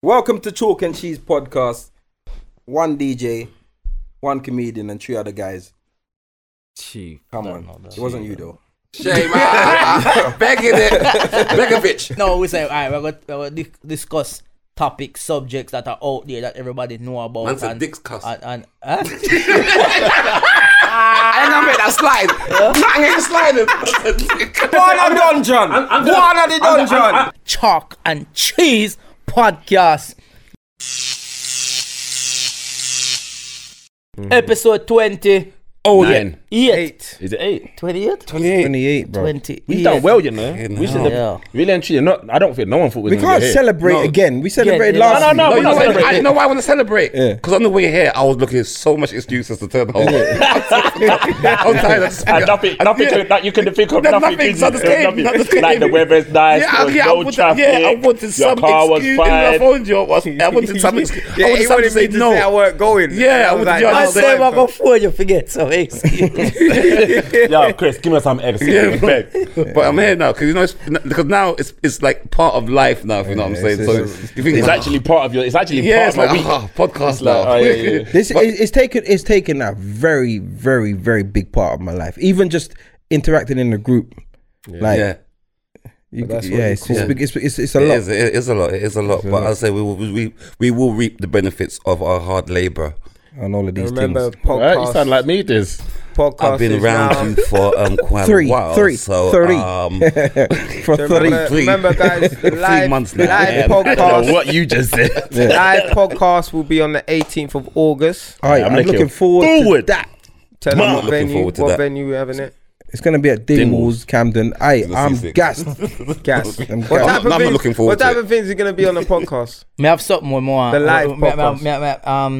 Welcome to Chalk and Cheese podcast. One DJ, one comedian, and three other guys. Chief. Come on, it wasn't you though. Shame. I- I- Begging it. Begovic. No, we say, all right, we're going to di- discuss topics, subjects that are out there that everybody know about. Man said dicks cuss. And, and, huh? I didn't make that slide. Nothing ain't sliding. One of the dungeon. One of the dungeon. Chalk and Cheese Podcast. Episode 20. Oh, yeah. Nine. Eight. Is it eight? 28? 28, bro. 28. We've done well, you know. Fucking We should have, hell. really and truly, not, I don't think no one thought we We was gonna can't get here. celebrate again. We celebrated Yeah, yeah. last No, No, no, we're you know, not why- I, you celebrating. know why I want to celebrate? Yeah. Because on the way here, I was looking at so much excuses to turn home. I was tired. I just- And nothing, I- nothing yeah. to, that you couldn't think of. There's Nothing, nothing, could it's you? not the There's same, nothing. not the same. Like the weather's nice. Yeah, there was okay, I no wanted, traffic. yeah, I wanted Your some car was excuse. I fine. phoned you. I was- I wanted some excuse. I wanted something to say no. weren't going. Yeah, I was like, I yeah, say we're going to phone you forget some excuse. Yeah, Chris, give me some eggs. Yeah, Yeah, but, but I'm here now because you know it's, because now it's it's like part of life now. If you know what I'm saying. So you think it's like, actually part of your. It's actually yeah, part it's of my like week. ah, podcast like, now. oh, yeah, yeah, yeah. This it- it's taken it's taken a very very very big part of my life. Even just interacting in a group, like yeah, you, But that's what yeah, you it's, call- it's, big- it's, it's, it's a it lot. is, it is a lot. It is a lot. But I say we will, we we will reap the benefits of our hard labor. on all of these Remember, things. oh, podcast. Right, you sound like me, this. podcast. I've been is now- around you for um quite Three, a while. three, so, three. Um, For three, Remember, three. remember, guys, the Three live, months now. live Yeah. podcast. what you just said. live podcast will be on the 18th of August. all right, Yeah, I'm I'm, looking looking forward, forward. to that. Tell them Man, what looking venue, forward to what that. venue we're having it. It's gonna be at Dingwalls, Camden. I, the I'm C6. gassed. Gas. I'm What gassed. type of I'm things- looking forward What to type it. of things are going to be on the podcast? May I have something one more. The live May- may- podcast. may- may- um,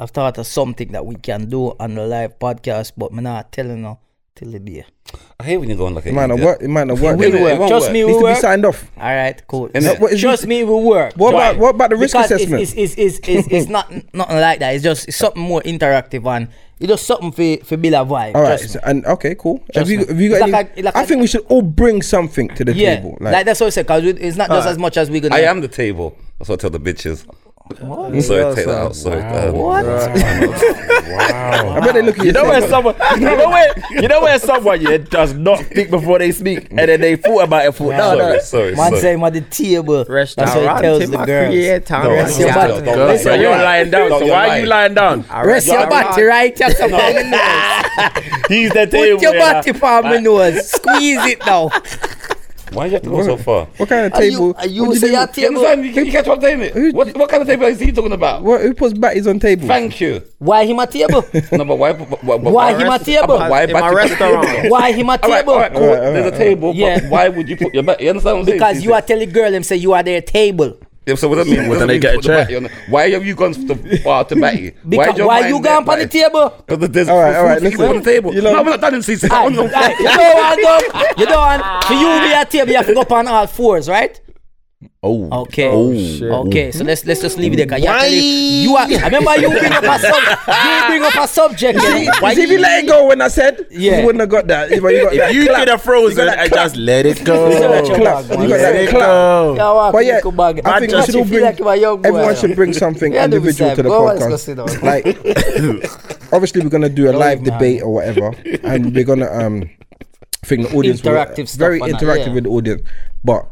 I've thought of something that we can do on the live podcast, but I'm not telling you till the day. I hate when you go on like It an might not idiot. work. It might not work. Will won't work. work. Trust me, needs will to be work. signed off. All right, cool. Isn't it? What is- Trust me, will work. What Why? about what about the risk because it's- assessment? It's, it's, it's, it's, it's not nothing like that. It's just it's something more interactive and it's just something for for build a vibe. All right, trust so- and okay, cool. Have Trust you, me. have you It's got? like any, a- like I a- think we should all bring something to the me. yeah, table. like, that's what I said. Cause we- it's not just as much as we're gonna. I am the table. That's what I tell the bitches. What? Sorry, Yeah, take that so- out. Sorry. um, What? I bet they look at You know saying, when someone, you know when, you know when someone yeah, does not think before they speak, and then they thought about it. Thought, no, no, Sorry, sorry, Man sorry. saying at the table. That's what it tells the girls. No, Rest don't your lie, body. don't lie. So you're lying down. No, So you're why are you lying down? Rest your body right here. He's the table. Put your yeah. body palm in nose. Squeeze it now. Why you have to go so far? What kind of Are you, table? are you say your You table? understand? You, you catch what I'm saying? it? What, what kind of table is he talking about? What, who puts batties on table? Thank you. Why him a table? No, but why? But, but, but Why but- him a table? But why In my back to- restaurant. Why him a All right, table? all right, cool. Alright, There's a table, Yeah. but why would you put your back? You understand what I'm saying? Because you are telling girl them say you are their table. Yeah, So what does that mean? What then does that they get a mean put the chair. batty on the- Why have you gone to uh, to Batty? Because why, you going on the table? Because there's All right, all right, food listen. on the table. You know- no, we're not done in season. I Aye, don't know. aye, you don't want them. You don't want for you be at table. You have to go up on all fours, right? Oh, Okay. shit. Okay, so let's let's just leave it there. 'cause You, are telling- you are. I remember you bring up a sub. You bring up a subject. yeah. Why if you let it go when I said, Yeah. you wouldn't have got that. You, you got If that you clap. did a frozen, You got that I just let it go. You got that clap. clap, You got man. Let that it clap. go. You are But yeah, little bag. I think we What should you all feel bring. like you are young boy, everyone you should know? bring something Yeah, do we individual say, to the go on, let's go sit down. podcast. Like, obviously, we're gonna do a live man. debate or whatever, and we're gonna um, I think the audience will- Interactive stuff very and that, interactive yeah. with the audience. But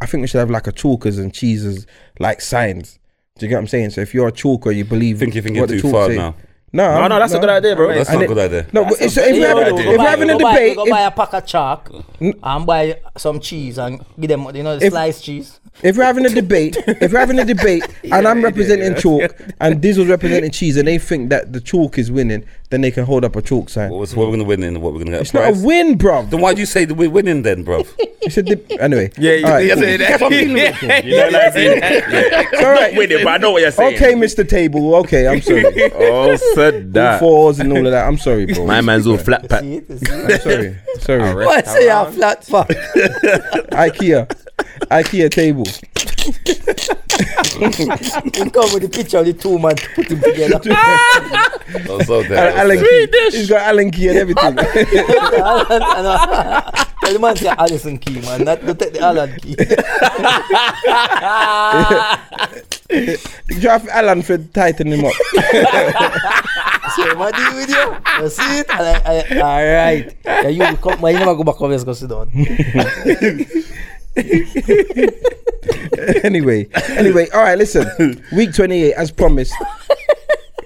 I think we should have like a chalkers and cheeses like signs. Do you get what I'm saying? So if you're a chalker, you believe. Think you're thinking what the chalk too far say. now. No, Oh, No, I'm- no, that's a good idea, bro. That's And not a it- good idea. No, but so if we're You know, having, you if go we're buy- having you a go buy- debate, you go if- Hmm? buy a pack of chalk and buy some cheese and give them, you know, the If- sliced cheese. If we're having a debate, if we're having a debate, and I'm representing chalk, and Dizzle's representing cheese, and they think that the chalk is winning, then they can hold up a chalk sign. What was what we're gonna win and what we're gonna get? It's not a win, bruv. Then why do you say that we're winning then, bro? It's a dip. Anyway. Yeah, you All right, did cool. say That's what I'm dealing with. You know what I'm saying? It's all Not with right. it, but I know what you're saying. Okay, Mr. Table. Okay, I'm sorry. Oh, said All that. fours and all of that. I'm sorry, bro. My man's all flat pack. I'm sorry. Sorry. What say you flat fuck? IKEA. IKEA table. You come with the picture of the two man to put them together. Oh, so And there. Allen key. He's got Allen key and everything. Tell the man say Alison key, man. Not, don't take the Alan key. Draft Alan for tighten him up. See what I do with you? You see it? And I, I, all right. Yeah, you will come. well, You never go back obvious because sit down. anyway, anyway, all right. Listen, week twenty-eight, as promised.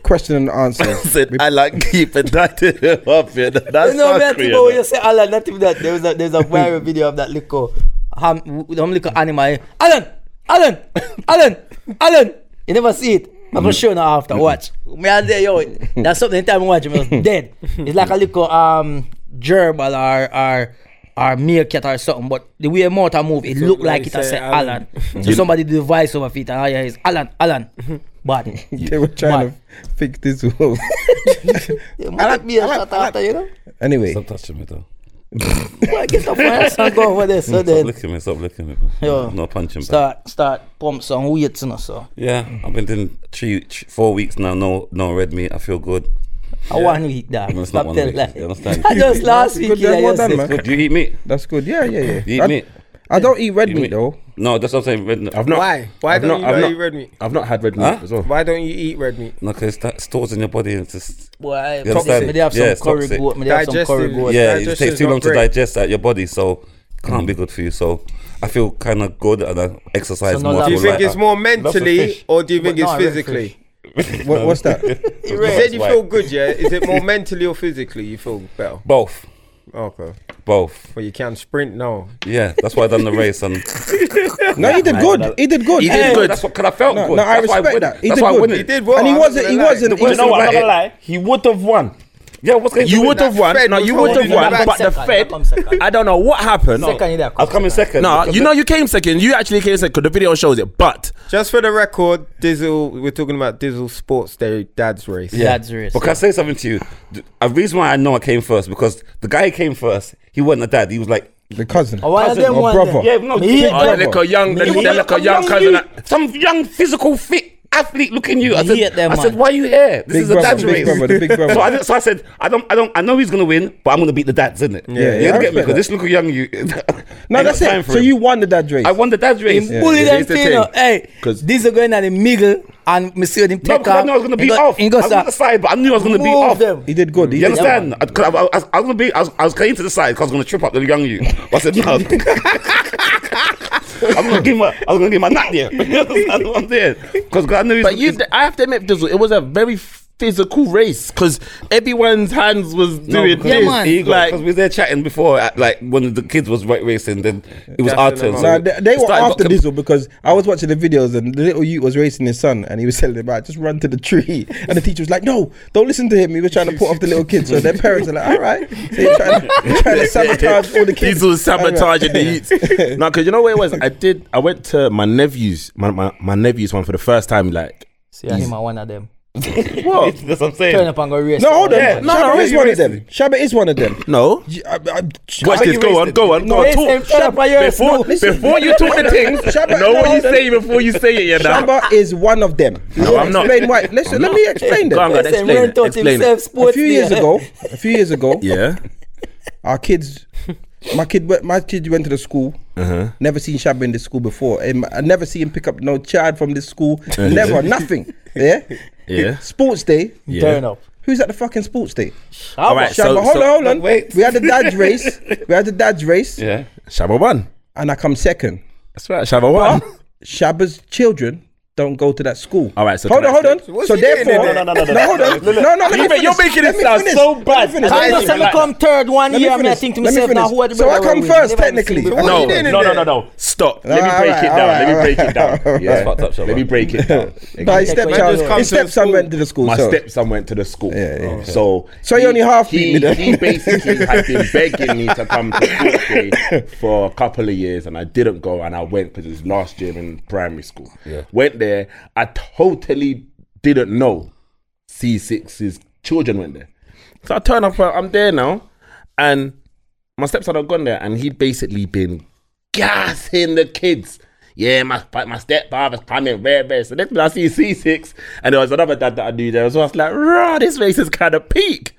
Question and answer. Said, I like keeping that up. Yeah, that's you know, South man, Korea, Timo, when though. you say Alan, not even that. There was a, there's a viral video of that little, ham, with some little animal. eh? Alan, Alan, Alan, Alan. You never see it. I'm gonna show you now after. Watch. Me and there, yo, that's something. Anytime I watch it, it's dead. It's like a little um gerbil or or or meerkat or something. But the way mouth I move, it look like it. I say Alan. So somebody do the voice over feet, and I hear it's Alan, Alan. Bad. they were trying to fix this whole. Alan be a shot after you know. Anyway, Stop touching me, though. Boy, Get up, man. and go over there. So Stop then. licking me. Stop licking me. Man. Yo. No punching back. start start pump some weights and so. Yeah, I've been doing three, th- four weeks now. No, no red meat. I feel good. I want to eat that. No, it's not Stop one telling week. lie. You understand? I just last week Good, yeah, then, well done, yes, man. Good. Do you eat meat? that's good. Yeah, yeah, You yeah. eat I, meat. I don't eat red You meat, meat. though. No, that's what I'm saying. Red meat. I've not. Why? Why I've don't not- I've you not- not, eat red meat? I've not had red meat Huh? as well. Why don't you eat red meat? No, because that stores in your body. And it's just Boy, You understand? maybe they have some Yeah, it's curry toxic. goat. Maybe they have some Digestive. curry goat. But yeah, it digestion's takes too not long to great. Mm. digest out your body, so can't be good for you. So I feel kind of good and I exercise So more. no I love- Do you feel think lighter. it's more fish. mentally or do you think But it's no, I read physically? What, what's that? It's You not said you right. feel good, yeah? Is it more mentally or physically you feel better? both, Okay. both. Well, you can sprint now. Yeah, that's why I done the race and No, he did good. He did good. He Hey, did good. That's what because I felt No, good. no, I That's why respect win. that. He That's did why I good. win He it. did well. And he I'm not wasn't. He gonna lie. wasn't. The he worst You know was- what? I'm not Right. gonna lie. He would have won. Yeah, what's going? You would have won. Fed No, was you would have holding won. back. But the Second, Fed, come second. I don't know what happened. Second, you there. I'll come in second. No, because you know you came second. You actually came second. 'cause The video shows it, but Just for the record, Dizzle, we're talking about Dizzle Sports Day Dad's Race. Yeah. Dad's race. But can I say something to you? Th- A reason why I know I came first because the guy who came first, he wasn't a dad. He was like, The cousin. Oh, why are cousin them or one brother. then? yeah, no, Me, he he ain't oh, Brother. they look a young, they He look was they look a young cousin. dude, some young physical fit athlete looking you. I He said, hit them, I said, man. why are you here? This Big is brother, a dad's big race. brother, the big brother. so, I did, so I said, I don't, I don't, I know he's gonna win, but I'm gonna beat the dads, isn't it? yeah, you I gonna get me respect because this little young you. No, that's it. So you won the dad race. I won the dad's race. Him bully them Here's the thing, thing. you know. Hey, 'Cause- these are going at the middle and me see them No, take because I off. knew I was gonna He be go- off. he I go was on start the side, but I knew I was gonna be move off. them. He did good. He You did good. understand? I, 'cause I, I, was- I was gonna be, I was, I was going to the side because I was gonna trip up the young you. But I said no. I'm gonna give my, I was gonna give my nut there. I'm there because I knew. he's- But you, he's- I have to admit, Dizzle, it was a very physical race because everyone's hands was No, doing because this. it's man. Ego, Like, because we were there chatting before, at, like when the kids was right racing, then it was our turn. Gassing them Oh, so Nah, they, they it were started- after got- Dizzle because I was watching the videos and the little Ute was racing his son and he was telling him, "Right, just run to the tree." And the teacher was like, "No, don't listen to him." He was trying to put off the little kids, so their parents are like, "All right," so you're trying to, you're trying to sabotage all the kids. Diesel sabotaging the youths. no, because you know where it was. I did. I went to my nephew's, my, my, my nephew's one for the first time. Like, See, I him and one of them. what? That's what I'm Turn saying. up and go race. No, hold on. Yeah, Shabba no, no, is you one of raced them. Shabba is one of them. No. You- I- I- Watch I- this. Go on. Go on. Go on. Race them, Talk. turn up and you race. Before, No, listen. before you talk the things, Shabba- no, know what you hold on. say before you say it. You know. Shabba is one of them. No, I'm not. Explain why. Listen, let me explain Go on, that. go on. Listen, Explain Ren it. taught Explain himself it. A sports few years there. ago, a few years ago, Yeah. our kids, my kid, went- my kid went to the school. Uh-huh. Never seen Shabba in this school before. Um, I never seen him pick up no child from this school. Uh-huh. never, nothing. Yeah. Yeah. Sports day. Turn up. Who's at the fucking sports day? All right. Shabba, So, hold on, so hold on. wait. We had the dad's race. We had the dad's race, Yeah. Shabba won. and I come second. That's right. Shabba won. Shabba's children don't go to that school. All right, so hold can on, I- hold on. What's so he doing in therefore, there? no, no, no, hold on. No, no, let me You're ma- you're finish. making Let it me sound finish. so Let me bad. finish. I I didn't know even some like- come third one Let me year, me I finish. think to Let me myself now, finish. who are the So I brother come we with? first, Never even technically. seen before. What No, you doing in no, no, there? no, no. Stop. Let me Alright, break it alright, down. Let me break it alright, down. That's fucked Yeah. up, Shabba. Let me break it down. My stepchild, just come his to the stepson school. went to the school. My so. stepson went to the school. Oh. Yeah, yeah. So So he only half beat he, me then. he basically had been begging me to come to sports day for a couple of years, and I didn't go, and I went because it was last year in primary school. Yeah. Went there. I totally didn't know C6's children went there. So I turn up. I'm there now, and my stepson had gone there, and he'd basically been gassing the kids. Yeah, my my stepfather's coming red red. So next minute I see C6, and there was another dad that I knew there. So I was like, raw, this race is kind of peak.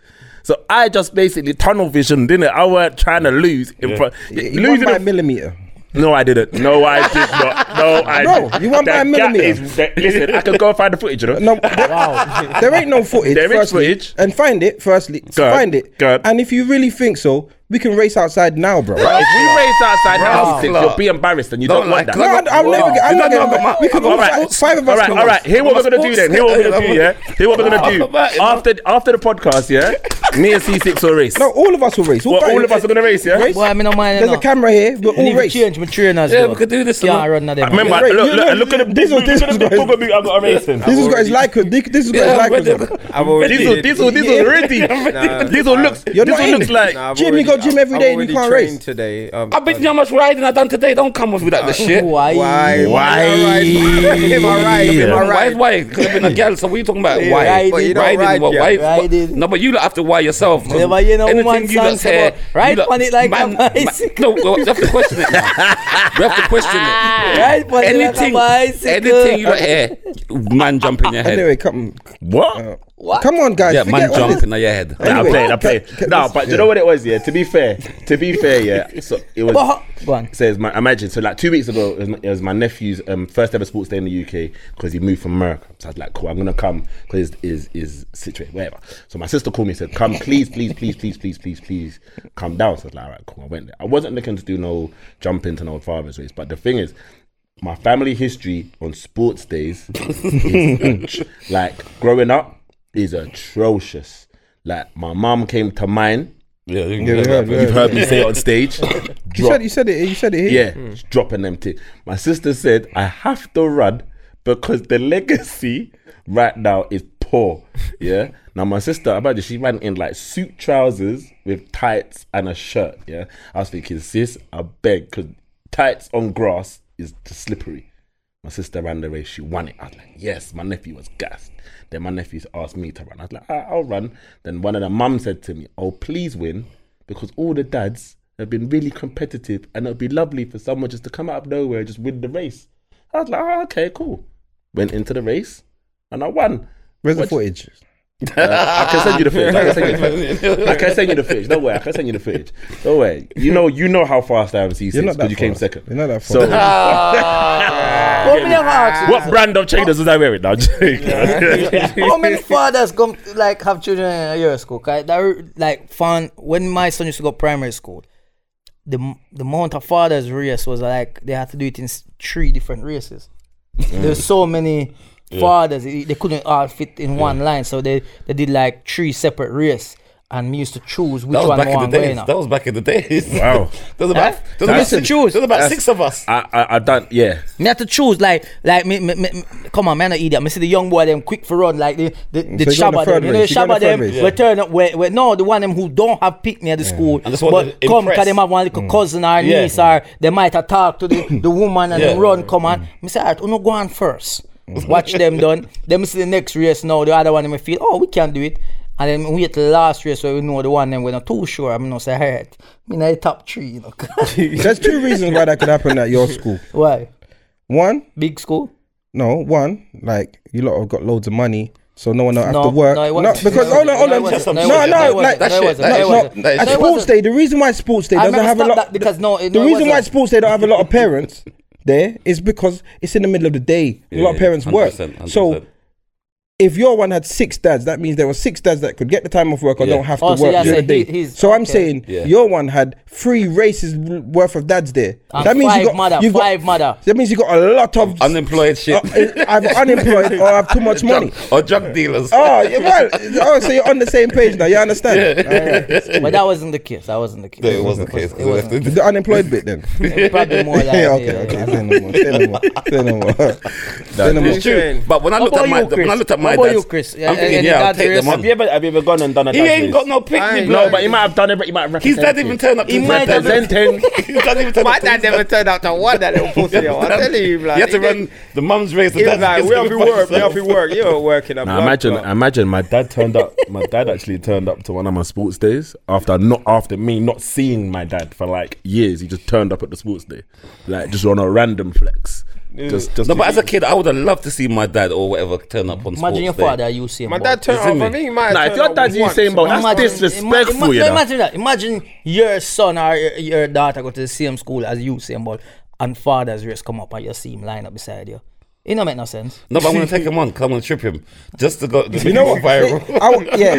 So I just basically tunnel vision, didn't it? I weren't trying to lose in front. He won Losing by a in- millimeter. no, I didn't. No, I did not. No, I Bro, you want that nine gap millimeter? is- that- Listen, I could go find the footage, you know? No, there, there ain't no footage. There is firstly, footage. and find it. Firstly, Go on, find it. go on. And if you really think so, we can race outside now, bro. Bro, if we race outside the Bro. house, six, you'll be embarrassed and you Don't don't, like want that. that. No, I, I'm never. Get, I'm No, not no, getting. no, no, we could no, all all right. five of us All right, can all watch. right. Here, what we're gonna do then? Here, what we're gonna do? Yeah. Here, what we're gonna do? After after the podcast, yeah. Me and C six will race. No, all of us will race. Well, five. all of us are gonna race, yeah. Race. Boy, I mean, no mind. There's a camera here. We're all race. change, my trainers. Yeah, we could do this. Yeah, I run that. Remember, Right, look, you look, know, look at the this was- this look was at the going- booger boot I've got a racing. This has got his Lycra. This has got his Lycra. I've already. Diesel, diesel, diesel, ready. Nah, Diesel nah. looks. You're not Diesel in looks it. like. Nah, I've Jim, you go already- gym every I've day and you already can't trained race. today. Um, I bet you how much riding I done today. Don't come with me that the shit. Why? Why? Am I right? Am I Why is right? why? Because I've been a girl. So what are you talking about? Yeah, why? riding. But you don't riding, ride, what, yeah. why? what- Riding. No, but you lot have to why yourself. 'cause Never hear no anything woman you lot songs say, about ride you lot- on it like a No, bicycle. well, you have to question it. now. You have to question it. Ride on it like a anything, bicycle. anything you lot hear, man jump in your head. Anyway, come. What? Come on, guys. Yeah, forget man all this- jump in your head. Nah, I Anyway. played, I played. Ca- ca- No, this- but you know what it was, yeah? To be fair, to be fair, yeah. So it was. But ho- go on. says my imagine so like two weeks ago it was, it was my nephew's um, first ever sports day in the UK because he moved from America so I was like cool I'm gonna come because is is situated wherever so my sister called me and said come please please please please please please please come down so I was like alright cool I went there I wasn't looking to do no jump into no father's race but the thing is my family history on sports days is atro- like growing up is atrocious like my mom came to mine Yeah, you Yeah, we heard, we you've heard. heard me say it on stage You said, you said it. You said it here. yeah, just dropping them tips. My sister said, I have to run because the legacy right now is poor. Yeah. now my sister, about this, she ran in like suit trousers with tights and a shirt. Yeah. I was thinking, sis, I beg, because tights on grass is just slippery. My sister ran the race. She won it. I was like, yes. My nephew was gassed. Then my nephews asked me to run. I was like, "Alright, I'll run. Then one of the mums said to me, oh, please win because all the dads have been really competitive and it would be lovely for someone just to come out of nowhere and just win the race. I was like, oh, okay, cool. Went into the race and I won. Where's the What- footage? I can send you the footage. I can send you the footage. I can send you the footage. Don't worry. I can send you the footage. Don't worry. You know, you know how fast I am, C6, You're not that because you came fast. second. You're not that So, How many of us- what brand of trainers was I wearing? Now, How many fathers come like have children in your school? 'Cause that re- like fun when my son used to go primary school, the m- the amount of fathers race was like they had to do it in s- three different races. There's so many fathers they they couldn't all fit in one line, so they they did like three separate races. And we used to choose which That was one back more in I'm the days. going That was back in the days. Wow. There's about Huh? there's We about used to six, choose. there's about six of us. I, I, I done, yeah. Me have to choose like like me, me, me, me- come on man, I idiot. Me see the young boy them quick for run like the the, the So you go on the shabba third them. You know the race, you go on shabba the third them race. we turn up where, where no the one them who don't have pick near the school And that's what but they come impress. cause them have one Mm. little cousin or Yeah. niece or they might have talked to the, the woman and Yeah. then run come on. Me say alright, uno go on first. Mm. Watch them done. Then me see the next race now. The other one them feel oh we can do it. And then we at the last race where we know the one them we're not too sure. I'm not say alright. Me na the top three you know. There's two reasons why that could happen at your school. Why? One, Big school. no, one, like you lot have got loads of money, so no one don't have No, to work. no, it No, wasn't. because No, hold on, hold no, it on. wasn't. No, No, it no, wasn't. like That shit, that no, it no, wasn't. That is- at No, it sports wasn't. day, the reason why sports day I doesn't remember have a lot. stop that because no, it- the no, it reason why wasn't. sports day don't have a lot of parents there is because it's in the middle of the day. a lot of Yeah, parents work. 100%, So 100%. if your one had six dads, that means there were six dads that could get the time off work or Yeah. don't have Oh, to so work yeah, during so the day. he- he's- so I'm okay. saying Yeah. your one had three races worth of dads there. And that means five you got mother, you've got- five mother. That means you got a lot of Unemployed Uh, shit. I'm unemployed or I have too much money. Drug- or drug dealers. Oh, yeah, well, oh, so you're on the same page now. You understand? All right. But that wasn't the case. That wasn't the case. No, it wasn't the case. It wasn't. The unemployed bit then. It's probably more like yeah, okay, yeah. okay. Say no more. Say no more. Say no more. Say no more. It's true. But when I What looked at about my you, Chris? when I looked at my What about you, dads, Chris? I'm Any- thinking, any yeah, I'll dad take them race? on. Have you ever, have you ever gone and done a He dad ain't race? got no I picnic, ain't bro. got But he might have done it. He might have his dad even turned up. He to might have- representing. His dad even turned My up. to- dad never turned out to one that little pussy. I'm telling you, like, you had to he run the mum's race. He was like, we have to work, we have to work. You are working up. Now imagine, imagine my dad turned up. My dad actually turned up to one of my sports days after not after me not seeing my dad for like years. He just turned up at the sports day, like just on a random flex. Just, just No, but as a kid, I would have loved to see my dad or whatever turn up on. Imagine your sports day. father, you see him. My dad boy. turned Isn't out for it? me. Nah, Nah, if your dad's Usain Bolt, that's disrespectful, ima- you know. imagine that. Imagine your son or your, your daughter go to the same school as you, same ball, and father's race come up and you see him line up beside you. It don't make no sense. No, but I'm gonna take him on. Come and trip him, just to go. You know what? I would- yeah,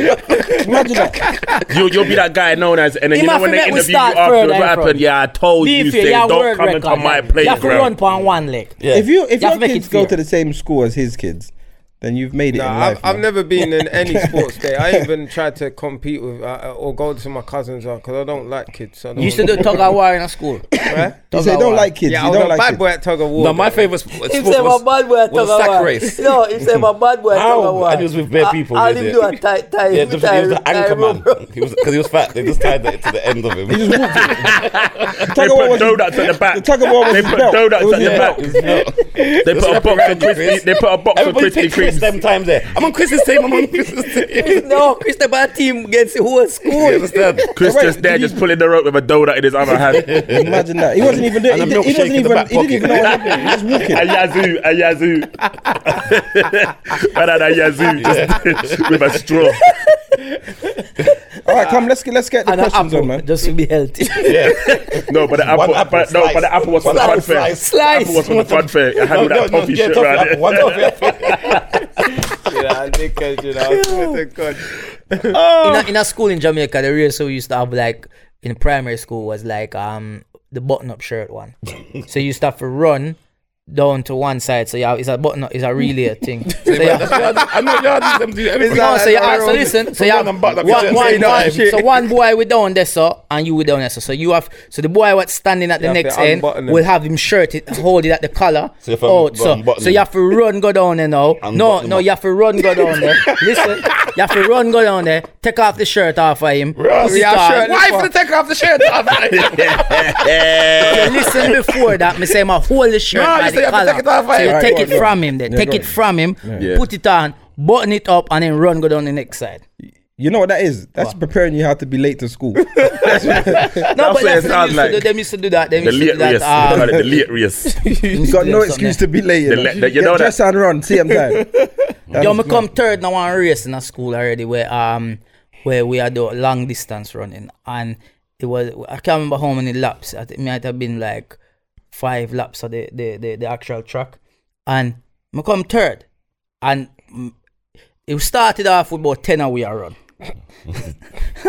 imagine that. You, you'll be that guy known as, and then you He know must when be they met with interview you start after further what in happened. front. Yeah, I Oh, told you, Leave you, things. you have don't world come record, into my man. You have to run playground. on one leg. Yeah. If you if You your have to make it kids go fair. to the same school as his kids, then you've made it Nah, in I've, life. I've man. never been in any sports day. I even tried to compete with uh, or go to my cousins because I don't like kids. So I don't You used to do tug of war in a school. Right? You say you don't like kids. Yeah, I you was don't a like bad kids. boy at tug of war. No, my bro. favorite sp- sport Him say my was, bad boy was tug of sack war. race. No, him say my bad boy Ow. tug of war. And he was with bare I- people, All is him it? do a tie, tie, yeah, tie, just, he was the tie anchor man. rope. He was because he was fat. They just tied it to the end of him. Tug of They war put was his- donuts at the back. The tug of war was They his put belt. It donuts was at his the belt. back. They put a box Let's wrap of it around you, crispy. Chris. They put a box of Everybody crispy picked Chris creams. them times there. I'm on Chris's team. I'm on Chris's team. No, Chris the bad team against the whole You school. understand? Chris Wait, just there, did he- just pulling the rope with a donut in his other hand. Imagine that. He wasn't even And there. a He, did, he wasn't milkshake in the even. back He didn't even know pocket. what happened. He was walking. A yazoo, a yazoo. Banana yazoo just with a straw. All right, come. Let's get let's get the And an questions on, apple, man. just to be healthy. Yeah. No, but the apple, apple but, no, slice. but the apple was for One the fun apple fair. slice. Slice. Apple was for the fun fair. It had all that puffy shit toffee around apple, it. one toffee apple. Yeah, dickhead, you know. I swear to God. in, a, in a school in Jamaica, the real so we used to have like in primary school was like um the button up shirt one. so you used to have to run down to one side. So yeah, it's a button up, it's a relay thing. so yeah. I'm not yardies them do everything. No, so yeah, so listen, so yeah, Run and back up one, your chest. Say one, no one, shit. so one boy we down there, so and you we down there, so, so you have, so the boy what's standing at the have to next end unbutton him. will have him shirt it, hold it at the collar, So if I'm out, so, unbutton so you him. have to run go down there now, no, Unbutton him no, up. you have to run go down there, listen, you have to run go down there, take off the shirt off of him, Ross, put it yeah, on. shirtless Why for the take off the shirt? You listen before that, me say my hold the shirt. No, by you the say you have to take collar. it off, So you right? take Go on, it go on. from him, then Yeah, take go it from him, Yeah. put it on, button it up, and then run go down the next side. You know what that is? That's preparing you how to be late to school. No, That's what but it that's sounds what they used to do. like. Them used to do that. Them The used to do that. delirious. They uh, call it delirious. You got no excuse to be late. You The know, le- the- you Get know that- dressed and run. See him time. Yo, me come third now on race in a school already where um where we are doing long distance running and it was I can't remember how many laps. I think it might have been like five laps of the the, the, the actual track. And me come third and mm, it started off with about ten a we are run.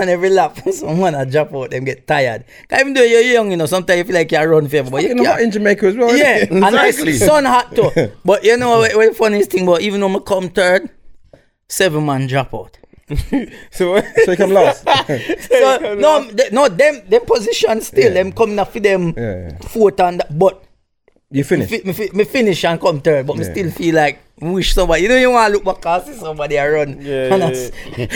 and every lap, someone a drop out, them get tired. 'Cause even though you're young, you know, sometimes you feel like you're run forever, but you You know can't. what in Jamaica as well. innit? Yeah, and I son hot too. But you know what, what the funniest thing about even though I come third, seven man drop out. So So you come last. So, no, th- no, them them position still, them coming up for them Yeah, yeah. fourth and that, but You me, finish. fi- me, fi- me finish and come third, but me still feel like wish somebody you know you wanna look back and see somebody around. Yeah, and yeah,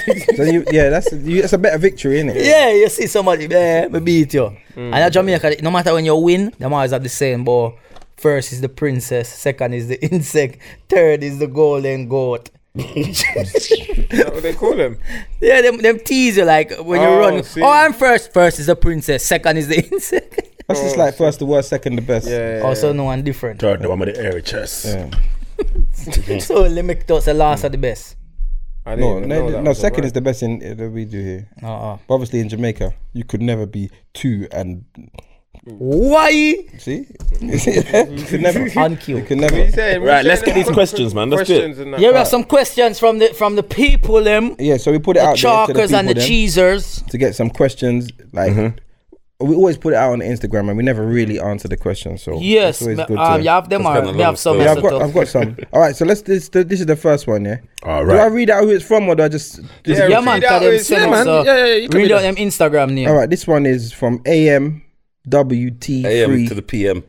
that's- So you, yeah, that's you, that's a better victory, isn't it? Yeah, you see somebody there, me beat you. And at Jamaica, no matter when you win, them always have the same ball. First is the princess, second is the insect, third is the golden goat. is that what they call him? Yeah, them, them tease you like when you Oh, run. see. Oh, I'm first. First is the princess, second is the insect. That's just like first the worst, second the best. Yeah. Oh, also, no one different. Third, the one with the airy chest. Yeah. so, let me talk the last of the best. I didn't No, even no, know no, that was a second word. is the best in that we do here. Uh-uh. But obviously in Jamaica, you could never be two and Why? see, you could never, Uncute. you could What you never. saying? What Right, you let's saying? get these questions, man. Let's do it. questions and that. Here are some questions from the from the people, them, Uh-uh. Yeah, so we put it the out there to the chalkers people Oh, and the then cheesers. to get some questions. Like Mm-hmm. we always put it out on Instagram, and we never really answer the questions. So Yes, it's always ma- good um, to- you have them That's or kinda we have some. long yeah, as I've got, well. I've got some. All right, so let's. This, this is the first one, yeah. All Do I right. read out who it's from, or do I just? just yeah, read man, out tell them his- send yeah, us, man. uh, Yeah, yeah, you can read read out them Instagram name. All right, this one is from AM AM to WT3. the PM.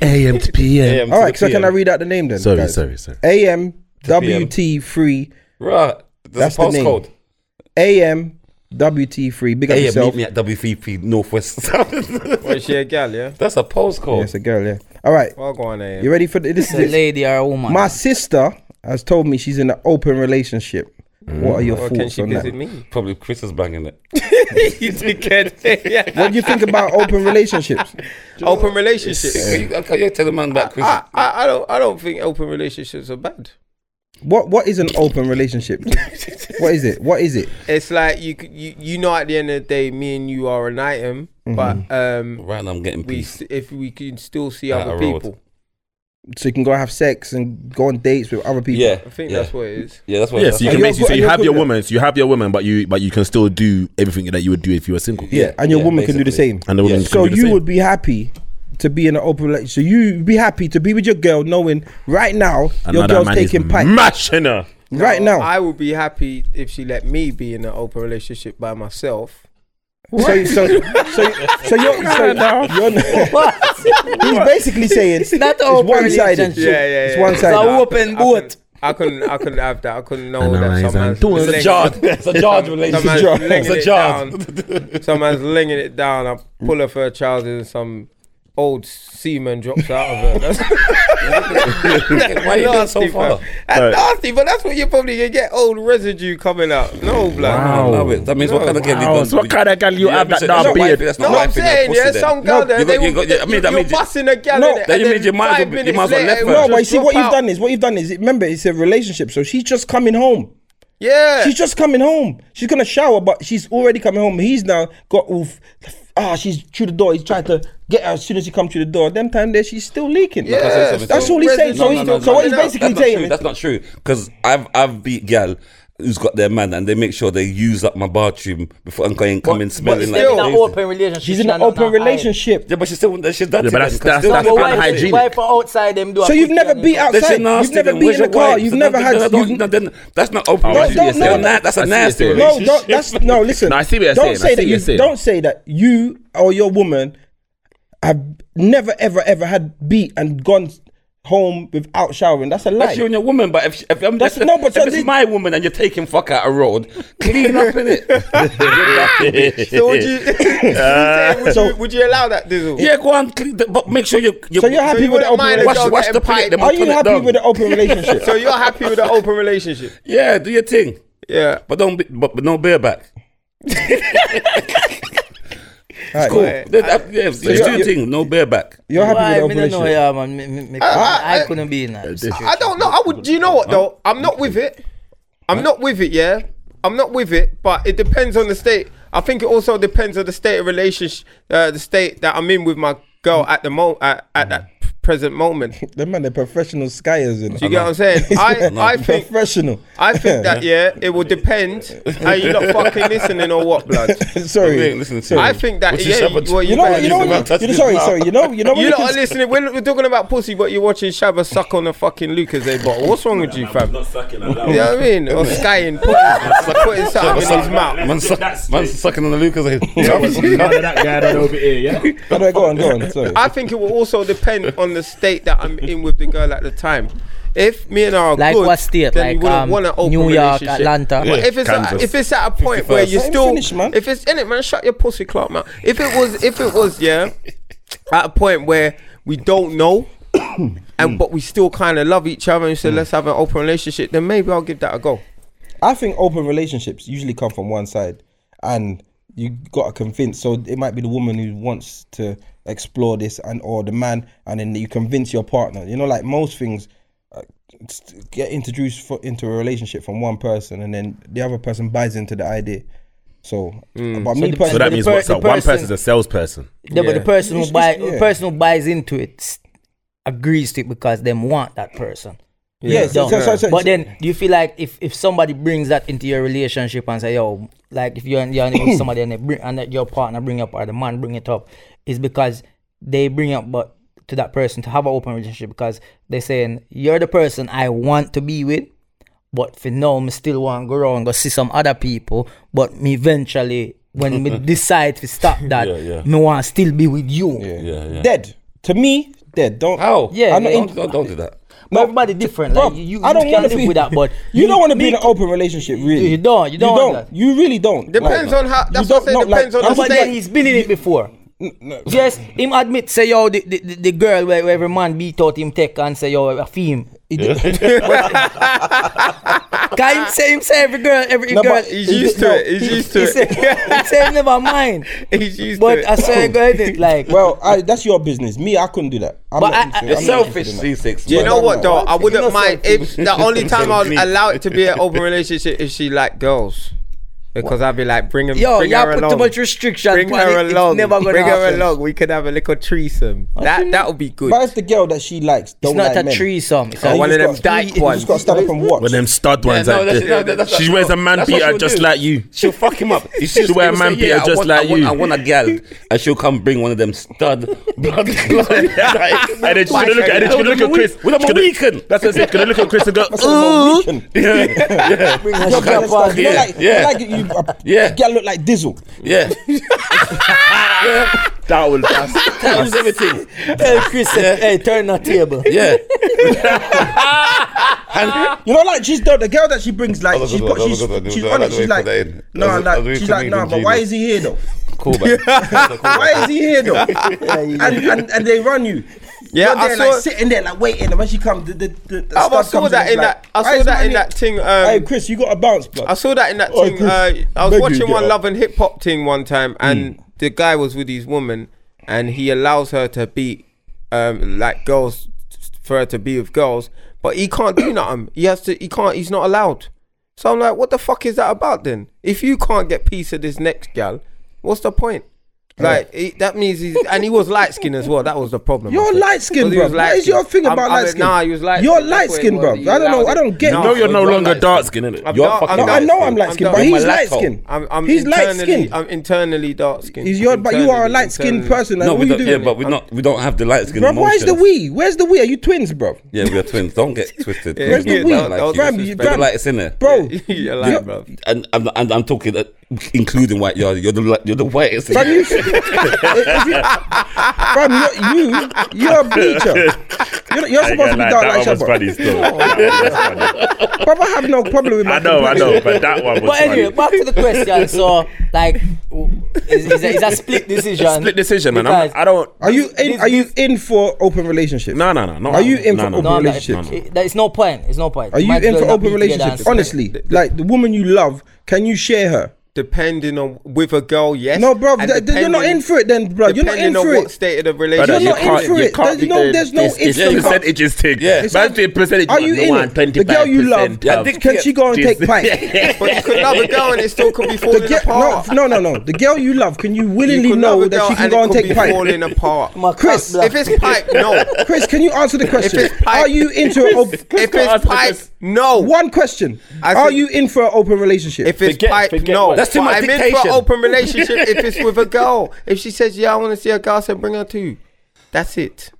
AM to PM. AM to All the right, so can I PM. read out the name then? Sorry, guys? sorry, sorry. AM PM. WT3 Right. That's That's the name. postcode. AM WT3. Big up AM, meet yourself. me at WVP Northwest. Well, Oh, she a gal, yeah? That's a postcode. Yes, a girl. Yeah. All right, Well, go on there. you ready for th- this? It's Is a it. lady or a woman. My sister has told me she's in an open relationship. Mm. What are your Or can thoughts she on that? visit me? Probably Chris is banging it. you dickhead. yeah. What do you think about open relationships? Open relationships. You- Okay, you tell the man about Chris. I, I, I don't I don't think open relationships are bad. What What is an open relationship? What is it? What is it? It's like you c- you you know at the end of the day, me and you are an item, but um, Right now, I'm getting we peace. s- if we can still see Out other of road. people. So you can go have sex and go on dates with other people. Yeah, I think yeah. that's what it is. yeah, that's what. Yeah, that's so you what- can you're basically good- so and you you're have good your then. woman, so you have your woman, but you but you can still do everything that you would do if you were single, yeah, And your yeah, woman can do the basically. same. and the woman. Yeah. can So do the you same. would be happy to be in an open relationship. So you'd be happy to be with your girl knowing right now And now your that girl's man is taking pipe. mashing her. right now. I would be happy if she let me be in an open relationship by myself. so, so, so, so you're, so you're he's basically saying it's not open one-sided. relationship. Yeah, yeah, yeah. It's It's a one-sided. I open couldn't- boat. I couldn't, I couldn't have that. I couldn't know And that eyes someone's and doors. It's a jar. It's a jarred relationship. Someone's It's linging a it jar. down. Someone's linging it down. I pull her for her trousers, and some old seaman drops out of her. That's Why you going so nasty, far? fam. That's nasty, but that's what you're probably gonna get old residue coming out. No, black. I love it. That means what kind of girl you Wow, gonna- so what kind of girl you have but that that's now not beard? wifey, That's No, not I'm wifey, that's saying, pussy yeah, then. some girl there, you they got- you will- got- yeah, I mean, that you're means you- busting a gal No, in it, that and you then mean you might as five well be- you minutes might as well later, left it her. will No, Oh, but you just see what drop you've out. done is what you've done is remember it's a relationship, so she's just coming home. Yeah, She's just coming home. She's gonna shower, but she's already coming home. He's now got oof. Ah, she's through the door. He's trying to get her as soon as she comes through the door. Them time there, she's still leaking. Yeah, that's, that's all he's saying. So, No, no, he's, no, so no, what he's no, no. basically that's not saying. true. That's not true. Because I've I've beat gal who's got their man and they make sure they use up my bathroom before I'm going come in smelling like. Still in an this. open relationship. She's in no, an no, open no, relationship. Yeah, but she's still she's dirty. Yeah, but then, that's- 'cause that's- still- that's aye. Well, Wife- unhygienic. Wife are outside them do a So you've quickie never and- beat outside. You've never been in a car. You've never had. you've- that's not open. Oh, I see what you're no, saying. no. that's I a see what you're nasty saying. No, no, that's no. Listen, No, I see what you're don't saying. I say see that what you you're saying. don't say that you or your woman have never, ever, ever had beat and gone home without showering. That's a lie. That's you and your woman, but if, if, I'm, That's- if, no, but if so it's the- my woman and you're taking fuck out of road, clean up in it. So would you, would, Uh, So- you would you allow that Dizzle? yeah, go on, clean the, but make sure you. you So you're happy you with the wouldn't open mind a relationship? Wash, girl wash the getting plate. piped? Then Are you turn it happy down. with the open relationship? So you're happy with the open relationship? Yeah, do your thing, Yeah. but don't. Be, but, but no bareback. Alright. Cool. That- that- yeah, you do your you're- thing. No bareback. You're happy Why? with the Me no open know, relationship? yeah, man. Me- me- me- I couldn't be in that. I don't know. I would. Do you know what though? I'm not with it. I'm not with it. Yeah, I'm not with it. But it depends on the state. I think it also depends on the state of relationship, uh, the state that I'm in with my girl at the mo at, at that present moment. Do Them man, they're professional skiers. you get what I'm saying? I I think professional. I think that yeah, it will depend. Are you not fucking listening or what, blood? We Sorry. ain't listening to Sorry. you. I think that What you yeah, said, you, but- well, you, You know, better what- you know, listen what- touching you know, sorry, now. sorry. You know, you know, when You you lot are can- listening. We're, we're talking about pussy, but you're watching Shabba suck on a fucking Lucas A bottle. What's wrong with you, fam? You know what I mean? Or skying, putting, putting something in his mouth. Man, suck, man sucking on the Lucas. eh? Oh, no, go on, go on. Sorry. I think it will also depend on the state that I'm in with the girl at the time. If me and her are Like good, what state? then you Like wouldn't um, want an open New York, relationship. Atlanta. But if it's at, Kansas. if it's at a point where you're Let me still finish, man. if it's in it, man, shut your pussy clock, man. If it was if it was yeah, at a point where we don't know. and but we still kind of love each other and say let's have an open relationship then maybe i'll give that a go I think open relationships usually come from one side, and you gotta convince. So it might be the woman who wants to explore this, and or the man, and then you convince your partner. You know, like most things, uh, s- get introduced for, into a relationship from one person, and then the other person buys into the idea. So, Hmm. but me personally, So that means per- what's the up? One person- person's a salesperson. Yeah, but the Yeah. person who It's buy, just- yeah. the person who buys into it s- agrees to it because them want that person. yeah. So, Don't. so, so, so, but then, do you feel like if, if somebody brings that into your relationship and say, "Yo," like if you're, in- you're in with somebody and they bring and that your partner bring up or the man bring it up, is because they bring up but to that person to have an open relationship because they're saying you're the person I want to be with, but for now, me still want to go around go see some other people. But me eventually, when me decide to stop that, yeah. me want to still be with you. Yeah, Yeah, yeah. dead to me, dead. Don't How? Yeah, I'm not yeah. in- Don't, don't, don't do that. But everybody different. Bro, like you, you I don't want wanna to be- with that, but You, don't want to be me- in an open relationship, really. You don't, you don't want that. You really don't. Depends on how- that's what I said, depends on I'm the just But state. then he's been in it before. Yes, him admit say yo the, the, the- the girl where, where every man beat out him take and say yo a theme. Can him say him say every girl every No, girl but he's used to it he's used to he say, it he say him never mind. he's used to But it I say go at it like Well, I, that's your business. Me, I couldn't do that. I'm But I- not, I- into- You're I'm not into selfish, doing that. C6. Do you man. know what though? I wouldn't Innocent mind if the only time I'd Innocent. allow it to be an open relationship is she like girls. because I'd be like, bring him, Yo, bring y'all her put along. too much restriction. Bring man. her It- it's along. never gonna Bring her happen. along. We could have a little threesome. That that would be good. But it's the girl that she likes. It's Don't not like a men. threesome. It's Oh, a one of them got- dyke You ones. just gotta stand up and watch. With them stud ones no, like that's- this. no, that- that's she what- wears a no, man that's what beater she'll just do. like you. She'll fuck him up. She's She'll wear a man beater just like you." I want a gal, and she'll come bring one of them stud blood clot. and And then she's gonna look at, and then she's gonna look at Chris. With She's a gonna- weekend. That's what I said. She's Gonna look at Chris and go, Come ooh. on, we can- Yeah, yeah, Your girl is like- you know, like- you know, yeah. like you- a Yeah. girl look like Dizzle. yeah. That will pass. That was everything. Hey, Chris, said, hey, turn the table. Yeah, You know, like she's the, the girl that she brings. Like was she's good got, one, that she's, was good one. she's I like honest. the way She's you like, put that in. no, That was- that was like really she's like, comedian nah, but genius. why is he here though? cool man. Why is he here though? and, and and they run you. Yeah, You're there, I saw- like sitting there, like waiting, and when she comes, the, the, the, the Oh, I stuff saw comes that and in it's that. like, I "Why saw is that man in here?" that thing. Hey, Um, Chris, you got a bounce, bro. I saw that in that Oh, thing. Chris, Uh, I was beg you, watching get one up. Hmm. Love and Hip Hop thing one time, and the guy was with his woman, and he allows her to be, um, like girls, for her to be with girls, but he can't do nothing. He has to. He can't. He's not allowed. So I'm like, what the fuck is that about then? If you can't get piece of this next gal, what's the point? Like it, that means he's and he was light skinned as well. That was the problem. I You're think. light skinned, Because he bro. was What is light-skinned. your thing I'm- about I'm a- light skin? nah, he was light-skinned. You're That's what it light skinned, was. bro. He I don't know. allowed I it. don't get. No, You know you're no I'm longer light-skinned. dark skinned, innit? I'm You're dark- fucking No, I light know I'm skinned. light skinned, I'm but dark. he's I'm a light laptop. skinned. I'm, I'm He's light internally- skinned. I'm internally dark skinned. He's your, but you are a Internally, light skinned internally. person. Like, No, what we you don't. doing? Yeah, but we're not. We don't have the light skin Bruv, why is the emotions. we? Where's the we? Are you twins, bro? Yeah, we are twins. Don't get twisted. Where's the Don't we? like you. Fam, you- But the fam. light's in there. Bro, You're lying, bro. and I'm, and I'm talking uh, including white yard. You're the li- you're the whitest. Fam, you, if you, fam, you're, you, you're a bleacher. You're, you're Like, supposed to be like, dark that like one was Shabba. funny still. That one was funny. But I have no problem with my I know, I know, but that one was But anyway, funny. back to the question. So, like, w- is, is, a, is a split decision? Split decision, man. I'm, Because- I don't. Are you in? This- Are you in for open relationships? No, no, no, no. Are you in no, for no, open no, I'm not- relationships? it- There's no point. It's no point. Are you Might in as for well open not be together relationships? and- Honestly, like the woman you love, can you share her? Depending on with a girl, yes. No, bro, And th- th- you're not depending- in for it, then, bro. You're not depending in on for what it. state of the Brother, relationship. You're you not in can't- for you it. can't There's be no- doing there's no this- this instant- percentages thing. Yeah. Man, the percentage. Are you no, in one, it? The girl you love, 25%, um, can she go and Jesus. take pipe? But you could love a girl and it still could be The falling ge- no, apart. no, no, no. The girl you love, can you You willingly could love know a that girl she can and go it and could take be pipe? falling apart. My Chris, cock If block. it's pipe, no. Chris, can you answer the question? it's pipe- Are you into an open? ask If it's me pipe, this. no. One question. I Are said- you in for an open relationship? If it's Forget- pipe, forget no. what- That's too But much I'm in for dictation. an open relationship if it's with a girl. If she says, yeah, I want to see a girl, I said, bring her too. That's it.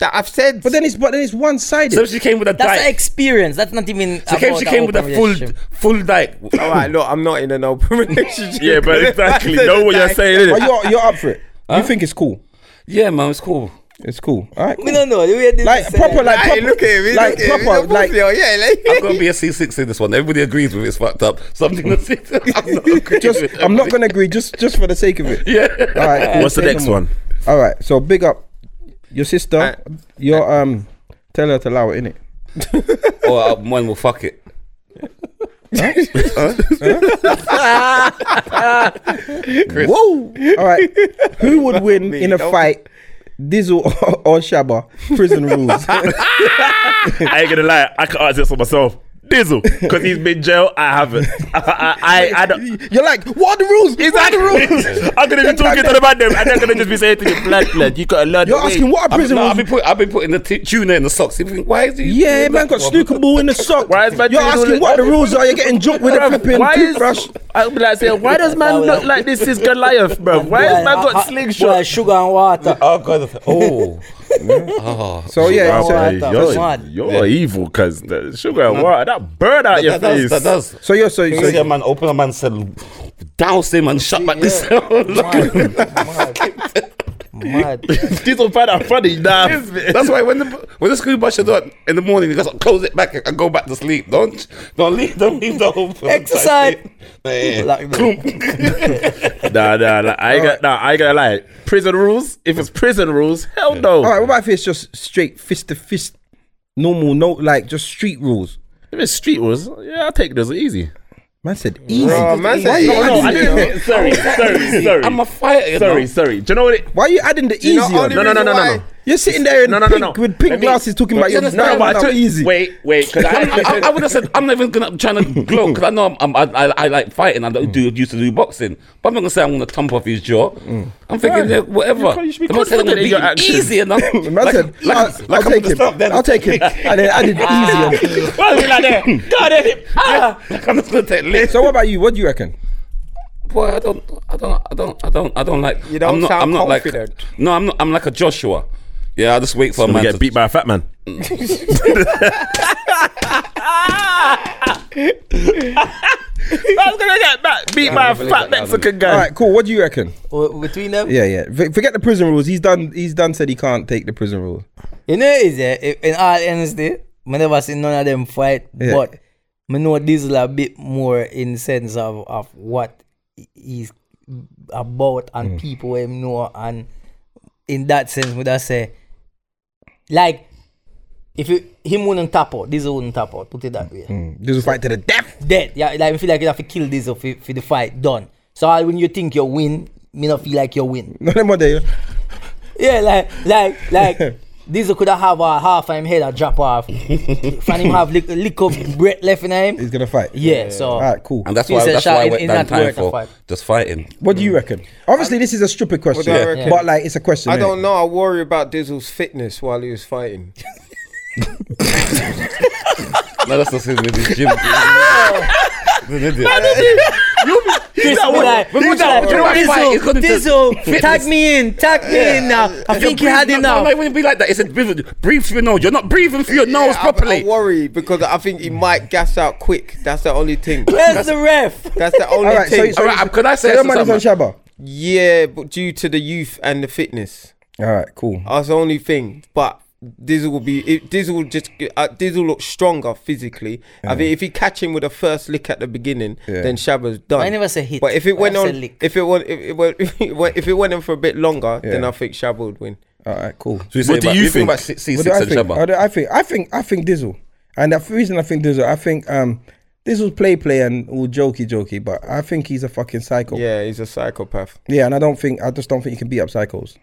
That I've said. but then it's but then it's one sided. So she came with a That's an dyke. experience. That's not even. She came, about she an came with a open full relationship. full dyke. All right, look, I'm not in an open relationship. Yeah, but exactly. Know what you're saying, Are innit? you you're up for it? You think it's cool? Yeah, man, it's cool. It's cool. All right. We don't know. We had this Like uh, proper, like Hey, proper, look at him. like Like, look proper, at him. like Like, yeah, I'm like, gonna be a C6 in this one. Everybody agrees with it, it's fucked up. Something that's it. I'm not agreeing just. with it. I'm not gonna agree just just for the sake of it. Yeah. All right. cool, What's the say no next more. one? All right. So big up your sister. your um, tell her to allow it in it. Or uh, one will fuck it. Whoa. All right. Who would win Me, in a don't- fight? Dizzle or, or Shabba? Prison rules. I ain't gonna lie, I can answer this for myself. Dizzle, because he's been jail. I haven't. I, I, I, I don't. You're like, what are the rules? What are the rules? I'm gonna be talking to them about them, and they're gonna just be saying to you, "Blood, blood, you gotta learn." You're the way." asking what are I've, prison no, rules? I've been put, I've been putting the t- tuna in the socks. You think, why is he? Yeah, man, got snooker ball in the sock. Why is man You're doing all asking that- what the rules are. You're getting jumped with a flipping Why is toothbrush. I'll be like saying, "Why does man look like this is Goliath, bro? Why has man uh, uh, got boy, slingshot?" sugar and water. Oh god. Oh. oh. So yeah, Bro, so, Wow. you're, Mad. you're evil, cause the sugar and water that bird out your That does. face. That does. so you're so, You see a so man open a man's cell, douse him and shut back the cell. Look at him. Mad. This will find out funny. Nah, That's why when the when the school bus shut up in the morning, you just close it back and go back to sleep. Don't don't leave don't leave the open. Exercise. Yeah, yeah. Like, nah, nah, nah. I ain't, got, nah, I ain't gonna lie. Prison rules. If it's prison rules, hell no. all right. What about if it's just straight fist to fist, normal, no like just street rules? If it's street rules, yeah, I'll take those easy. Man said easy. Oh, man said Why you easy. No, adding I the- didn't. Sorry, sorry, sorry. I'm a fighter. you Sorry, know. sorry. Do you know what? It, Why are you adding the easy know, on? only no, no, no, no, reason no. why- You're sitting there in No, no, no, pink, no. with pink Let me- glasses talking about your No, no, but I no, took- easy. Wait, wait. 'cause I, I, I, I would have said I'm not even gonna trying to glow because I know I'm, I'm, I, I, I like fighting. I don't do used to do boxing, but I'm not gonna say I'm gonna thump off his jaw. I'm thinking yeah, whatever. You should be I'm not saying confident I'm gonna in beat your him actions. easy enough. The man said, I'll, like I'll I'm take gonna him. stop then. I'll take him. And then I did the easy. one. Why are you like that? God, hit him. Ah! Like I'm just gonna take less. So what about you? What do you reckon? Boy, I don't, I don't, I don't, I don't, I don't like. You don't I'm not, sound I'm not confident. Like, no, I'm not. I'm like a Joshua. Yeah, I just wait for a I'm man gonna to get beat by a fat man. I was gonna get back, beat by a fat Mexican All right, cool. What do you reckon? W- Between them, Yeah, yeah. F- forget the prison rules. He's done. He's done. Said he can't take the prison rules. you know, it is yeah. i- In all honesty, I never seen none of them fight, Yeah. but I know Diesel a bit more in sense of of what he's about and people him know, and in that sense, would I say, like, if you, him wouldn't tap out, Diesel wouldn't tap out. Put it that way. This will Mm, fight to the death. dead. Yeah, like I feel like you have to kill this for, for the fight done. So I- when you think you win, me not feel like you win. No, no more there. Yeah, like like like Diesel could have a half of him head a drop off. Fan him have lick, lick of breath left in him. He's gonna fight. Yeah, so All right, cool. And that's He why said that's why I shot in- went in down that time worth of for fight. just fighting. What do you reckon? Obviously, this is a stupid question, do I reckon? but like it's a question. I innit? don't know. I worry about Dizzle's fitness while he was fighting. No, that's not with his gym. This be like, when we talk- like, when we talk about fight, it's Diesel, gonna just- Diesel, tag me in, tag me in now. I think you had No, enough. no, it wouldn't be like that. It's a breathe, breathe through your nose. You're not breathing through your nose Yeah, I- properly. I worry because I think he might gas out quick. That's the only thing. Where's the ref? That's the only All right, so, thing. so, All right, so, um, could I say your something, money's on Shaba? yeah, but due to the youth and the fitness, All right, cool. that's the only thing. But Dizzle will be. It, Dizzle will just. Uh, Dizzle looks stronger physically. I mean, if he catch him with a first lick at the beginning, then Shaba's done. I never say hit, But if it I went say on, lick. if it went, if it went, if it went, if it went on for a bit longer, then I think Shaba would win. All right, cool. So you What say do about- you think think? about C- C6 What do I and think? Shabba? What do I think? I think I think Dizzle, and the reason I think Dizzle, I think um Dizzle's play play and all jokey jokey, but I think he's a fucking psycho. Yeah, he's a psychopath. Yeah, and I don't think I just don't think you can beat up psychos.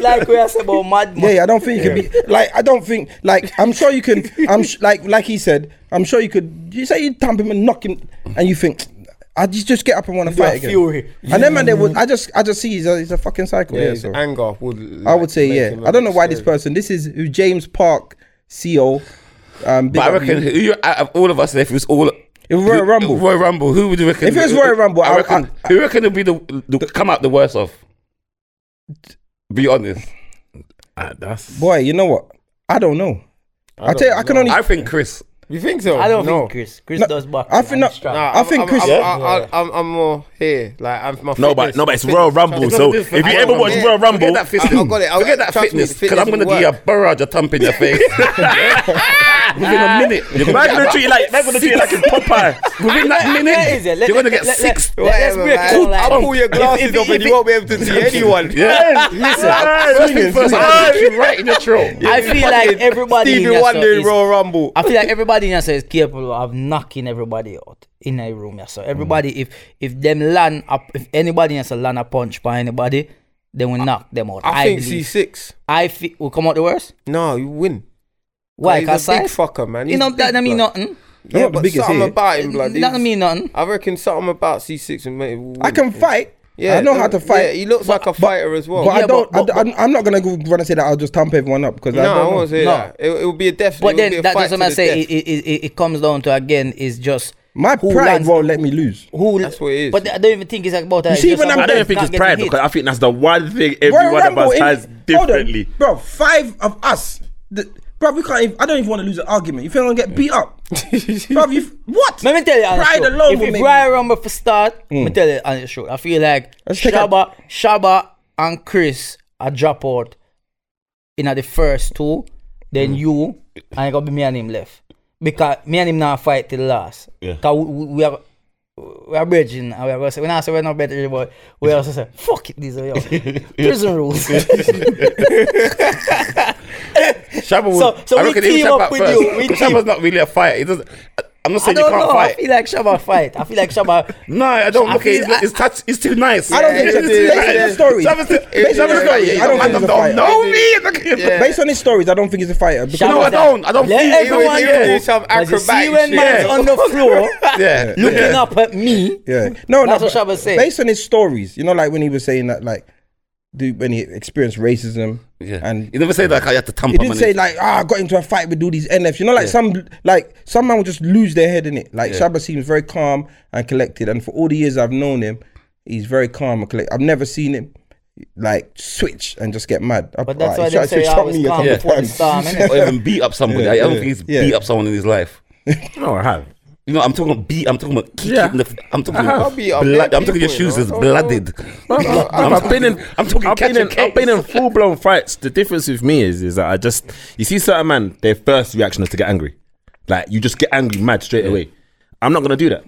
like we said about mad Yeah, yeah, I don't think you can be like I don't think like I'm sure you can. I'm sh- like like he said. I'm sure you could. You say you thump him and knock him, and you think I just just get up and want to do fight a again. fury. And then man, they would. I just I just see he's a, he's a fucking psycho. Yeah, Yeah, his anger would. I would say make yeah. him I don't know look why this scary. person. This is who James Park, CEO. Um, big But I up reckon you. who, you- out of all of us, if it was all If Royal who- Rumble. Royal Rumble, who would you reckon? If it was Royal Rumble, I- I reckon I- who you reckon would be the, the come out the worst of. Be honest. Ah, that's boy. You know what? I don't know. I, tell you, I can only. I think Chris. You think so? I don't No. think Chris. Chris No, does back. I think and not- strap. Nah, I think I'm, Chris- I'm, Yeah? I'm, I'm, I'm, I'm more here. Like I'm my no, but fitness- no, but it's fitness- Royal Rumble. It's So not if this- you I ever won't watch get- Royal forget Rumble, that fitness. I got it. I forget got it. that Trust me, fitness because fitness I'm gonna will give you a work. barrage of thump in your face within a minute. You're gonna man's gonna get about- treat you like man's gonna treat you like a Popeye. within that Where is minute. it? Let- you're gonna let- get let- six. let- Let's Whatever, break man. it down like- I'll pull your If- if- glasses if- up and if- you won't be able to see anyone. Yeah, First thing first, I'll hit you right in the throat. I feel like everybody in Stevie here, Wonder so in is- Royal Rumble. I feel like everybody in here is capable of knocking everybody out in a room. Yeah. So Mm. everybody, if if them land up, if anybody has to land a punch by anybody, then we knock them out. I think believe. C6. I feel will come out the worst. No, you win. Why? he's Cause a big size? fucker, man. You He's know that big, don't mean blood. nothing. Yeah, not the but biggest something here. about him, blood. That don't he's- mean nothing. I reckon something about C6 and mate. will I win. can fight. Yeah, I know how to fight. Yeah, he looks like a fighter as well. But I Yeah, don't. but- I, am not gonna go run and say that I'll just thump everyone up because I no, I don't. know. won't say No. that. It, it would be a death. But it would be then a that, fight that's to what I the say. death. It, it, it, it comes down to again is just My who pride lands- won't let me lose. who. That's what it is. But I don't even think it's about that. You It's see, just when I'm- I about don't them think not it's getting pride hit. because I think that's the one thing every Royal one of Rumble us in- has hold on, differently. bro. Five of us, the, bro. We can't. Even, I don't even want to lose an argument. You feel I'm gonna get beat up, bro? You what? Let me tell you, honest pride truth. alone If, will if make Royal Rumble for start, let me tell you, honest truth. I feel like Let's take a- Shaba, Shaba and Chris are drop out in the first two. Then you and it gonna be me and him left because me and him now fight till last. Yeah. Cause we, we, we are. We are bridging and we are going to say, when I say we're not better, but we also say, fuck it, these are your prison rules. Shabba would, So- so I we reckon he would team step up out with first. you, we But team- Shabba's not really a fighter. He doesn't. I'm not I saying you don't can't know. I fight. feel like Shabba fight. I feel like Shabba. No, I don't. I Look, feel- it's, it's, touch, it's too nice. I don't think it's- Yeah. based on the story. Travis- Based on the Travis- story, I don't Man, think it's a don't fight. know me. Look, Based on his stories, I don't think he's a fighter. because- No, I Shabba- don't. I don't Let feel- everyone he would do know, some 'cause you see acrobatic when shit. man's Yeah. on the floor Yeah. looking up at me. Yeah. No, no. That's what but Shabba said. Based on his stories, you know, like when he was saying that, like, dude, when he experienced racism, Yeah. and you never say that. I had he to tamper. didn't say like, ah, I got into a fight with all these NFs. You know, like some, like some man will just lose their head in it. Like Shabba seems very calm and collected, and for all the years I've known him, he's very calm and collected. I've never seen him like switch and just get mad. uh, But that's why they say I was calm before the storm. innit? or even beat up somebody. I don't think he's yeah. beat up someone in his life. No, I have. You know, I'm talking about beat. I'm talking about kick Yeah. in the. f- I'm talking. I'll About beat up blood, bare I'm talking your people, shoes you is know. blooded. I've, I've been in. I'm talking I've catch been a in. I've been in case. full blown fights. The difference with me is, is that I just you see certain man, their first reaction is to get angry. Like you just get angry, mad straight away. I'm not gonna do that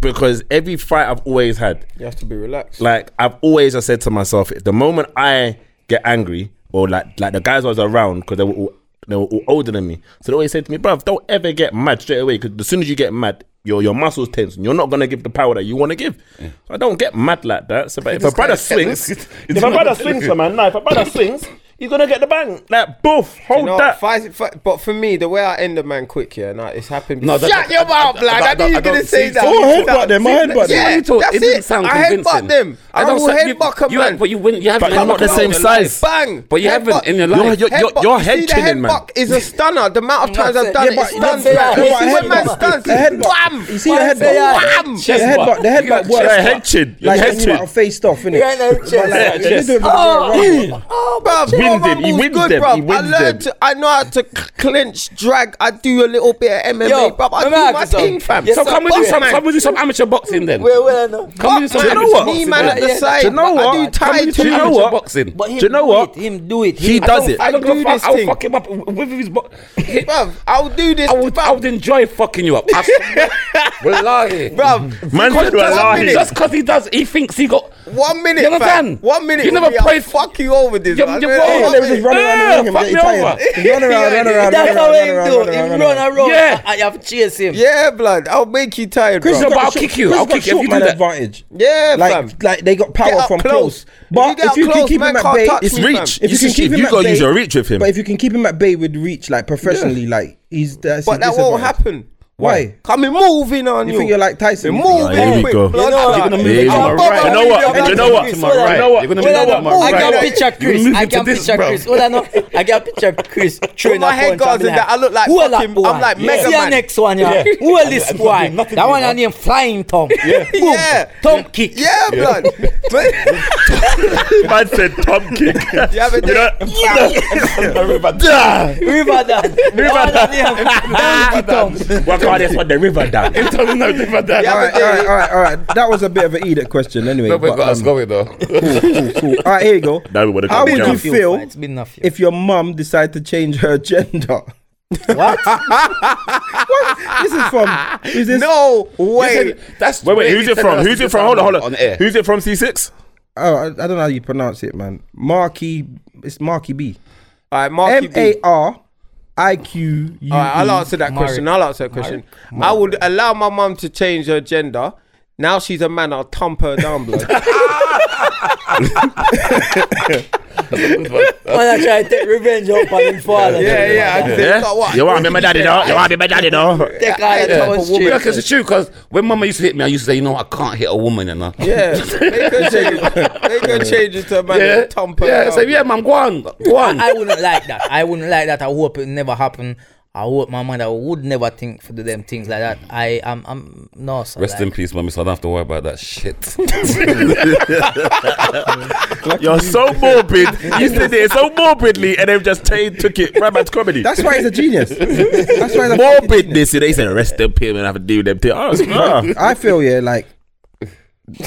because every fight I've always had, You have to be relaxed. like I've always just said to myself, the moment I get angry or like like the guys I was around because they were all, they were all older than me, so they always said to me, "Bruv, don't ever get mad straight away because as soon as you get mad." Your, your muscles tense and you're not gonna give the power that you want to give. So I don't get mad like that. So, but if a brother swings, if a brother swings, for man, nah, if a brother swings, you're gonna get the bang. Like, boof, hold You know, that. fight- fight- but for me, the way I end a man quick, yeah, nah, it's happened. No, before. that- Shut your mouth, I- I- lad. I, I knew you were don't- I gonna don't say see- that. Oh, headbutt them, I headbutt Yeah, What you talk? that's It didn't sound I headbutt convincing. them. I, don't will say- you- headbutt a you- man. But you wouldn't. You haven't. But you're not the headbutted same in your size. life. Bang! But you haven't Headbutt. in your You're- life. you're- Headbutt. your You head see, the chilling, man. headbutt is a stunner. The amount of times That's I've it. done Yeah, it, but it you don't stuns. say man. that. You But see a when man headbutt- stands, a headbutt- wham! you see the Man say headbutt? I- Bam! The headbutt, the headbutt You're a works. head chin. You're Like head when you chin. are faced off, innit? You ain't no But like, chest. if you do it with Oh, the right- oh, Bruv, Win no, them, he mumble's wins good, them, bruv. he wins I learned them. to, I know how to cl- clinch, drag. I do a little bit of MMA, Yo, bruv. I do remember I my could tell- thing, fam. Yes, So sir. come and do Boxing, some. man. Come and do some amateur boxing then. Well, well, no. Come and do some Fuck, man. amateur what? Knee boxing. man at then. the Yeah, side. Do you know I do what? tie Do too. you know Amateur what? boxing. But him Do you know do what? It, him do it. He Him- does it. I don't give do a fuck. this I'll thing. fuck him up with his. bo- Bruv, I'll do this. I would, I would enjoy fucking you up. I swear. Wallahi. bruv, Man, Because said, "Wallahi." minute. Just because he does, he thinks he got. one minute, You fam. understand? One minute. You would never be, I'll played- Fuck you over this. Yeah, man. yeah, One bro. Yeah, minute. they would just run Yeah, around the ring and fuck get me you tired. over. Just Run around, run around, That's run how around, him run do around, it. run Him around. run around. Yeah. I I have chased him. Yeah, blood. I'll make you tired, Chris No, bro. got but I'll short- kick you. Chris I'll got kick you if short you man do that. advantage. Yeah, fam. Like, like they got Get power up from close. close. If you But get if up you can close, keep man him at can't bay, touch It's me, reach. fam. If you can keep him you at gotta bay- use your reach with him. But if you can keep him at bay with reach, like professionally, like he's that's But his that disadvantage. won't happen. Why? Come in moving on you. You think you're like Tyson? You're Ah, here moving we quick. go. blood You know clot. what? Here we go. Right. You know what? Right. You know what? To You my right. know what? You're gonna Well, I move don't- to my right. I can picture You're Chris. moving I to can this, picture bro. Chris. What I know, I can picture Chris throwing my a head punch and guards be in there, I look like Who are fucking- that boy? I'm like You Mega See Man. your next one, yeah. Who are this boy? nothing to That do, one I man. named Flying Tom. Yeah. Yeah. Tom kick. Yeah, blood. Man said Tom kick. You have a You know, Yeah. River Dan. River Dan. Tom. What are this on the river down? He told him no different than Yeah, All right, but all right, all right, all right. That was a bit of an edict question, anyway. No, but but, got us um, going though. cool, cool, cool. All right, here you go. That would How have would you got feel It's been enough. If your mum decided to change her gender, What? this is from. Is this? No way. That's Wait, wait, who's you it said from? that's Who's it just from? Hold on, hold on. On air. Who's it from C6? Oh, I, I don't know how you pronounce it, man. Marky. It's Marky B. All right, Marky M B. A R I Q U. All right, I'll answer that Marek. question. I'll answer that question. I would allow my mum to change her gender. Now she's a man, I'll thump her down, blood. Man, I try to take revenge on him father. yeah, yeah. I'd say, "Look at what? You want to be my daddy, though? You want to be my daddy, though? Take all the Yeah, Tom's yeah, because shit. it's true. Because when Mama used to hit me, I used to say, "You know, what? I can't hit a woman," and I. Yeah, they could change. They could change it to a man, Yeah, and thump her yeah. down. So yeah, man, go on, go on. I wouldn't like that. I wouldn't like that. I hope it never happen. I hope my mother would never think for them things like that. I am I'm no sir. Rest like, in peace, mummy. So I don't have to worry about that shit. You're so morbid. You said there so morbidly, and they've just t- took it right back to comedy. That's why he's a genius. That's why he's a fucking morbidness. They said arrest them people and have to deal with them. Thing. I was like, ah. I feel yeah, like,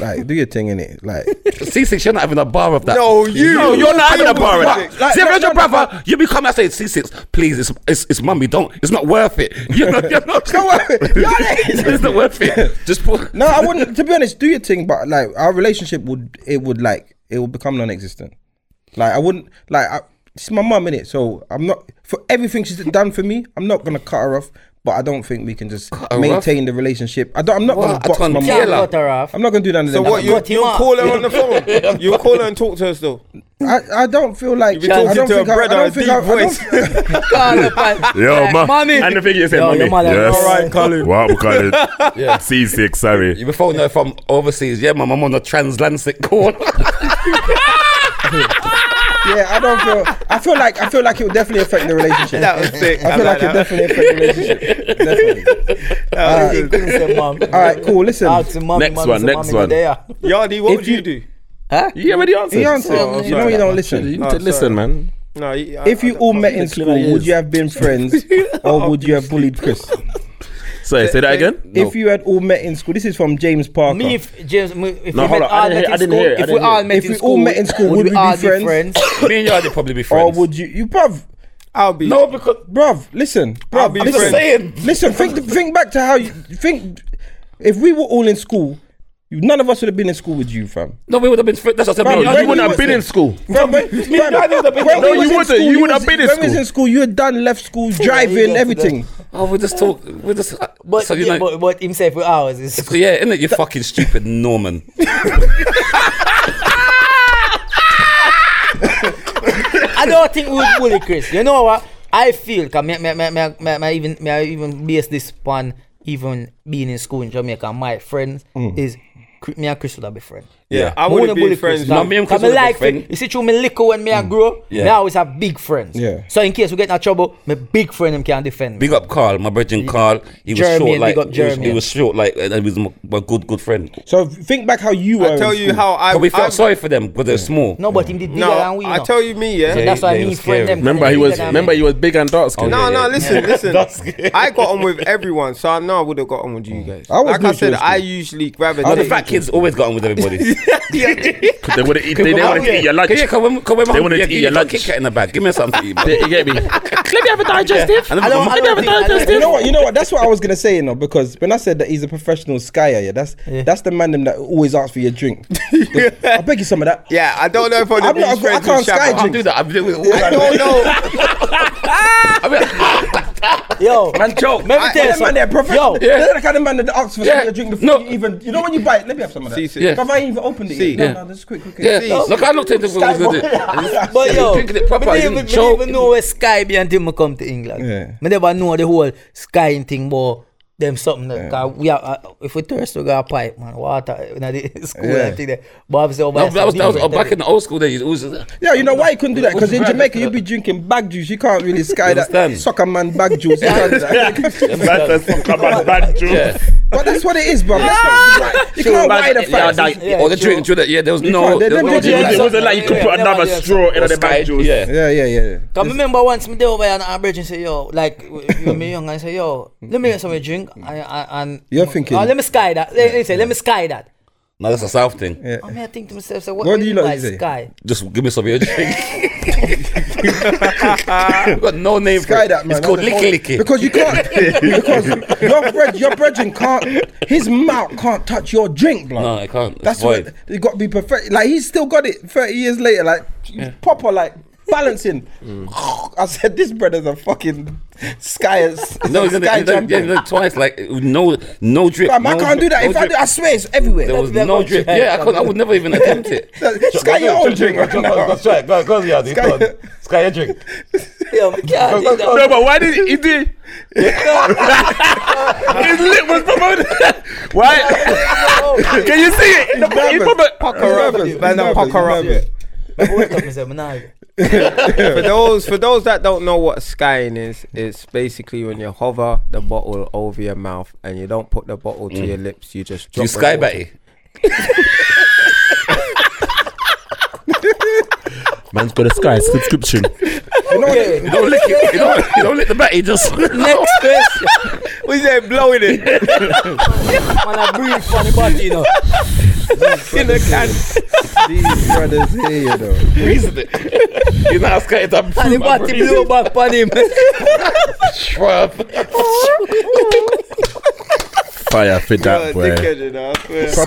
like do your thing in it, like. C6, you're not having a bar of that. No, you. No, you're not having a bar of that. Like, See, if no, it's your no, no. brother, you become that say C6. Please, it's it's, it's mummy. Don't. It's not worth it. You know, you're not. it's not worth it. You're right. it's not worth it. Just put. No, I wouldn't. To be honest, do your thing, but like our relationship would, it would like it would become non-existent. Like I wouldn't like. I, it's my mum in it, so I'm not for everything she's done for me. I'm not gonna cut her off. But I don't think we can just maintain the relationship. I don't, I'm not going What? to box I can't my care, mom. like. cut her off. I'm not going to do that. So what? You, Cut him you up. call her on the phone. You call her and talk to her still. I, I don't feel like You be I talking don't to her think I, I brother don't in think deep I, I don't, voice. Call her, pal. Yo, Like, ma. mommy. And the thing you said, Yo, mommy. your mother- Yes. All right, Colin. What we call it? Yeah. C6, sorry. You phone her from overseas. Yeah, mum, I'm on a transatlantic call. yeah, I don't feel. I feel like I feel like it would definitely affect the relationship. That was sick. I I feel like like it that. Uh, definitely affect the relationship. definitely. You couldn't say mom. All right, cool. Listen, Ask the mommy, Next mommy, one, say next mommy, one. they are. Yardi, what If would you- you do? You already answered. he answered. Oh, you know sorry. you don't You listen. need Oh, to sorry. listen, man. No. I- I- If you I all can't met in Clear school, your would ears. you have been friends, or would you have bullied Chris? Sorry, say that again. If you had all met in school, this is from James Parker. Me, if James, me- if No, we hold met on, I all didn't met hear- I in didn't school, hear, I if we didn't all hear. met If in we school, all met in school, would we be all friends? Me and Yardi probably be or friends. would you? You bruv, I'll be. no, because bruv. Listen, I'll bruv. be listen, friends. saying. Listen, think think back to how you think. If we were all in school, you, none of us would have been in school with you, fam. no, we would have been friends. That's what I said. Bro, Me you and Yardi Oh, You wouldn't have been in school. Fam, when- Me and Yardi would have been. when No, we you was in wouldn't. You would was- have been in when we was school. in school, you had done left school, driving, left everything. Oh, we just talk. We just. Uh, But, so you yeah, know, but, but himself with ours is yeah, innit? You fucking stupid Norman. I don't think we would bully Chris. You know what? I feel, cause me, me, me, me, me, me even, me, I even base this upon even being in school in Jamaica. My friends is Chri- me and Chris would have been friends. Yeah, I Me wouldn't bully be friends. Chris, dog. No, me and Cause Chris would have been like fi- friend. You see, through me little when me I grow, Yeah. me always have big friends. Yeah. So in case we get in a trouble, my big friend him can defend me. Big up Carl, my brethren Carl. He was Jeremy, short, like big up he was- Jeremy. He, was, short, like and he was my, my good, good friend. So think back how you were. I tell in you school. how I. But we felt I- sorry for them because they're small. No, but him did bigger than No, we. I know. tell you me, yeah. That's Yeah, why he me was friend scary. them. Remember, he was remember he was big and dark skin. No, Yeah, no, yeah. listen, That's listen. I got on with everyone, so I know I would have got on with you guys. I was like I neutral said, in I usually gravitate. No, the fat kids always got on with everybody. They would eat. They, they Oh, wanted to yeah. eat your lunch. Yeah, yeah, 'cause when- 'cause when They I'm- wanted to yeah, eat you your got lunch. Kit Kat in the bag. Give me something to eat, bro. They- you get me? Let me have a digestive. And then I don't, I I'm- don't think, I don't You think- know what? You know what? That's what I was gonna say, you know, because when I said that he's a professional skier, yeah, that's that's the man them that always asks for your drink. I beg you some of that. Yeah, I don't know if I'd I'm be not a- I friends can't with sky Shabba. I can't do that. I'm doing it all. I don't know. I mean, Yo, man, joke. Let me tell you that man, something. they're professional. Yo. Yeah. They're the kind of man that asks for some Yeah. of your drink before No. you even. You know when you buy it, let me have some of that. See, see. Yeah. Have I ain't even opened it? See. yet? No, Yeah. no, just quick, quick. yeah. quick. Look, I looked into what we was gonna do. But Yeah, yo, drinking it proper, I you didn't joke. even know where Sky be until me come to England. Yeah. Me never know the whole Sky thing, but them something that cause we are, uh, if we thirst, we got a pipe, man, water in the school Yeah. and thing there. But obviously, over No, there, that was that was something back in different. the old school days. It was just- Yeah, you know why you couldn't do that? Because in What's the Jamaica, brand? you'd be drinking bag juice. You can't really sky that Understand? soccer man bag juice. You can't do that. That's a come on, bad joke. yeah. but that's what it is, bro. Let's not- You can't Bad- lie the yeah, facts. like- Yeah, Or the sure. drink, drink that- yeah, there was no, can't- they there don't was no do that. It drink. wasn't like you could Yeah, put yeah, another yeah. straw in the bad juice. Yeah. Yeah, yeah, yeah. yeah. Cause remember once me there over here and I bridge and say, yo, like, when me young, I say, yo, let me get some drink. And, and, and You're thinking- Oh, let me sky that. Let, let me say, let me sky that. No, that's a South thing. I mean, I think to myself, say, what, What do do you you lot like say? sky? Just give me some of your drink. We've got no name for Sky it. that man. It's called That's Licky all- Licky. Because you can't. because your bread, your brethren can't. His mouth can't touch your drink, blood. No, I can't. That's That's void. what it got to be perfect. Like he's still got it thirty years later. Like proper, like balancing. Mm. I said this brother's a fucking sky. No, No, he's sky done yeah, champion. he done it twice. Like no, no drip. Fam, I no can't do drip, that. no If I drip. do, I swear it's everywhere. there was That's no what you drip. had, Yeah, I, could, I would never even attempt it. Sky your own drink. right now. That's right. Go, go, yeah, dude. Sky- Go on. Sky your drink. Yo, me can't do that. No, but why did he do? His lip was promoted. Why? Can you see it? He's He nervous. He's promoted- nervous. He's Man, nervous. pucker He's up. nervous. I wake up and say, "Me nah do." for those for those that don't know what skying is, it's basically when you hover the bottle over your mouth and you don't put the bottle to your lips. You just drop You the sky bottle. batty. Man's got a sky subscription. You know what? You don't lick it. You don't, you don't lick the batty. Just Next question. We said blowing it Man, I breathe for the body, you know. in the can. These brothers here, you know. reason it. You know, I sky it. I'm And the body blow back on him. Shrub. Fire for that boy. Oh, Dickhead, you know, I swear.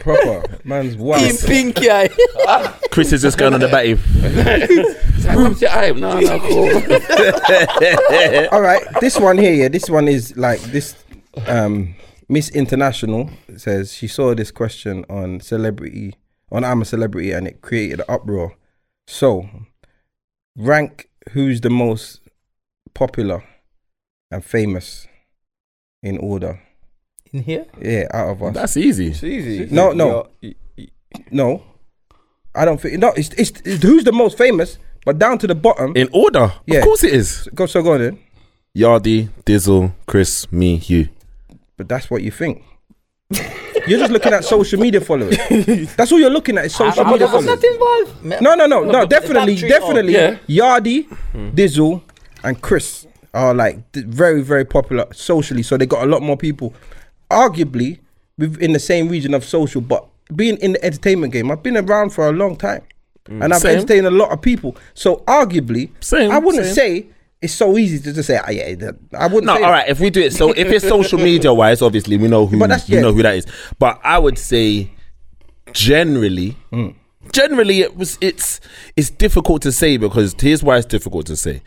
Proper, proper. Man's wild. e Him pinky eye. Chris is just going on the batty. I'm saying, I no, no, cool. All right, this one here, yeah, this one is like this. Um, Miss International says she saw this question on celebrity on I'm a Celebrity, and it created an uproar. So, rank who's the most popular and famous in order. In here? Yeah, out of us. That's easy. It's easy. No, no. no, I don't think. No, it's, it's it's who's the most famous, but down to the bottom. In order, Yeah. of course it is. Go so go on then. Yardy, Dizzle, Chris, me, you. But that's what you think. You're just looking at social media followers. That's all you're looking at is social media I'm followers. not involved. Ma- No, no, no, no. but the Definitely, battery- definitely. oh, Yardi, Hmm. Dizzle, and Chris are like d- very, very popular socially. So they got a lot more people. Arguably, within the same region of social, but being in the entertainment game, I've been around for a long time, and I've Hmm. Same. entertained a lot of people. So arguably, Same, I wouldn't same. say it's so easy to just say, "Ah, yeah, that- I wouldn't. No, say all right. If we do it, so if it's social media wise, obviously we know who But that's- we yeah. know who that is. But I would say, generally, Mm. generally it was it's it's difficult to say because here's why it's difficult to say.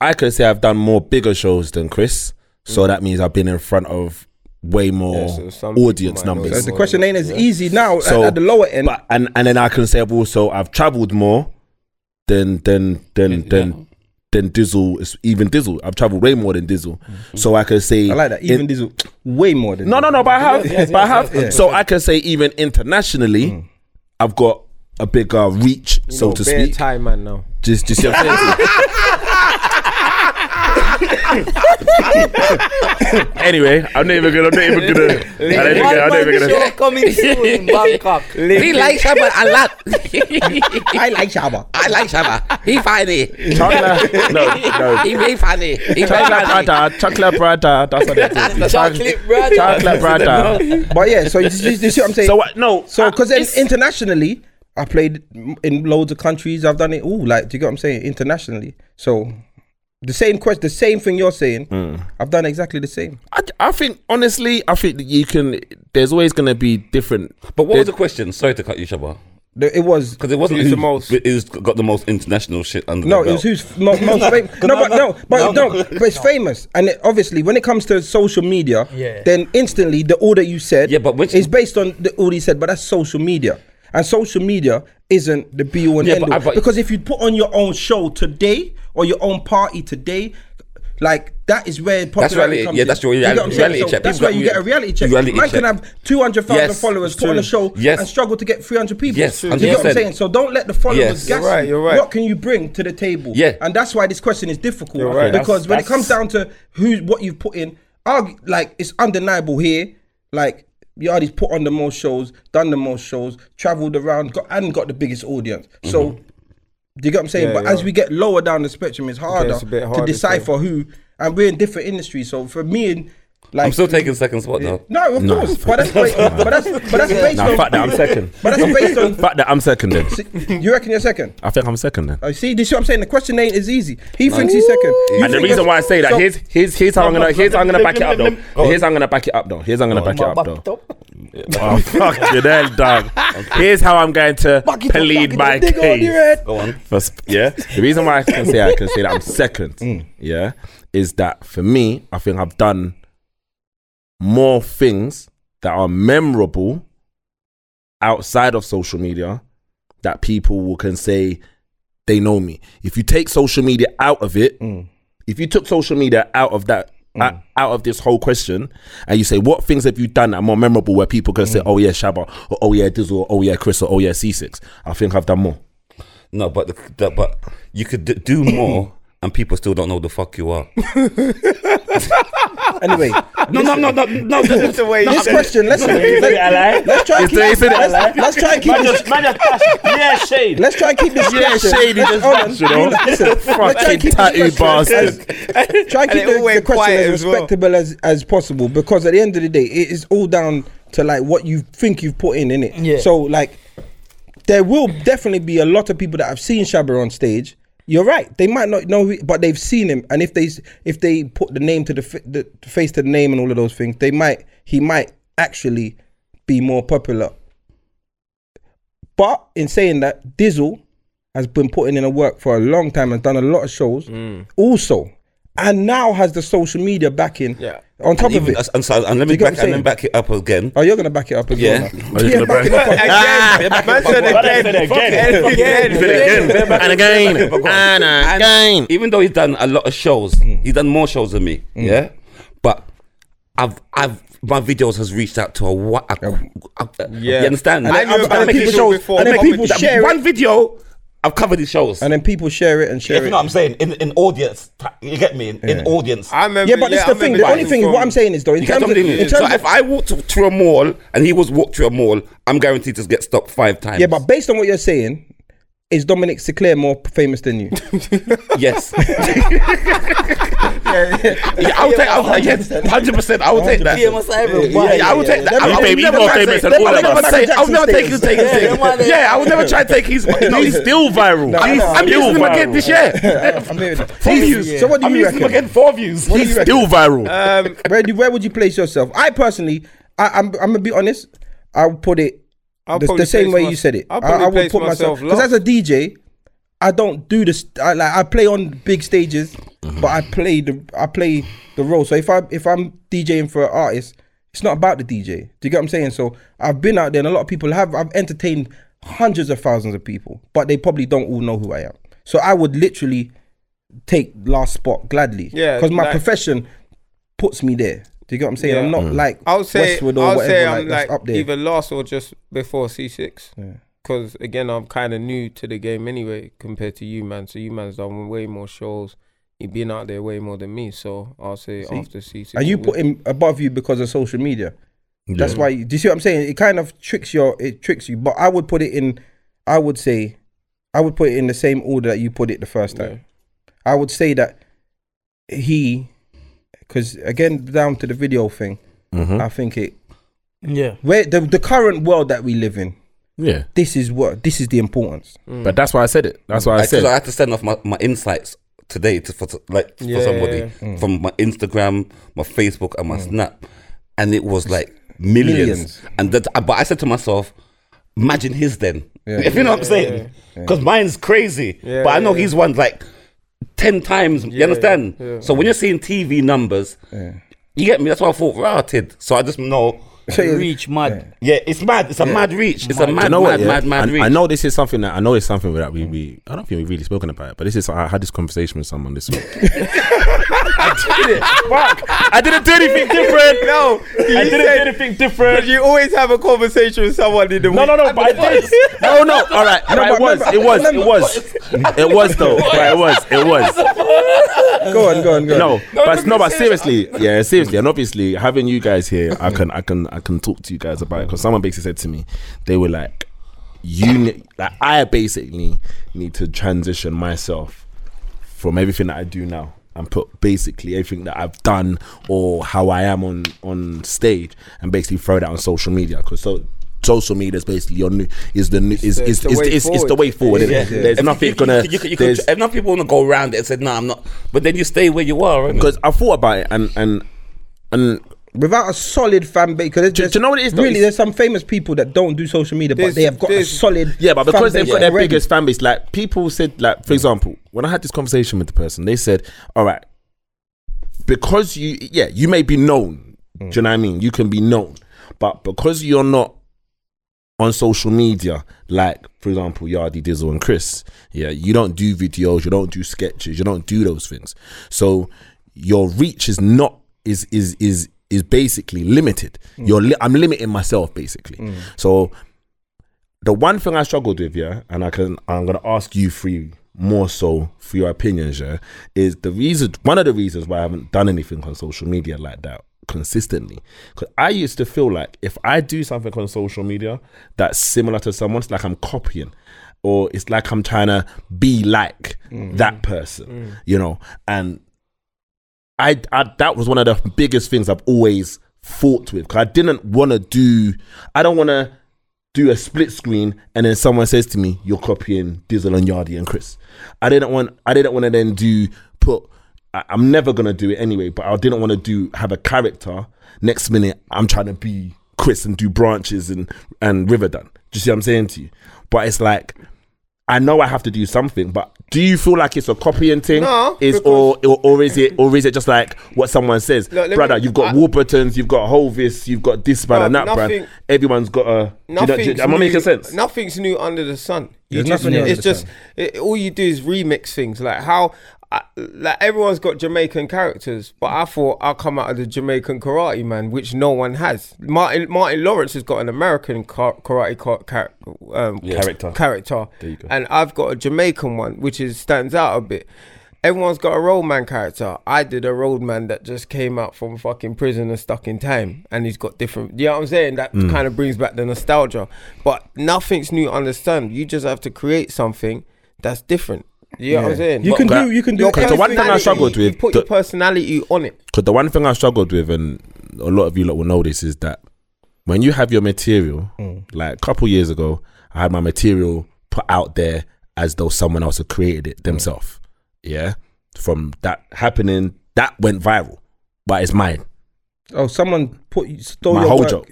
I could say I've done more bigger shows than Chris, so that means I've been in front of way more Mm. so some people audience might know numbers. So the Well, question ain't as easy now at- So- at the lower end. But and and then I can say I've also I've travelled more than than than than than Dizzle. It's even Dizzle. I've travelled way more than Dizzle. So I can say Mm-hmm. I like that. Even in- Dizzle, way more than no, no, no. But I have, but I have. yes, Mm. yes. So I can say even internationally, I've got a bigger reach, You so know, to bare speak. Thai man now. Just, just see what I'm saying? anyway, I'm not even gonna, I'm not even gonna, I'm not even gonna, I'm not One-man even gonna. show coming soon in Bangkok. He likes Shabba a lot. I like Shaba. I like Shabba. He funny. Chocolate, no, no. He very funny. He very Chocolate funny. brother, chocolate brother. That's what they do. Chocolate brother. Chocolate brother. But yeah, so you, you, you see what I'm saying? So what? No. So, because it's- internationally, I played m- in loads of countries. I've done it all. Like, do you get what I'm saying? Internationally. So, the same question, the same thing you're saying. Hmm. I've done exactly the same. I, I think honestly, I think that you can. There's always gonna be different. But what was the question? Sorry to cut you, Shabba. The- It was Because it wasn't Who's who, the most? It was got the most international shit under no, the it was belt. who's f- mo- most famous. No, but no, but no, but it's famous. And it, obviously, when it comes to social media, Yeah. then instantly the order you said Yeah, but which- is based on the order you said. But that's social media, and social media isn't the be all and Yeah, end but I- all. but- Because if you put on your own show today or your own party today. Like that is where popularity reality- comes yeah, in. that's your You get what I'm reality- saying? reality So check. That's People where you got- get a reality check. reality Man can check. have two hundred thousand Yes, followers, put on a show, Yes. and struggle to get three hundred people. Yes, Do you get what I'm 100%. saying? So don't let the followers Yes. gas You're right, you. you're right. What can you bring to the table? Yeah. and that's why this question is difficult You're right. because That's- when it comes down to who what you've put in, argue, like it's undeniable here. Like Yardi's put on the most shows, done the most shows, traveled around, got, and got the biggest audience. So Mm-hmm. do you get what I'm saying? Yeah, but yeah. as we get lower down the spectrum, it's harder, a bit harder to to- decipher who. And we're in different industries, so for me, and like I'm still taking second spot though. no, of course, but that's ba- but that's but that's based Nah, on fact that I'm second. but that's based on. Fact that I'm second. Then You reckon you're second? I think I'm second. Then. I Oh, see. This is what I'm saying. The question ain't as easy. He thinks he's second. You and the think that's- reason why I say that so- here's here's here's how I'm gonna here's how I'm gonna back it up though. Here's how I'm gonna back it up though. Here's how I'm gonna back it up though. Oh fuck you then, dog. Here's how I'm going to plead my case. Go on. First, yeah. The reason why I can say I can say that I'm second, yeah, is that for me, I think I've done more things that are memorable outside of social media that people will can say they know me. If you take social media out of it, if you took social media out of that out- out of this whole question and you say what things have you done that are more memorable where people can say oh yeah Shabba or oh yeah Dizzle or oh yeah Chris or oh yeah C6 I think I've done more No, but the, the, but you could d- do more, and people still don't know who the fuck you are. Anyway, no, no, no, no, no. That's the way. this question. Let's ally. let's try and keep this. It's the- it's the- Let's let's try and keep this. man just Yeah, shade. Let's try and keep this. Yeah, question- shady let's- just hold on. that, you know. Listen, let's try and Fucking keep this tattoo question as- bastard. Try and keep And it the, all the went question quiet as as well. respectable as, as possible because at the end of the day, it is all down to like what you think you've put in, innit? Yeah. So like, there will definitely be a lot of people that have seen Shabba on stage. You're right. They might not know, who, but they've seen him, and if they s- if they put the name to the, f- the the face to the name and all of those things, they might he might actually be more popular. But in saying that, Dizzle has been putting in a work for a long time, has done a lot of shows Mm. also, and now has the social media backing Yeah. on top Even, of it. as- and, so, and let me you get what back I'm and then saying? back it up again. Oh, you're gonna back it up as Yeah. well. now. Yeah, back it up. Again, man said again. Again. Again. And again, and again. Even though he's done a lot of shows, he's done more shows than me. Yeah, but I've I've my videos has reached out to a what? Yeah. You understand? And I knew I'm about making people sure- before I'm and then making people that share one video. I've covered his shows. And then people share it and Yeah, share if you it. know what I'm saying, in in audience, you get me in, in audience. I remember. yeah, but it's I the thing. The remember only thing is from- what I'm saying is though, in You get terms what of, I'm in saying? So terms of if I walked through a mall and he was walked through a mall, I'm guaranteed to get stopped five times. yeah, but based on what you're saying, is Dominic Sinclair more famous than you? yes. Yeah, I would take. I would, yes, hundred percent. I would take that. Yeah, must have everyone. Yeah, I would take that. Them I would man- never them try man- to take- them I would man- never them say- man- I would never Jackson take his take his Yeah, them man- thing. Yeah, I would never try to take his. you know, He's his- still viral. He's, I'm Still using him again viral. this year. I'm hearing that. Four views. So what do I'm you using him reckon? again. Four views. What do He's you reckon? still viral. Um, Where, do, where would you place yourself? I personally, I, I'm, I'm gonna be honest. I would put it I'll the, probably the same place way my- you said it. I'll I, probably I would place put myself because last. as a DJ, I don't do this. I, like I play on big stages, but I play the I play the role. So if I if I'm DJing for an artist, it's not about the DJ. Do you get what I'm saying? So I've been out there, and a lot of people have. I've entertained hundreds of thousands of people, but they probably don't all know who I am. So I would literally take last spot gladly. Yeah, because my like- profession puts me there. Do you get what I'm saying? Yeah. Mm. I'm not like I'll say Westwood or I'll whatever. say like, I'm that's like up there. either last or just before C6. Because again, I'm kind of new to the game anyway compared to you, man. So you man's done way more shows. You've been out there way more than me. So I'll say after C6. and you put him above you because of social media. That's why. You, do you see what I'm saying? It kind of tricks your. It tricks you. But I would put it in. I would say, I would put it in the same order that you put it the first time. I would say that he, because again, down to the video thing. I think it. Yeah. Where the the current world that we live in. Yeah, This is what. This is the importance. but that's why I said it. That's why I Because said. I had to send off my, my insights today to for like Yeah, for somebody yeah, from my Instagram, my Facebook, and my Snap, and it was like millions. Millions. And that, but I said to myself, imagine his then. Yeah. if you know what I'm saying, because mine's crazy. but I know he's won like ten times. you understand? So when you're seeing TV numbers, you get me. That's why I thought routed. So I just know. So you- Reach mad. Yeah, it's mad. It's a mad reach. It's a mad, You know mad, what, yeah? mad, mad, And reach. I know this is something that I know it's something that we, we I don't think we've really spoken about it, but this is I had this conversation with someone this week. I did it. Fuck. I didn't do anything different. I No, you didn't said- do anything different. But you always have a conversation with someone in the No, week. no, no, but I did. No, no, all right. No, but it was, remember- it was, it was, it was though. But it was, it was. Go on. Go on. Go on. No, but no, but seriously, yeah, seriously, and obviously having you guys here, I can, I can, I can talk to you guys about it because someone basically said to me, they were like, you, ne- like, I basically need to transition myself from everything that I do now and put basically everything that I've done or how I am on on stage and basically throw that on social media because so social media is basically your new is the new is is, is, the is, way is, the way forward. innit? There's If nothing you, gonna You, you, you, there's- could- enough people want to go around it and said, "No, I'm not." But then you stay where you are. innit? because I thought about it and and and Without a solid fan base, because do you know what it is, though? Really, It's- there's some famous people that don't do social media, but There's- they have got a there's- solid. yeah, but fan because they've base got their already. biggest fan base, like people said, like for example, when I had this conversation with the person, they said, "All right, because you, yeah, you may be known. Do you know what I mean? You can be known, but because you're not on social media, like for example, Yardi Dizzle and Chris, yeah, you don't do videos, you don't do sketches, you don't do those things. So your reach is not is is is is basically limited. You're li- I'm limiting myself basically. So the one thing I struggled with, yeah, and I can I'm gonna ask you three more so for your opinions, yeah, is the reason one of the reasons why I haven't done anything on social media like that consistently. Cause I used to feel like if I do something on social media that's similar to someone's, like I'm copying. Or it's like I'm trying to be like that person, you know, and I, I that was one of the biggest things I've always fought with. 'Cause I didn't want to do. I don't want to do a split screen and then someone says to me, "You're copying Dizzle and Yardi and Chris." I didn't want. I didn't want to then do put. I, I'm never gonna do it anyway. But I didn't want to do have a character. Next minute, I'm trying to be Chris and do branches and and Riverdun. Do you see what I'm saying to you? But it's like I know I have to do something, but do you feel like it's a copying thing? No, is or, or or is it or is it just like what someone says, Look, let me- brother? you've got I- Warburtons, you've got Hovis, you've got this brand No, and that nothing- brand. Everyone's got a. do you know- do you- Nothing's am I new- making sense? Nothing's new under the sun. You There's just, nothing new under it's the just it, all you do is remix things. Like how, I, like everyone's got Jamaican characters, but I thought I'll come out of the Jamaican karate man, which no one has. Martin Martin Lawrence has got an American car, karate car, car, um, Character. character, you go. and I've got a Jamaican one, which is stands out a bit. Everyone's got a roadman character. I did a roadman that just came out from fucking prison and stuck in time, and he's got different. You know what I'm saying? That Mm. kind of brings back the nostalgia. But nothing's new. Under sun. You just have to create something that's different. You know what I'm saying? You But can But- do. You can do. your Okay, so one thing I personality, struggled you with, put the- your personality on it. Because the one thing I struggled with, and a lot of you lot will know this, is that when you have your material, like a couple years ago, I had my material put out there as though someone else had created it themselves. Yeah. From that happening, that went viral, but it's mine. Oh, someone put stole My your whole work joke.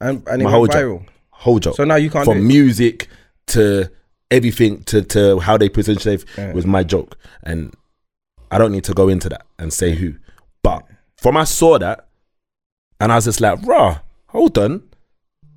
and, and it My whole went joke. viral. Whole joke. So now you can't do From it. music to everything to, to how they present it was my joke. And I don't need to go into that and say who. But from I saw that and I was just like, rah, hold on.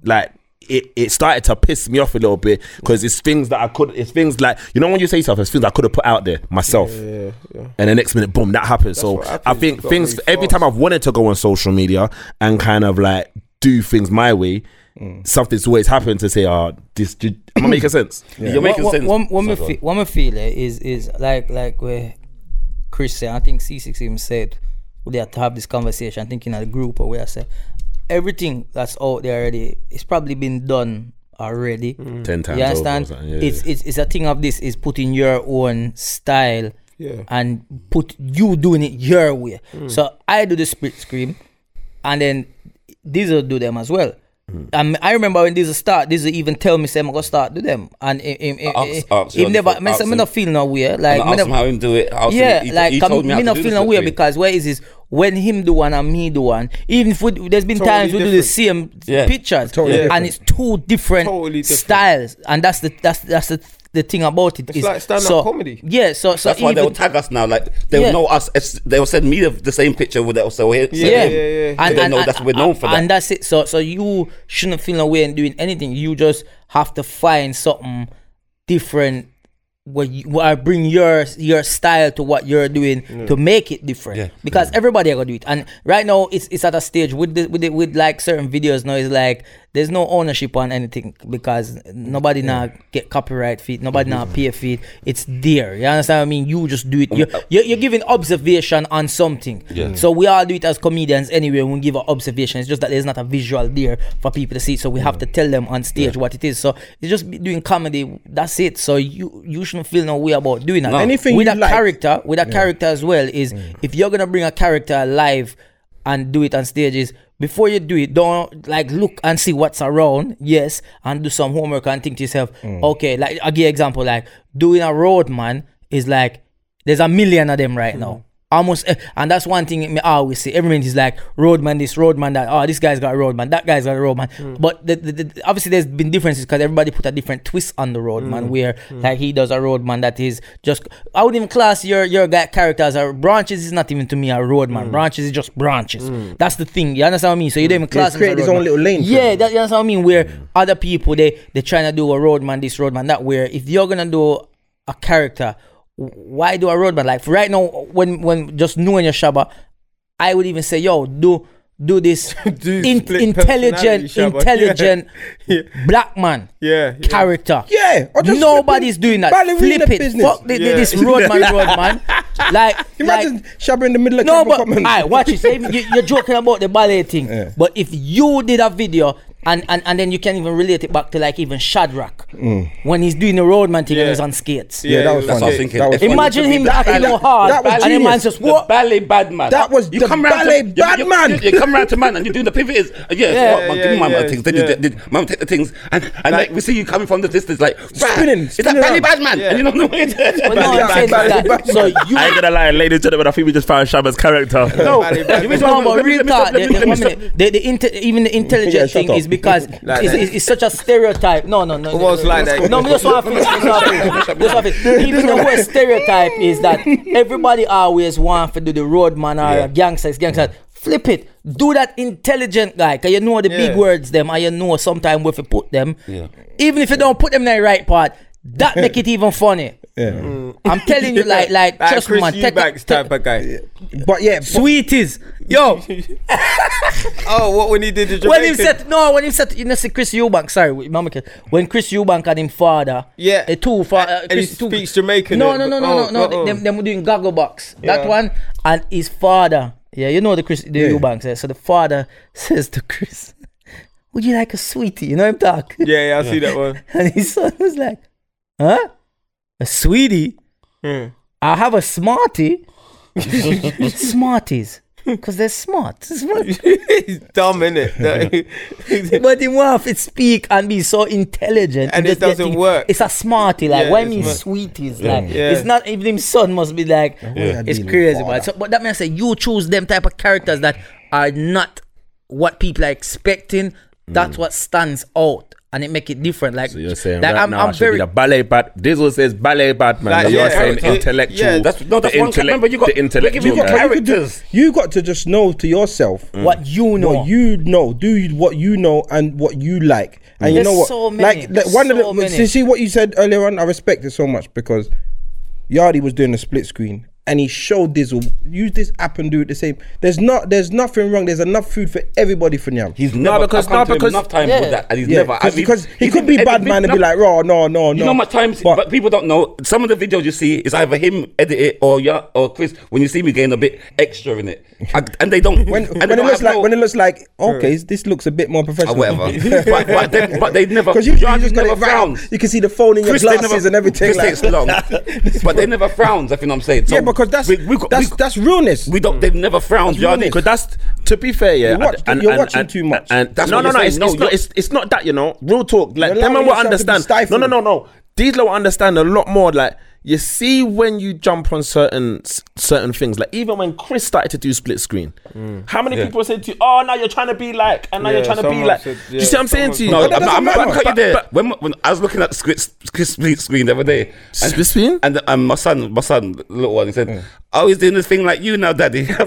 Like it, it started to piss me off a little bit because it's things that I could it's things like you know when you say stuff, it's things I could have put out there myself. And the next minute, boom, that happened. so what happens, I you think gotta things move every fast. time I've wanted to go on social media and kind of like do things my way, Mm. something's always happened to say, "Ah, this." do- Am I making sense? You're making What- what- sense. One, one, me Sorry, fe- one me feel eh, is is like like where Chris said. I think C6 even said we had to have this conversation. I think in a group or where I said everything that's out there already, it's probably been done already. Ten times. You over or understand? something, yeah, it's, yeah. it's it's a thing of this is putting your own style Yeah. and put you doing it your way. So I do the split scream, and then Diesel do them as well. Hmm. And I remember when Diesel start, Diesel even tell me say I'm gonna start do them, and him, him, him, I asked- asked him you never. before, Me say, asked me eh? him. not feel no way. Like And me I asked him never- how him do it. I asked him- yeah, he, like he come- told me, me, how not to do feel this no way little thing. because where is this when him do one and me do one. Even if we, there's been times we do the different. same Yeah. pictures, Totally and it's two different, Totally different. styles, and that's the that's that's the the thing about it. It's is- like stand-up so- comedy. Yeah, so so That's why they'll even- tag us now. Like they'll Yeah. know us. It's- They'll send me the, the same picture. With they'll say, "Here, Yeah, yeah, yeah, yeah. So they know that's- we're known for that. And that's it. So so you shouldn't feel no way in doing anything. You just have to find something different where you where bring your your style to what you're doing to make it different. Yeah. Because everybody gonna do it. And right now it's it's at a stage with the, with the, with like certain videos now it's like there's no ownership on anything because nobody now get copyright feed, nobody Mm-hmm. now pay feed. It's there. You understand what I mean? You just do it. You're, Mm. you're, you're giving observation on something. So we all do it as comedians anyway. When we give our observation, it's just that there's not a visual there for people to see. So we Mm. have to tell them on stage what it is. So it's just be doing comedy. That's it. So you you shouldn't feel no way about doing that. Anything with you a like. character, with a character as well is if you're gonna bring a character live and do it on stages. Before you do it, don't like look and see what's around. Yes, and do some homework and think to yourself, okay, like I give you example, like doing a road man is like there's a million of them right now. Almost, eh, and that's one thing me always say. Every minute is like roadman, this roadman, that. Oh, this guy's got a roadman, that guy's got a roadman. Hmm. But the, the, the, obviously, there's been differences because everybody put a different twist on the Hmm. roadman. Where like he does a roadman that is just. I wouldn't even class your your guy character as a branches is not even to me a Hmm. roadman. Branches is just branches. That's the thing. You understand what I mean? So you don't even class. him as a created Hmm. his own roadman. little lane for Yeah, him. that, you understand what I mean? Where other people they they trying to do a roadman, this roadman, that. Where if you're gonna do a character, why do a roadman? Like for right now, when when just knowing your Shaba, I would even say, yo, do do this Do in- split personality intelligent, Shabba. intelligent Yeah. black man Yeah, yeah. character. Yeah, or just Nobody's doing flipping that. ballerina Flip it. business. Fuck thi- thi- Yeah. this roadman, roadman. Like, Imagine like Shabba in the middle of no, Campbell but Commons. I watch it. Say, you, you're joking about the ballet thing, Yeah. but if you did a video and, and and then you can even relate it back to like even Shadrach Mm. when he's doing the roadman thing and Yeah. he's on skates. Yeah, that was That's funny. what I was thinking. That was funny. Imagine funny. him That- acting that- all hard, that was and the man genius. just The what? ballet bad man. That was the round ballet you- bad you, man. You, you come round to man and you do the pivot is uh, yeah, Yeah, what, man, yeah, give me my yeah, man things. Then yeah. you did- did man take the things and, and like, we see you coming from the distance like rah, Spinning, Is spinning that ballet around. bad man? Yeah. And you don't know where it is. But no, I'm saying ballet, that- ballet. So you. I ain't gonna lie, ladies and gentlemen, I think we just found Shabba's character. No, No, but real talk, the, the, the, inter, even the intelligent Yeah, shut thing up. is because Like it's, that. it's, it's such a stereotype. No, no, no. It was like that. No, me just want to finish. Just want to finish. Just want to finish. Even the worst stereotype is that everybody always want to do the roadman or gangsters, gangsters. Flip it. Do that intelligent guy, cause you know the big Yeah. words them, and you know sometimes where to put them. Even if you don't put them in the right part, that make it even funny. Yeah. I'm telling you, like, like, Like just Chris man, take, Eubanks take type of guy. But yeah, sweeties, yo. Oh, what when he did the Jamaican? when him said no, when him said you know, see Chris Eubank, sorry, we- mama, can- when Chris Eubank and him father, Yeah. eh, two father, Uh, And he speaks Jamaican No, then, no, no, but- no, oh, no, no. oh, oh. Them, them were doing goggle box. That Yeah. one and his father. Yeah, you know the Chris, the Eubanks. eh, So the father says to Chris, "Would you like a sweetie?" You know him talk. Yeah, yeah, I see that one. And his son was like, "Huh, a sweetie? Yeah. I have a smartie. Smarties, because they're smart." Smart. He's dumb, innit? it? but he want to speak and be so intelligent. And He it just get doesn't work. It's a smarty, like Yeah, why it's me not- sweeties, like Yeah. it's not even his son must be like it's crazy, man. So, but that means I say you choose them type of characters that are not what people are expecting. That's what stands out, and it make it different. Like Mm. You're saying like, right I'm, now i I'm should very be the ballet bat. Dizzle says ballet batman. Like, and you're yeah, saying character. intellectual. Yeah, That's no, that's the one. intellect- Remember, you got the intellectual. You got guy. characters. you got to just know to yourself what you know. what you know, do you- what you know and what you like. And you There's know what? so many, Like like, there's one so of the many. see, see what you said earlier on, I respect it so much because Yardi was doing a split screen and he showed Dizzle, use this app and do it the same. There's not there's nothing wrong, there's enough food for everybody for Nyam. He's never because- I've come no, to him because- enough time Yeah. with that, and he's Yeah, never. I because mean, because he could be edit bad vid- man and be no, like, raw, no, no, no. You know how much times, But- but, people don't know. Some of the videos you see is either him edit it or yeah, or Chris. When you see me getting a bit extra in it, I, and they don't. when, and they when it don't looks have like no- when it looks like okay, this looks a bit more Ah, professional. whatever. but, but, they, but they never. Because you, you Jordan just got never it right. frowns. You can see the phone in your Chris, they glasses never, and everything. Chris like- takes long, but they never frowns. I think I'm saying. So yeah, because that's we, we, got- that's we, that's realness. we don't. They've never frowned. You know what I mean? Because that's to be fair, yeah. You watch- you're watching and- too much. And, That's no, what no, you're no. saying. It's, No, it's you're- not, it's, it's not that you know. Real talk. Like You're them allowing will yourself to be understand. No, stifled. no, no, no. These lot will understand a lot more. Like you see when you jump on certain s- certain things. Like even when Chris started to do split screen, how many people said to you, "Oh, now you're trying to be like," and now Mm. Yeah, you're trying to be someone like. said- Do yeah, you see what I'm saying someone to you? No, that I'm, doesn't I'm, I'm matter. cut you there. But- when, when I was looking at Chris, Chris Speed screen the other day, and, Split screen? and, and my son, my son, little one, he said, "I was doing this thing like you now, Daddy."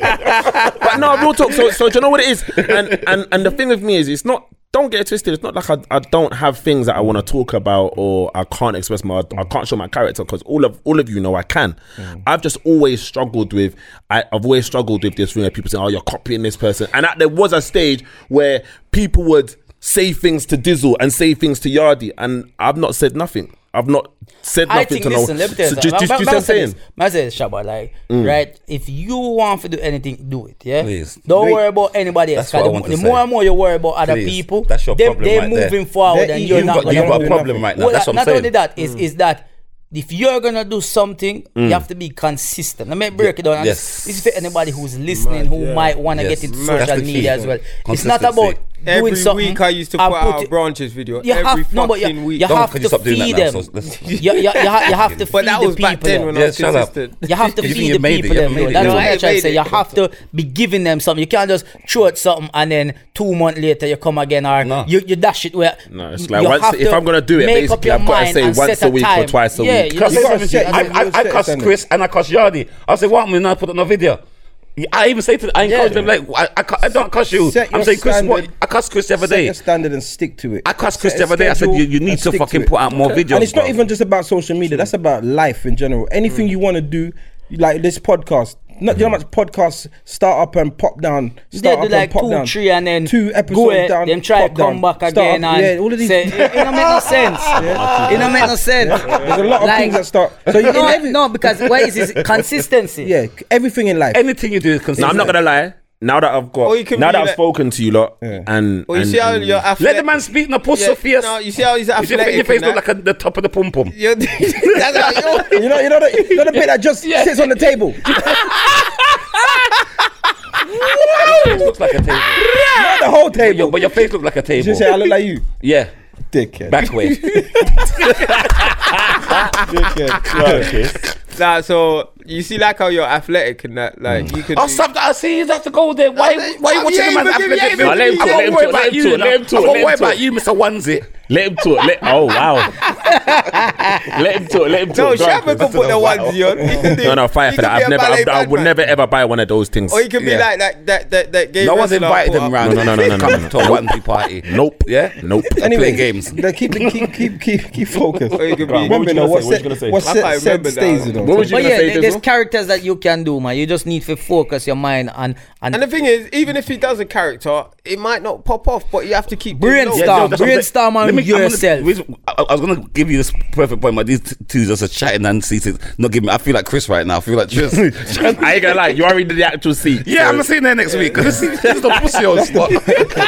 but no, real talk. So, so do you know what it is? And and and the thing with me is, it's not. Don't get it twisted. It's not like I, I don't have things that I want to talk about or I can't express my I can't show my character because all of all of you know I can. Mm. I've just always struggled with I, I've always struggled with this thing where people say, "Oh, you're copying this person," and I, there was a stage where people would say things to Dizzle and say things to Yardi, and I've not said nothing. I've not said nothing I think, to listen, no. let me tell you So do- do- do you something. see what I'm saying? I say Shabba, like, right, if you want to do anything, do it, yeah? Mm. Please. Don't Do it. worry about anybody else. That's what I the, want to the say. more and more you worry about other Please. people, That's your they, problem they're right there. moving forward They're and eating. you're you've not e got, going you've to got do a problem right now. Well, That's what I'm not only saying. that is is that if you're gonna do something, you have to be consistent. Let me break it down. And Mm. Yes. This is for anybody who's listening who might want to Yes. get into Mad. social That's the key. media as well. It's not Consistency. about Every doing something. week I used to and put out a it- branches video. you Every have, fucking no, but you, week. you Don't, have could to you stop doing that feed now? them. So let's- you, you, you, ha- you have to but feed that the was people. back then when them. I Yeah, was shut up. consistent. You have to You think feed you the made it, people. you them, made yo. it, That's you what know. I try to Made say. it. You have to be giving them something. You can't just throw it something and then two months later you come again or No. you, you dash it where. No, it's like you once- have if I'm gonna do it, make up basically, your I've gotta mind say and once set a week or time. twice a Yeah, week. you Cause just- gotta set- I, I, you I set cussed standards. Chris and I cussed Yardi. I said, "What am I not put on a video?" I even say to I encourage Yeah. them like, I, I, cu- I don't cuss you. Set I'm your saying Chris, what? standard. I cussed Chris the other Set day. your standard and stick to it. I cussed Chris Set the a other day. I said, schedule "You, you and need to stick fucking it." put out more videos." And it's not bro. even just about social media. That's about life in general. Anything you want to do, like this podcast. Not, you know how much podcasts start up and pop down. They Start do up like and pop two, down. three, and then two go episodes ahead, down. Then try pop come down, back start up. again and yeah, all of these. say, it, it don't make no sense. It don't make no sense. There's a lot of things that start. So you, in no, every, no, because what is is consistency? yeah, everything in life. anything you do is No, consistent. I'm not gonna lie. Now that I've Oh, got, Or you can now that be I've like- spoken to you lot, and, Well, you and- see how and- your athletic. Let the man speak in a post Yeah, so fierce. no, you see how he's You see, your athletic. face and look that? like a, the top of the pum pum. You're- that's how you- You know, you know the, you know the bit that just sits on the table. looks like a table. Not the whole But your- table. but your face looks like a table. You say I look like you, yeah, dickhead. back way. dickhead. Nah, so You see, like how you're athletic and that, like Mm. you could. Oh, stop that. I see you have to go there. Why, they- why are you you watching ain't the man's even give- you athletic? ain't even I give me- won't worry about let him you. talk, now. let him I talk, won't let him worry about talk. you, Mr. Onesie. Let him talk. Let oh wow. let him talk. Let him talk. No, Go on, Shabba Chris. could put the onesie on. He could do- No, no, fire he for could that. be a I've never, ballet I've, I would man. never ever buy one of those things. Oh, Or he could be Yeah. like that. That that that gay. No one's wrestler invited put up- them round. No, no, no, no, no, no, Come no. to a onesie party. Nope. Yeah? Nope. Play Anyway, games. no, keep keep keep keep keep focused. Or he could be. Remember you now gonna what say? What you set- gonna say? what I set can't set remember stays now. it on. What was you But gonna yeah, say? there- there's Dizzle? characters that you can do, man. You just need to focus your mind and and, And the thing is, even if he does a character, it might not pop off. But you have to keep doing Brilliant those. Yeah, Star, no, that's what I'm Brian saying. Starman Let me- I'm gonna- yourself. reason- I, I was gonna give you this perfect point, but these t- two just are chatting and ceasing. Not giving. I feel like Chris right now. I feel like Chris. I ain't gonna lie. You already did the actual seat. yeah, I'm gonna see you there next week. This is this is the pussy on spot.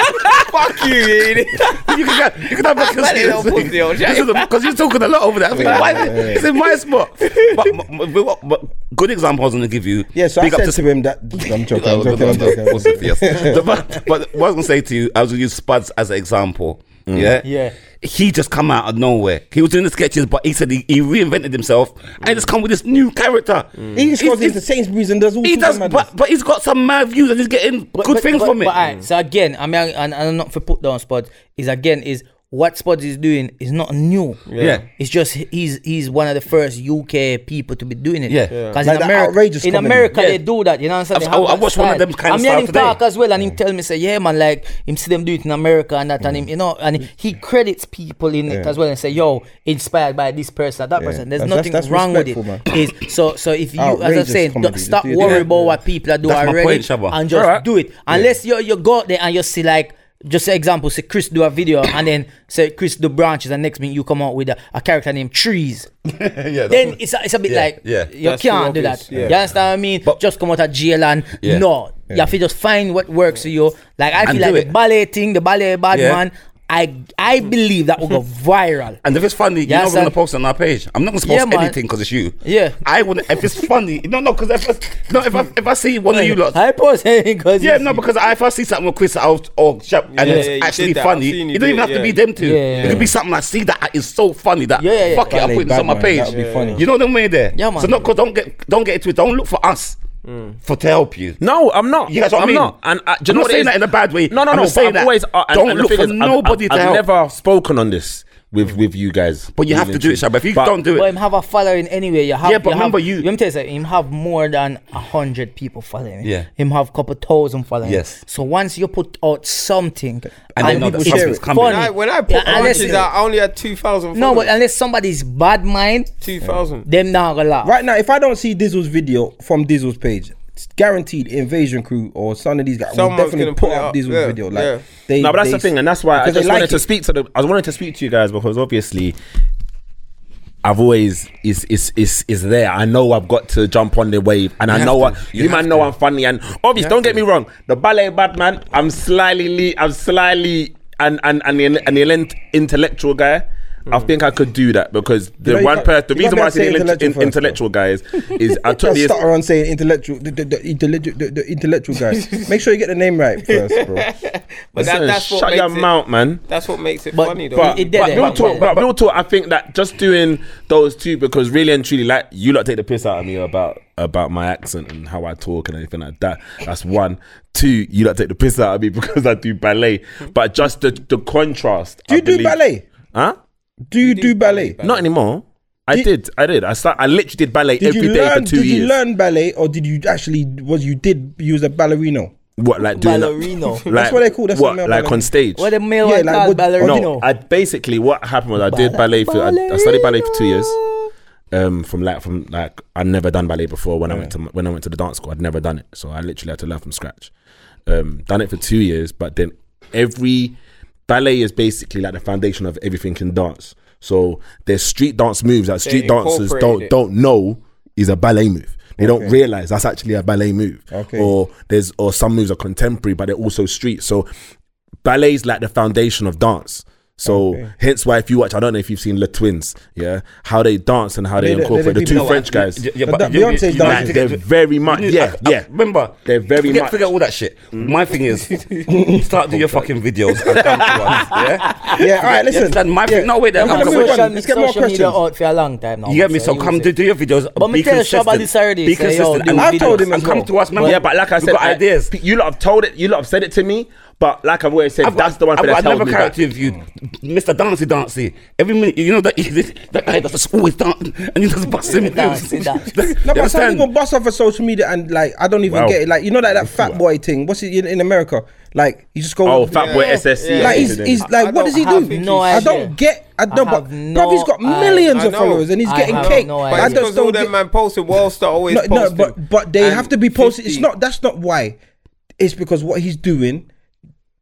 Fuck you, Ian. you can get, you can have a little pussy on chat. because you're talking a lot over there. I think, why is it- it's in my spot. But, but, but, but good example I was gonna give you. Yeah, so Big I up said to him that I'm joking. I'm joking. I'm joking. Pussy, yes. The- But but what I was gonna say to you, I was gonna use Spuds as an example. Yeah, Yeah. He just come out of nowhere. He was doing the sketches, but he said he, he reinvented himself and just come with this new character. He just goes He's- into Sainsbury's and does all He sorts does, of madness. but, but he's got some mad views and he's getting good things but, from it. But, alright, so again, I mean, and, and not for put down Spud is again is what Spud is doing is not new. Yeah. it's just he's he's one of the first UK people to be doing it. Yeah. Yeah. because Like in the America, outrageous in comedy. America Yeah. they do that. You know what I'm saying? They I've- have I- I that watched one of style. them kind I of mean, and style him today. talk as well, and him tell me say, yeah, man, like him see them do it in America and that, and him, you know, and he credits people in it as well and say, yo, inspired by this person, that person. There's That's- nothing that's- that's wrong with it. respectful, man. Is so so if you, as I'm Outrageous saying, comedy. don't- stop Do your worrying thing. about what people are doing That's my already point, Shabba. and just do it. Unless you you go out there and you see like just say example, say Chris do a video and then say Chris do branches and next minute you come out with a, a character named Trees. yeah, Then it's a, it's a bit yeah, like yeah. you That's can't too do obvious, that. yeah. You understand what I mean? But- just come out of jail and Yeah. no. You have to just find what works for you. Like I And feel do like it. the ballet thing, the ballet bad Yeah. man, I I believe that will go viral. And if it's funny, you Yeah, know we're gonna son. post it on our page. I'm not gonna post Yeah, man. anything because it's you. Yeah. I wouldn't. If it's funny, no, no, because if I, no, if I, if I see one of you lot, I post because yeah, no, because I, if I see something with Chris out or Shab, and Yeah, it's yeah, you actually did that. I've funny, seen it you do don't even it, have to yeah. be them two. Yeah, yeah, it could yeah. be something I see that is so funny that Yeah, yeah, yeah. fuck it, I'm Ballet putting this on my Bad Man, page. that would be funny. You know the way there. Yeah, man. Mm. So no, cause don't get don't get into it. Don't look for us for to help you. No, I'm not. You guys what I I'm mean? not. And uh, do you I'm know not what it saying is? that in a bad way. No, no, I'm no. just but saying I've that always uh, and- don't and the look thing for is, I've- nobody I've, to I've help. never spoken on this with with you guys. But you have to do it, Shab. If you don't do But him it, have a following anyway. You have, Yeah, but you remember have, you- Let me tell you something. Him have more than a hundred people following. him. Yeah. Him have couple thousand following. him. Yes. So once you put out something, And they know that people share something's it, coming. funny. When I, when I Yeah, put unless- punches out, I only had two thousand. no, but unless somebody's bad mind, two thousand. them not gonna laugh. Right now, if I don't see Dizzle's video from Dizzle's page, it's guaranteed Invasion Crew or some of these guys Someone's will definitely gonna put put it up up, Dizzle's yeah, video. Like yeah. they, No, but that's they- the thing, and that's why I because they just like wanted to it. speak to the. I wanted to speak to you guys because obviously, I've always is is is is there. I know I've got to jump on the wave, and I have know to. I, You you, man have know to. I'm funny, and obviously, don't get me wrong. The ballet bad man, I'm slyly, le- I'm slyly, and and and the, and the elent- intellectual guy. I think I could do that because the know, Mm-hmm. you one can't- person, the you can't reason be why I able to say say intellectual, intellectual first, intellectual guys is I took Just this. stutter on saying intellectual, the, the, the, intellectual, the, the intellectual guys. Make sure you get the name right first, bro. But that, that's what shut your makes it. mouth, man. That's what makes it But- funny, though. But, It- it did but, it. real But- talk, but- but real talk, I think that just doing those two because really and truly, like you lot take the piss out of me about about my accent and how I talk and everything like that. That's one. Two, you lot take the piss out of me because I do ballet. But just the the contrast. Do I you do believe- ballet? Huh? Do you do ballet? Not anymore. I Did- did. I did. I start. I literally did ballet Did every you day for learn? two Did years. you learn ballet, or did you actually was you did you was a ballerino? What like doing that- Ballerino. Like, what they call- that's what what, male like ballerina- on stage. What the male Yeah, one like, called what- ballerino. No, I basically what happened was I did ballet for I, I studied ballet for two years. Um, from like from like I'd never done ballet before when I went to when I went to the dance school I'd never done it so I literally had to learn from scratch. Um, done it for two years, but then every ballet is basically like the foundation of everything in dance. So there's street dance moves that street dancers incorporated don't it. don't know is a ballet move. They don't realize that's actually a ballet move. Okay. Or there's or some moves are contemporary, but they're also street. So ballet's like the foundation of dance. So hence why if you watch, I don't know if you've seen Le Twins, yeah, how they dance and how they, They- they- incorporate they the two people- French guys. Yeah, yeah, But but that you- you- Beyonce's you- done like, it. to They're get- very much, you- yeah, I- I- yeah. Remember, They're very forget, much- forget all that shit. My thing is, start doing your fucking videos. And come to us, yeah, Yeah, all right, You listen. understand? My thing. No wait, I'm I'm gonna gonna move wait. on. Let's get more social media questions. out for a long time now. You get me? So come use to it. do your videos. But me be tell you consistent. about this already. Be say, yo, consistent. do and- I've told videos. him as and come well. to us, man. yeah, but like I We've said, got I- ideas. p- You lot have told it. You lot have said it to me, but like I've always said, I've that's got- the one I've thing got that's held another me character back. of you, Mr. Dancy Dancy. Every minute, you know that that guy that's just always dancing and he just busting me. Dancing, dancing. No, but some people bust off of social media and like I don't even Wow. get it. Like you know, like that fat boy thing. What's it in, in America? Like you just go. Oh, Fat Boy Yeah. SSC. Yeah. like he's, he's like, I what does he don't do? have no I idea. don't get. I I don't. But have no bruv, he's got idea. millions I of know. followers and he's I getting have cake. no But I it's just idea. because all don't that get. man posted, Wallstar always No, no, posting. but but they And have to be posted. 50. It's not. That's not why. It's because what he's doing.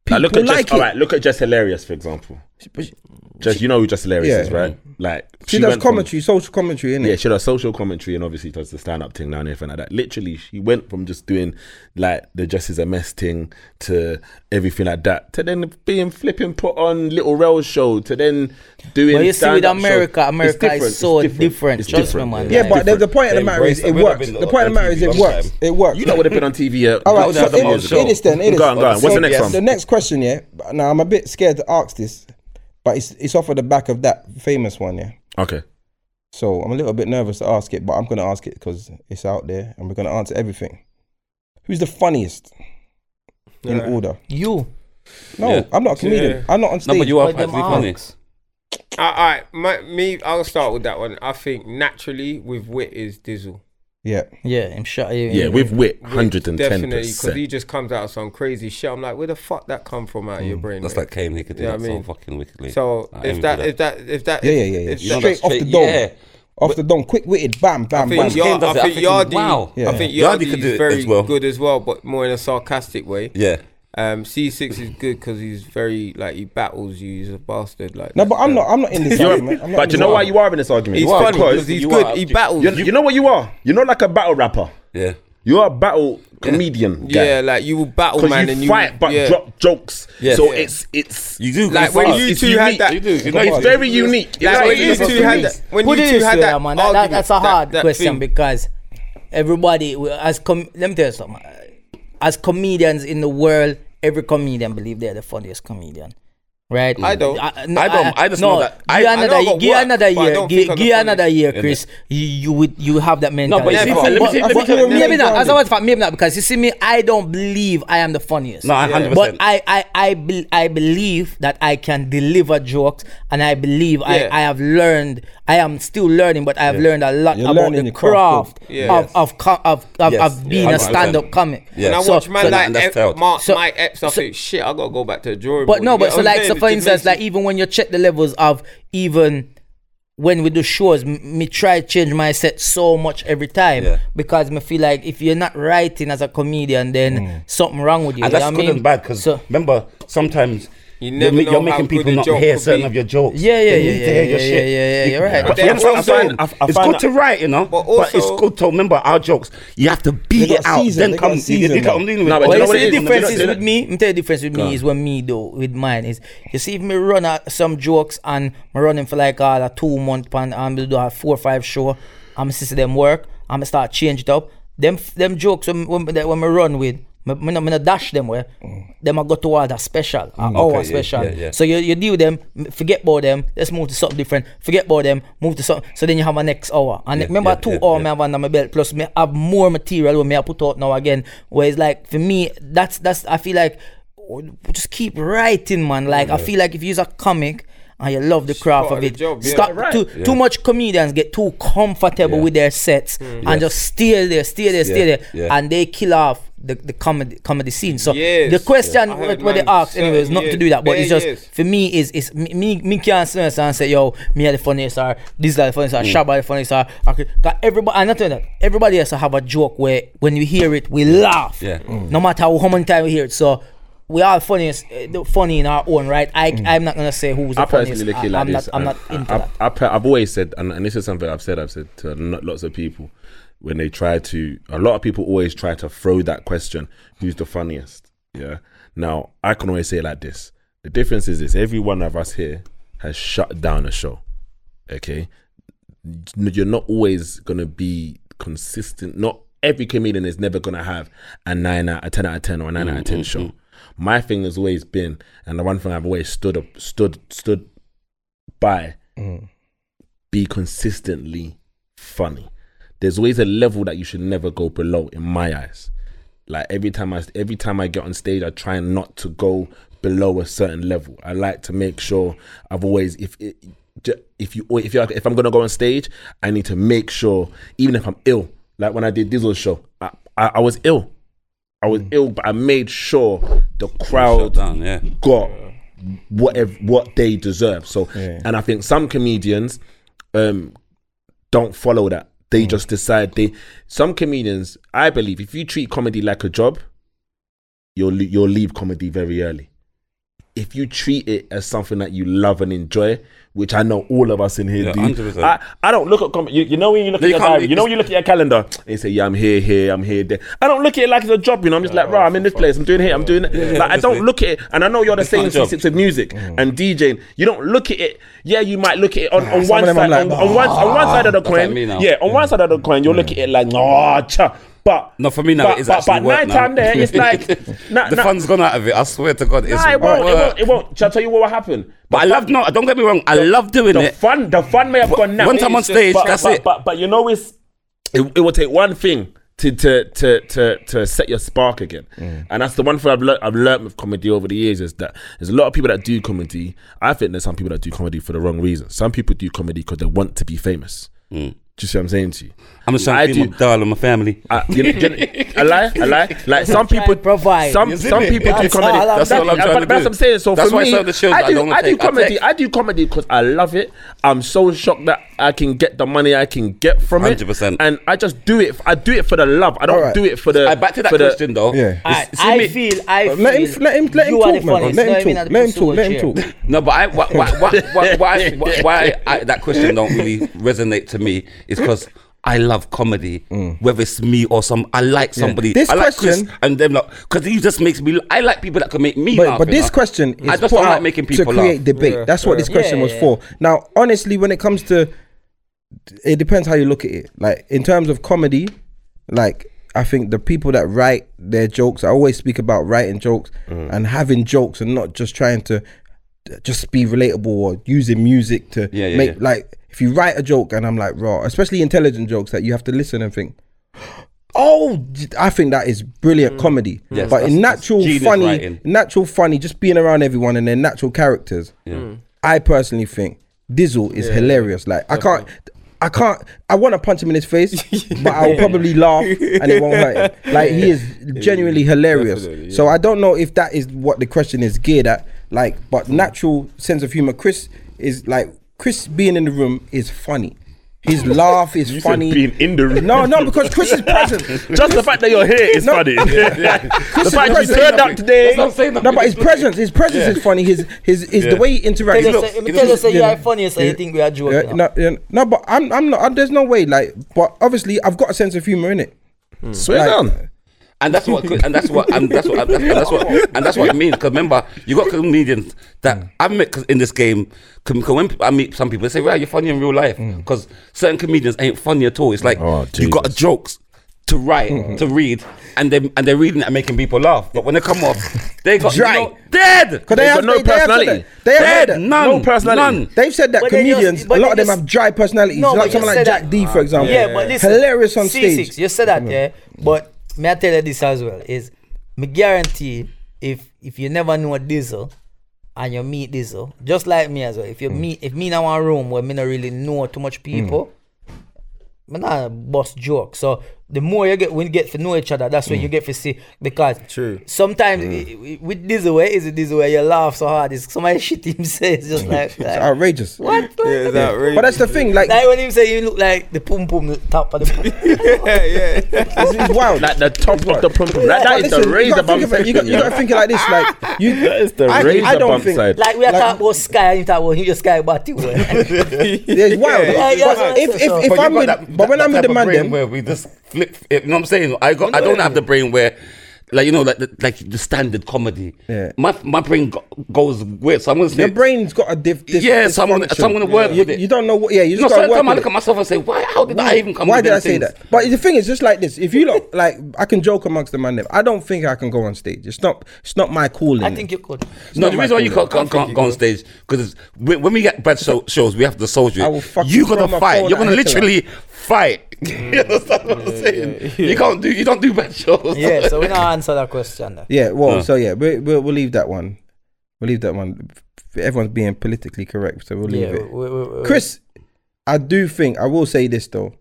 Now People look at like just, all it. right, look at just hilarious for example. But she- Just you know who just hilarious Yeah. is, right? Like She, does went from- commentary, social commentary, innit? yeah, she does social commentary and obviously does the stand up thing now and everything like that. Literally, she went from just doing like the Just Is a Mess thing to everything like that to then being flipping put on Little Rail show to then doing. But you see, with stand-up show. America, It's America different, is it's so different, different. it's Trust me, different, man. yeah. Yeah, but the, the point of the They matter is embrace- it we've works. been The point of the on matter is TV it long works. time. It works. You know would have been on TV. Uh, All that right, was so a couple it years is, ago. it is then. It is. Go on, go on. What's So the next one? The next question, yeah. but Now I'm a bit scared to ask this, but it's it's off of the back of that famous one, yeah. okay. So I'm a little bit nervous to ask it, but I'm gonna ask it because it's out there and we're gonna answer everything. Who's the funniest in Yeah. order? You. No, Yeah. I'm not a comedian. Yeah. I'm not on stage. No, but you are But them actually funny. arcs. All right, my, me, I'll start with that one. I think naturally with wit is Dizzle. yeah. Yeah, I'm sure. Yeah, we've whipped hundred and ten Definitely, because he percent. just comes out of some crazy shit. I'm like, where the fuck that come from out of your brain? Mm, That's man? like Kane. He could do Yeah, that I mean, so fucking wickedly. so I envy if that, if that, if that, Yeah, yeah, yeah, yeah. if You know that- straight that's off the straight- dome. yeah. Off the dome. Quick witted. Bam, I bam, think, bam. Kane Yard, I does it, I think think, Yardi, wow. I Yeah. think Yardi Yardi could do is it very as well. good as well, but more in a sarcastic way. yeah. Um, C6 is good because he's very like he battles you. He's a bastard. Like No, but I'm not. I'm not in this argument. I'm not in But you this know why argument. you are in this argument? He's You are funny because because he's you good. are- he Oh, you- battles. you, you know what you are. You're not like a battle rapper. Yeah. You are a battle comedian. guy. yeah, like you will battle man because and you you fight but yeah. drop jokes. Yes. So Yeah. it's it's You do. Like it's when hard. you it's two had unique. that. You do. You know, it's it's very very. very unique. Like It's when very you unique. two had that. When Put you it two this had way, that man. That, that, argument, that's a that- hard that question thing. because everybody will- as com- let me tell you something. As comedians in the world, every comedian believe they're the funniest comedian. Right? I don't. no, I don't. I just know that- I- give I another, know year- about give work, another but I year. don't Give, think I'm the give another year, Chris. funniest. You, you would you have that No, but mentality. you see, let Never. me see. But- Let me but- see. but- maybe not. Never. As a matter of fact, maybe not because you see me. I don't believe I am the funniest. No, I 100%. But I I I, be, I believe that I can deliver jokes, and I believe Yeah. I, I have learned. I am still learning, but I have learned a lot You're about learning the your craft, craft yeah. of, Yes. of, co- of of Yes. of being Yeah, a 100%. stand-up comic. Yeah. And I So- watch man so- like and that's Ep- failed. Mark, So- my Epps. I so- think shit. I gotta go back to the drawing But board. no, You but get so what I'm like saying? so It for just instance, makes like you- even when you check the levels of even when we do shows, m- me try change my set so much every time Yeah. because me feel like if you're not writing as a comedian, then something wrong with you. Mm. And you that's know good what I mean? and bad because So- remember, sometimes You you never are know you're how making good people a not joke hear could certain be. of your jokes. Yeah, yeah, They yeah, need yeah, to hear yeah, your yeah, shit. yeah, yeah, You- you're right. But But you understand what I'm also- saying? I- I it's find good that- to write, you know, But but, it's also- good to remember our jokes. You have to beat They got it out, season, they then got come. You, season, you man. got, I'm dealing with No, but it. But you know you see, what it the is? difference You is know- with me. Me tell you the difference with me is when me though with mine is you see if me run out some jokes and me running for like all a two month pan and me do a four or five show. I'm see see them work. I'm start change it up. Them f- them jokes when when, that when me run with. Me, me, no, me no dash them where them I go to order special, a Mm. hour yeah, special. yeah, yeah. So you, you deal with them, m- forget about them. Let's move to something different. Forget about them, move to something. So then you have a next hour, and Yeah, remember yeah, two yeah, hour yeah. me have under my belt. Plus, me have more material when me I put out now again. Where it's like for me, that's that's I feel like oh, just keep writing, man. Like I feel like if you're a comic and you love the craft part of of it, the job, yeah. stop. Right. Too, too much comedians get too comfortable with their sets and just steer there, steer there, steer Mm. Yeah, there, yeah. and they kill off the, the comedy comedy scene. So Yes. the question I what, heard what they man ask anyway is certain not to years, do that, but it's bare just years. for me is is me me, me can't sit there and say yo me are the funniest or this guy the funniest or Mm. Shabba the funniest or okay. 'Cause everybody and not only that everybody has to have a joke where when you hear it we laugh. Yeah. Mm. No matter how many times we hear it, so. We are funniest, eh, the funny in our own right. I, Mm. I'm not gonna say who's the I funniest. personally look I, at it like I'm this. not. I'm and not into I, that. I, I, have always said, and, and this is something I've said. I've said to not, lots of people when they try to. A lot of people always try to throw that question: "Who's the funniest?" Yeah. Now I can always say it like this: The difference is this: every one of us here has shut down a show. Okay, you're not always gonna be consistent. Not every comedian is never gonna have a nine out, a ten out of ten, or a 9 out of 10 show. My thing has always been, and the one thing I've always stood up, stood, stood by, be consistently funny. There's always a level that you should never go below, in my eyes. Like every time I every time I get on stage, I try not to go below a certain level. I like to make sure I've always if it, ju- if you if you if I'm gonna go on stage, I need to make sure even if I'm ill. Like when I did Dizzle's show, I, I, I was ill. I was ill, but I made sure the Shut crowd down, yeah. got whatever what they deserve. So, and I think some comedians um, don't follow that. Mm. They just decide they. Some comedians, I believe, if you treat comedy like a job, you'll le- you'll leave comedy very early. If you treat it as something that you love and enjoy, which I know all of us in here Yeah, do, 100%. I, I don't look at comedy. You, you know when you look No, at you your can't diary, make you know this- when you look at your calendar, and you say, "Yeah, I'm here, here, I'm here, there." I don't look at it like it's a job, you know. I'm just like, "Right, I'm in this place, I'm doing here, I'm doing that." like I don't obviously. look at it, and I know you're the It's not same a job. Mm. since it's with music and DJing. You don't look at it. Yeah, you might look at it on, on one of them side, I'm like, on, on one on one side of the like coin. me now. yeah, on one side of the coin, you'll look at it like, "Nah, cha." But No, for me now, but, it is but, actually but work nine now. time there, it's like nah, the nah, fun's gone out of it. I swear to God, it's nah, it won't, it work. won't, it won't. Shall I tell you what will happen? But I love no. Don't get me wrong. I love doing The it. fun, the fun may have But gone now. once I'm on It's stage, but, that's but, it. But, but you know, it's it, it will take one thing to to to to, to set your spark again, and that's the one thing I've learned. I've learned with comedy over the years is that there's a lot of people that do comedy. I think there's some people that do comedy for the wrong reasons. Some people do comedy because they want to be famous. Do you see what I'm saying to you? Mm. I'm just trying I to feed my dal and my family. I, you know, you know- I lie, I lie. Like some people and provide, Some isn't some it? people do That's comedy. all I'm- That's, that's all I'm but trying to that's do. what I'm saying. So That's for why me, some of the shows I I do, don't I, wanna do take, I comedy. take. I do comedy because I love it. I'm so shocked that I can get the money I can get from it. 100%. And I just do it. I do it for the love. I don't Alright. do it for the. I back to that for the- question though. Yeah. I, See I me- feel, I feel. Let him, let him, let him you are the talk, man. funniest, Let not even him at talk. the Let him pursuit talk. Let chair. him talk. No, but I, why, why, why, why, why, why, why I, that question don't really resonate to me is because I love comedy, whether it's me or some. I like somebody. Mm. This I like question- Chris and them, because he just makes me. I like people that can make me But, laugh. but you this know? question is I just put don't like out making to people create laugh. debate. That's what this question Yeah, was yeah. for. Now, honestly, when it comes to, it depends how you look at it. Like in terms of comedy, like I think the people that write their jokes, I always speak about writing jokes Mm. and having jokes and not just trying to just be relatable or using music to Yeah, yeah, make yeah. like if you write a joke and I'm like raw, especially intelligent jokes that you have to listen and think. Oh, I think that is Mm. brilliant comedy. Yes, but in that's- that's natural genius funny, writing. natural funny, just being around everyone and their natural characters. I personally think Dizzle is hilarious. Like I can't. I can't. I want to punch him in his face, but I'll probably laugh and it won't hurt him. Like he is genuinely hilarious. So I don't know if that is what the question is geared at. Like, but natural sense of humor. Chris is like Chris being in the room is funny. His laugh is funny. being in the room. No, no, because Chris is present. Just the fact that you're here is No. funny. the is fact you present. turned up today. That's what I'm saying. No, but his presence, his presence is funny. His his is the way he interacts. Tell us, looks- tell us, yeah. you are funniest, and you think we Yeah, are joking. no, yeah, no, but I'm I'm not. There's no way. Like, but obviously, I've got a sense of humor in it. Swear Like- down. And that's what, and that's what, and that's what, and that's what, and that's what I mean. Because remember, you got comedians that I met 'cause in this game. com- com- When I meet some people, they say, "Right, you're funny in real life." Because certain comedians ain't funny at all. It's like Oh, you got Jesus. jokes to write, to read, and they and they're reading it and making people laugh. But when they come off, they got Dry. no- dead. Because they They've have got no they, personality. They have, said that. they have said Dead, that. none, No personality. none. They've said that But they comedians, just- a but lot they of them just- have dry personalities. No, but like you someone like said Jack that- D, for example. Yeah, but listen, hilarious on C6, stage. You said that, yeah. But may I tell you this as well? Is me guarantee if if you never know Dizzle and you meet Dizzle, just like me as well. If you Hmm. meet if me in one room where me not really know too much people, me not bust joke. So the more you get when you get to know each other, that's Hmm. when you get to see because True. Sometimes i- i- with this way is it this way you laugh so hard. It's somebody shit himself it's just like, It's like outrageous. what? Yeah, that really. But that's the thing. Like, Like when him say you look like the pum pum the top of the pum. it's wild. Like the top of the pump. Like, that But is the listen, you razor gotta bump think of it. You got section. you got to yeah. think it like this. Like, you. That is the I- I razor don't bump think- side. like we are Like- talking about sky and you talk about him just sky about you. eh? It's wild. Yeah, yeah, But so- if so- if if you I'm got with, that- but when that I'm with type the of man, brain them where we just flip, you know what I'm saying? I got, I don't have the brain where like you know, like the, like the standard comedy. Yeah. My my brain go, goes weird, so I'm gonna Your say, brain's got a diff. diff yeah, so I'm gonna, so I'm gonna work you, with it. you don't know what. Yeah, you You know, just gotta work sometimes I with look it. at myself and say, why? How did I even come? Why with did them I say things? that? But the thing is, just like this, if you look like I can joke amongst the man, there, I don't think I can go on stage. It's not, it's not my calling. I think you could. No, the reason why you can't, can't, can't go on stage because when, when we get bad show, shows, we have to soldier. I will fucking You throw gotta my fight. phone You're at gonna Hitler. literally fight. Mm. you understand what I'm saying? You can't do. You don't do bad shows. Yeah, so we don't answer that question. Then. Yeah, well, No. so yeah, we, we'll we'll leave that one. We'll leave that one. Everyone's being politically correct, so we'll leave it. we- we- we- Chris, I do think I will say this though.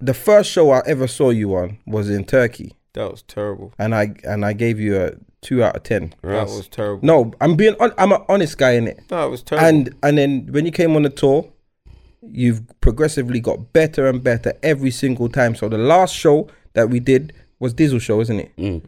The first show I ever saw you on was in Turkey, That was terrible. and I and I gave you a two out of ten. That was terrible. No, I'm being on, I'm an honest guy in it. That was terrible. And and then when you came on the tour, you've progressively got better and better every single time. So the last show that we did was Dizzle show, isn't it? Mm.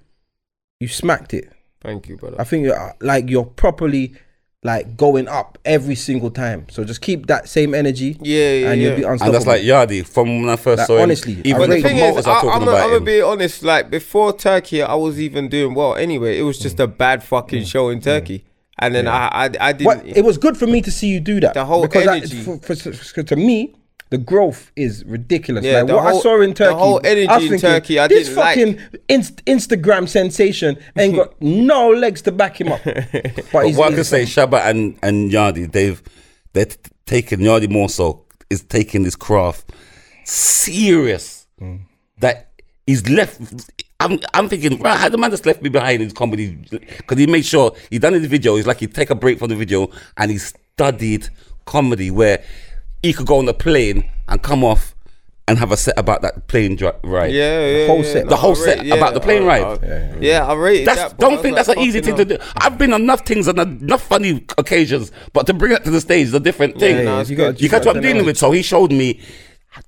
You smacked it. Thank you, brother. I think you're uh, like you're properly like going up every single time. So just keep that same energy. Yeah, yeah, and you'll yeah. be And unstoppable. that's like Yardi from when I first Like, saw him. honestly, I even But the the rate- thing is, promoters I, are I'm talking going about to him. be honest. Like, before Turkey, I was even doing well anyway. It was just a bad fucking show in Turkey. And then I, I, I didn't. What- it was good for me to see you do that. The whole because I- energy. for, for, for- to me, the growth is ridiculous. Yeah, like the what I whole- saw in the Turkey, whole energy I was in thinking, Turkey I this didn't like. fucking inst- Instagram sensation ain't got no legs to back him up. But, But he's- what I he's- can say, Shabba and and Yardi, they've they're t- taken Yardi more so is taking his craft serious. That he's left. I'm I'm thinking, right, how the man just left me behind in his comedy because he made sure he done his video. He's like he take a break from the video and he studied comedy where he could go on a plane and come off and have a set about that plane dri- ride. yeah, yeah. whole yeah, set. no, The whole I set rate- yeah, about the plane I- ride. I- Yeah, I rated That's, that. but I don't was think like, that's an easy fucking thing hell. to do. I've been on enough things and enough funny occasions, but to bring it to the stage is a different thing. Yeah, no, it's you good. gotta- you catch what I'm gotta- dealing with. So he showed me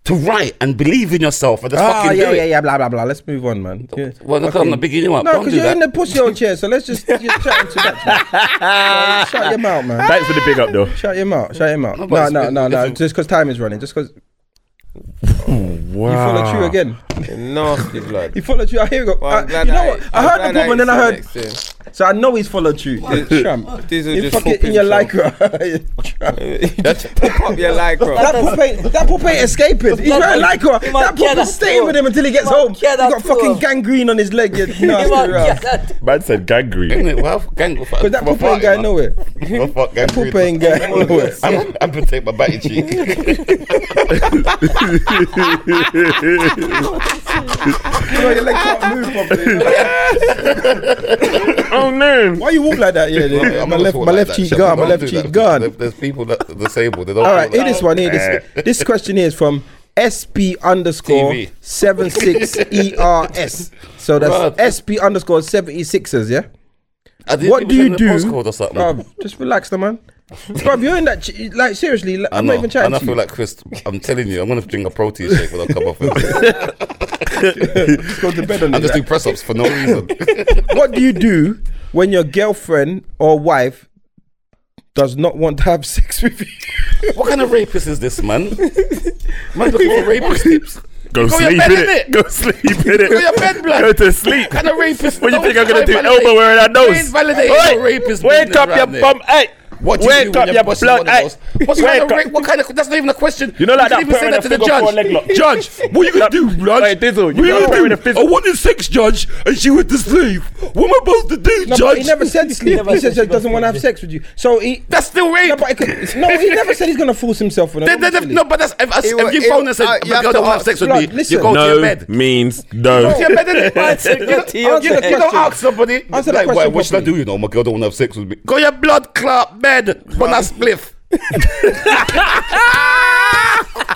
to write and believe in yourself and just Ah, fucking yeah, do yeah, it. yeah, blah, blah, blah. Let's move on, man. Yeah. Well, look, I'm Fucking- not bigging you up. No, Don't because do you're that. in the pussy old chair, so let's just you're chatting too much. man. So Shut your mouth, man. Thanks for the big up, though. Shut him out. Shut him out. No, No, but no, it's- no, no. it's- Just because time is running. Just because you Wow. followed you again. Nasty blood. He followed you. I hear you go. Well, uh, I'm glad you know what? ain't- I I'm heard the glad I boom and ain't then I sat heard. next to him. So I know he's followed you. Trump. These are You just fucking in popping your shots. lycra. Trump. Just pop up your lycra. That poop ain't, that poop ain't escaping. He's wearing lycra. He might That poop get is that staying poop. with him until he gets He might home. He get that got fucking poop. gangrene on his leg. You You nasty might get rascal. that. Man said gangrene. Innit? Well, gang, fuck, But that well, poop ain't fuck, going man. nowhere. Well, fuck, gang, Poop ain't going nowhere. I'm, I'm gonna take my batty cheek. You know, your leg can't move properly. oh no! Why you walk like that? Yeah, I'm yeah. not my gonna left, talk my like left that, cheek Shabba. gone. My Don't left do cheek that. gone. There- There's people that are disabled. They don't All feel right, like here this one. Here this. This question here is from SP underscore TV. seven six ERS. So that's Bruh. SP underscore seventy sixers. Yeah. I didn't What think do we you sent do? the Postcode or something. Bruv, just relax, the man. Bruv, you're in that. Ch- like seriously, like, I I'm know. not even chatting and I to you. feel like Chris. I'm telling you, I'm gonna drink a protein shake when I come off. it. Just go to bed on I this. just do press ups for no reason. what do you do when your girlfriend or wife does not want to have sex with you? What kind of rapist is this, man? Man, looking for rapist tips. Go, Go your sleep bed, in it. innit? Go sleep in it. Go your bed, blood. Go to sleep. Kind of rapist. What do you Don't think I'm gonna try do? validate- Elbow wearing that You nose? ain't validating Oi, no rapist Wake business up, around your there. bum. Hey, What do you wake do up, when your your pussy blood. one of Hey, those- What's kind of wake rape? up. What kind of? That's not even a question. You know, like that can even parent say that to that the finger four leg judge. lock. Judge, what you gonna do, judge? Hey, Dizzle, you what you know that parent gonna that do? I fist- wanted sex, judge, and she went to sleep. What am I supposed to do, No, but judge? he never said sleep. never he said said he doesn't want to have sex with you. So he. That's still No, rape. but it could, no, he never said he's gonna force himself on a They- they- they- woman, No, but that's if, if, wa- if you it phone wa- and said, uh, you "Your have girl to don't have ask- sex with Blood, me," you listen. go to your No bed. means no. Go to your bed, innit? Go to your You, you, bed. you don't ask somebody. Answer that like, question "Why- what should I do? properly. You know, my girl don't want to have sex with me. Go your blood clot bed, but that's spliff.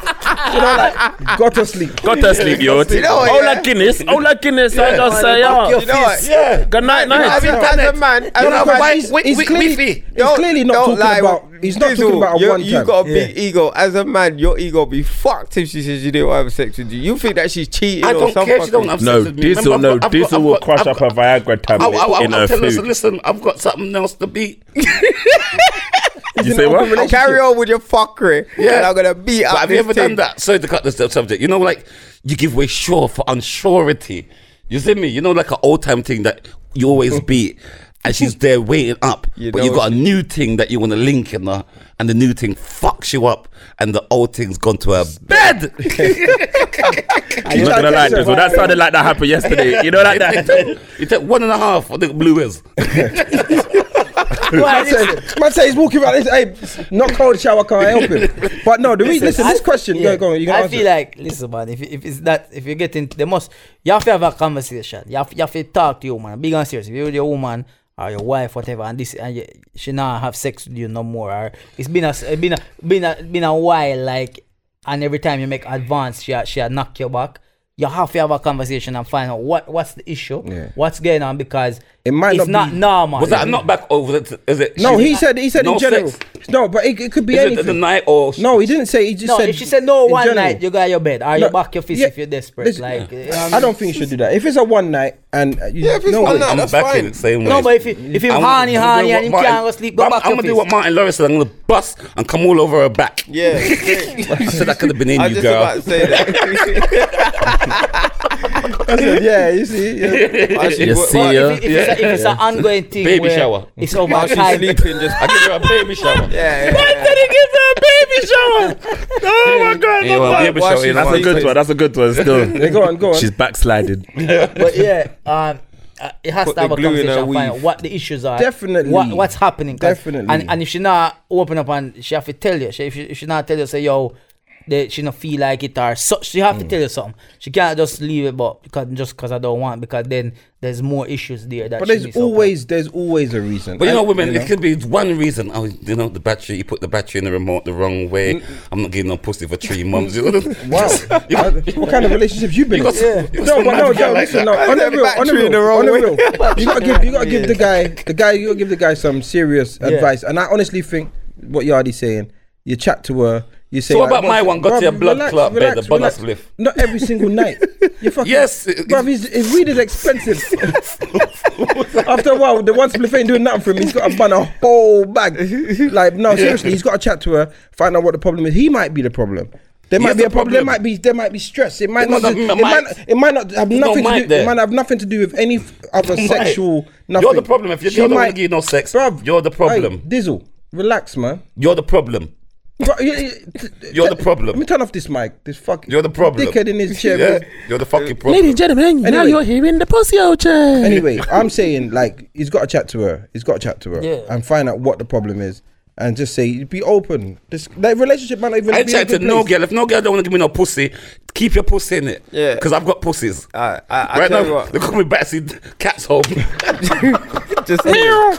innit? Go to sleep. Go to sleep, yo. You know what, Ola yeah? Guinness. Ola Guinness. I just say, "Oh." yo. You know what? Yeah. Good night, I mean, night. as a man, as No, a no, man, why- he's, wi- he's wi- clearly, wifi. he's clearly not talking about. He's not talking Dizzle, about a you, one You time. got a big ego. As a man, your ego be fucked if she says you didn't have sex with you. You think that she's cheating I or don't something? care. She don't have No, sex with me. Dizzle, Remember, no, I've got- I've Dizzle got- will I've crush got- up her Viagra I'll, I'll, tablet I'll, in her tell her, food. listen, I've got something else to beat. You say what? Carry on with your fuckery. Yeah, I'm gonna beat up. But have you this ever thing. done that? Sorry to cut this subject. You know, like you give way sure for unsurety. You see me? You know, like an old time thing that you always beat, and she's there waiting up. You but you know got a new thing that you want to link in her, and the new thing fucks you up, and the old thing's gone to her bed. I'm not gonna lie, this. Well, that sounded like that happened yesterday. You know, like It that. took- it took one and a half of the blue is. Man says, man says he's walking around. he's- Hey, not cold shower can't help him. But no, the reason. Listen, this question. yeah, Go, go on. You can I answer. feel like listen, man. If, if it's that, if you get into the most, you have to have a conversation. You have, you have to talk to your woman. Big and serious. If you're with your woman or your wife, whatever, and this and you, she now have sex with you no more. Or it's been a s- uh, been a been a been a while. Like, and every time you make advance, she a- she a knock you back. You have to have a conversation and find out what what's the issue, Yeah. what's going on because It might it's not not, be- normal. Was that not back over? The is it? No, she- he said. He said no in general. sex? No, but it, it could be Is it anything. the night or? No, he didn't say. He just No, said. if she said no in one general. night, you go out your bed or No, you back your fist yeah, if you're desperate. listen, like, you know what I don't think you should do that. If it's a one night and uh, you, Yeah, if it's no, one way. night, I'm that's back fine. in the same way. No, but if you- if you I'm- horny, I'm gonna horny do and what you can't Martin- go sleep, go I'm, back I'm your gonna do face. what Martin Lawrence said. I'm gonna bust and come all over her back. Yeah, I said that could have been in I was you, just girl. about to say that. I said, yeah, you see, yeah. Actually, You what- see, what- yeah. if, if, it's, a, if it's an ongoing thing, Baby where shower. It's over While she's time. sleeping, just I give her a baby shower. yeah. yeah, yeah. He gives her a baby shower. Oh my god, Yeah, well, baby Why shower. she yeah, that's a That's good one. That's a good one. Still, Yeah, go on, go on. she's backslided. But yeah, um, uh, it has Put to have the a glue in conversation. her and Find out weave. what the issues are. Definitely. What, what's happening? 'cause- Definitely. And and if she not open up and she have to tell you, she, if, she, if she not tell you, say yo, that she not feel like it or so, she have to tell you something. She can't just leave it, but because just because I don't want because then there's more issues there. That But she there's needs to open up. always, there's always a reason. But you And, know, women, it could be one reason. Oh, you know, the battery. You put the battery in the remote the wrong way. I'm not getting no pussy for three months. You know? Wow. Uh, what kind of relationships you been You in? got some- you No, got some but no, mad guy no, like listen, that. no, on the Back real, on the to you real, in the wrong on the way. real. You gotta give, you gotta give the guy, the guy, you gotta give the guy some serious advice. And I honestly think what Yardi's saying, you chat to her, you say. So what like, about my "Bruv, one got to your bruv, blood relax, clot bed, relax, the bonus relax." lift? Not every single night. You fucking Yes, it- bruv. His, his weed is expensive. After a while, the one spliff ain't doing nothing for him. He's got to bun a whole bag. Like no, seriously, he's got to chat to her, find out what the problem is. He might be the problem. There He might is be the a problem. There problem. might be there might be stress. It might It's not. not just- that It might. might it might not have There's no nothing might to do. there. It might have nothing to do with any f- other sexual. Nothing. You're the problem. If your She girl don't might- wanna give you no sex, Bruv, you're the hey, problem. Dizzle, relax, man. You're the problem. Bro, you- you- t- You're the t- problem. Let me turn off this mic. This fucking. You're the problem. Dickhead in his chair. Yeah, man. you're the fucking problem. gentlemen, Anyway. you're here in the pussy ocean. Anyway, I'm saying like he's got to chat to her. He's got to chat to her Yeah. and find out what the problem is and just say be open. This that relationship might not even. be I in a tried to good no place. girl. If no girl don't want to give me no pussy, keep your pussy in it. Yeah. Because I've got pussies. I, I, I right tell now, you what. they call me back. See, cat's home. Just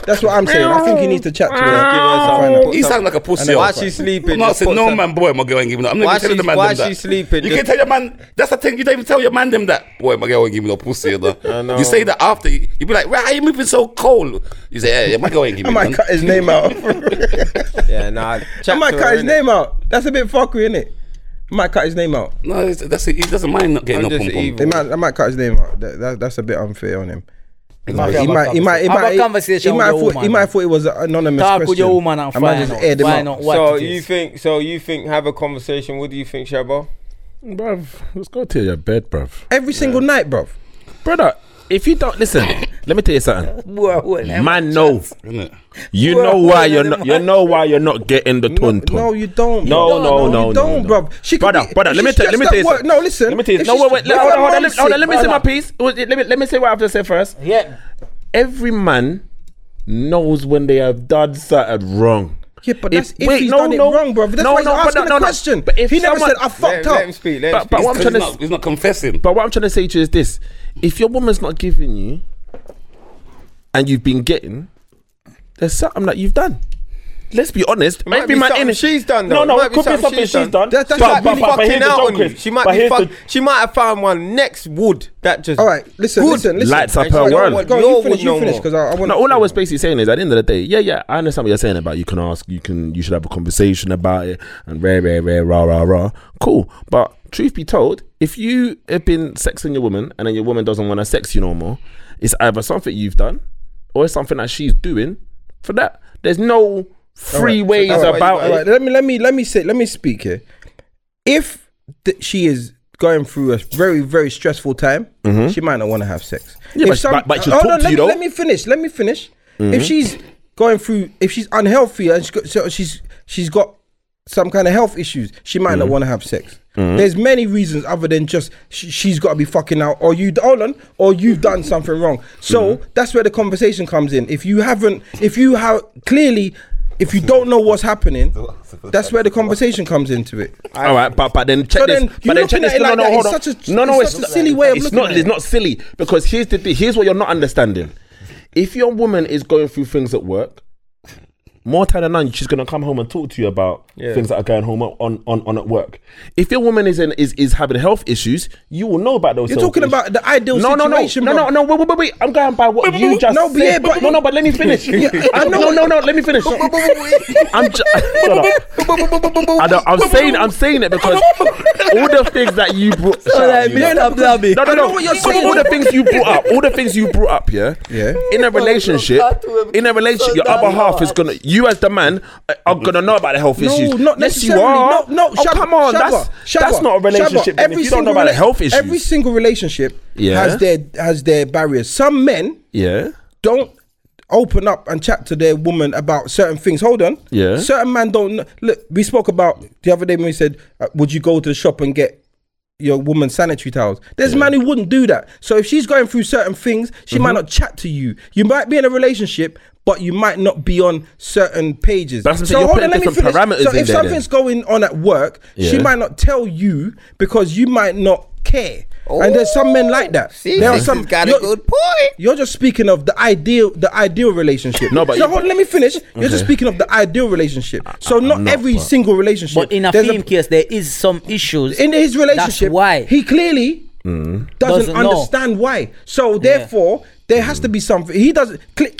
That's what I'm saying. I think he needs to chat to her. Give her some- Find out. he sound like a pussy. then yo. while she's sleeping, I'm not just saying put no some- man, boy, my girl ain't giving. I'm not While even telling the she's- man while them that. she's sleeping, you just- can tell your man. That's the thing. You don't even tell your man them that. Boy, my girl ain't giving no pussy. You, know? you say that after. You you be like, why are you moving so cold? You say, yeah, yeah my girl ain't I giving. might none. cut his name out. Yeah, nah. Chat I might to cut her, his innit? name out. That's a bit fuckery, innit? I might cut his name out. No, it's, that's it. He doesn't mind not getting I'm no just pum pum. evil. They might, I might cut his name out. That, that, that's a bit unfair on him. He might, have he a might, he might, he might, he- conversation. Have a conversation he with might thought, your he woman. might thought it was an anonymous Talk question. with your woman and I might find just out. aired him Find out. out what so it you is. think? So you think? Have a conversation. What do you think, Shabo? bruv, let's go to your bed, bruv. Every single night, bruv. Brother, if you don't listen, let me tell you something. Boy, well, I'm- Man, no, innit? you We're know why you're holding not. them You know why you're not getting the No, ton ton. no, you don't. No, bruv. no, no, you no, don't, no. bruv. She could brother, be- brother, if let me she's tell, let me stressed tell you. at work- something. No, listen. Let me tell you. If No, she's- wait, wait. Let, Brother, hold on, hold on. Let me, mindset, hold on, let me say my brother. piece. Wait, Let me, let me say what I have to say first. Yeah. Every man knows when they have done something wrong. Yeah, but If- that's if wait, he's no, done it no. wrong, bruv. That's No, why he's no, but asking no, the no, no. question. But if he never someone- said I fucked Let, let him up. speak. Let him But- but speak. what I'm He's trying to not, he's not confessing. But what I'm trying to say to you is this: if your woman's not giving you, and you've been getting, there's something that you've done. Let's be honest. might every be man something in it- she's done, though. No, It no, might it be could be something something she's she's done. done. That- that's But- like but- really but- but here's fucking the out joke, on you. Chris. She might But be here's the- fuck, She might have found one next wood that just. All right, listen, Good. listen, listen. Lights up Go her on, world. Go on, Your you world finish, you no finish, more. because I want. No, all I was basically saying is at the end of the day, yeah, yeah, I understand what you're saying about you can ask, you can, you should have a conversation about it, and rare, rare, rare, rah, rah, rah. Cool, but truth be told, if you have been sexing your woman and then your woman doesn't want to sex you no more, it's either something you've done or it's something that she's doing. For that, there's no free Alright, ways alright, about alright, it. let me let me let me say let me speak here. If th- she is going through a very, very stressful time, she might not want to have sex. If Uh, Mm-hmm. but- but- but she'll Hold talk on, to let, me, you though. Mm-hmm. let me finish. Let me finish. If she's going through, if she's unhealthy and she's got, so she's she's got some kind of health issues, she might Mm-hmm. not want to have sex. There's many reasons other than just sh- she's got to be fucking out, or you hold on, or you've done something wrong. So Mm-hmm. that's where the conversation comes in. If you haven't, if you have clearly. If you don't know what's happening, that's where the conversation comes into it. All right, but but then check So this. then but you're then looking check this. at it No, like no, that. hold It's on. such a- no, no, it's it's, such a not, silly way of it's looking not. at It's it. not silly because here's the thing- here's what you're not understanding. If your woman is going through things at work, more time than none, she's gonna come home and talk to you about things that are going home on, on, on at work. If your woman is in is, is having health issues, you will know about those. You're health talking issues. about the ideal no, no, no, situation, no, bro. no, no. Wait, wait, wait, wait. I'm going by what you just no, no, but said. yeah, but- no, no, but let me finish. I, no, no, no, let me finish. I'm just. I don't, I'm saying I'm saying it because all the things that you brought. Shout out, you know. No, no, no. what you're saying. All the things you brought up, all the things you brought up, yeah. Yeah. Oh, In a relationship, bad to him. in a relationship, So your now other you half are. is gonna. You as the man uh, are gonna know about the health No, issues. not Yes, you necessarily. are. No, no. Oh, Shabba, come on. Shabba, That's Shabba, that's not a relationship. Shabba. then, If you don't know single about the rela- health issues, Every single relationship Yeah. has their has their barriers. Some men yeah. don't open up and chat to their woman about certain things. Hold on. Yeah. Certain man don't kn- look. We spoke about the other day when we said, uh, "Would you go to the shop and get?" Your woman sanitary towels. There's a man who wouldn't do that. So if she's going through certain things, she Mm-hmm. might not chat to you. You might be in a relationship, but you might not be on certain pages. But that's what I'm saying, you're putting different parameters So in if there then. something's going on at work, she Yeah. might not tell you because you might not care. and there's some men like that. Oh, See, there are this some has got a you're- good point. you're just speaking of the ideal, the ideal relationship. No, but no, you- hold on, let me finish. You're just speaking of the ideal relationship. So not, every single relationship. But in a There's film case, there is some issues. in his relationship, That's why. he clearly Mm. doesn't, Doesn't know. understand why. So therefore, there has to be something. He doesn't cl-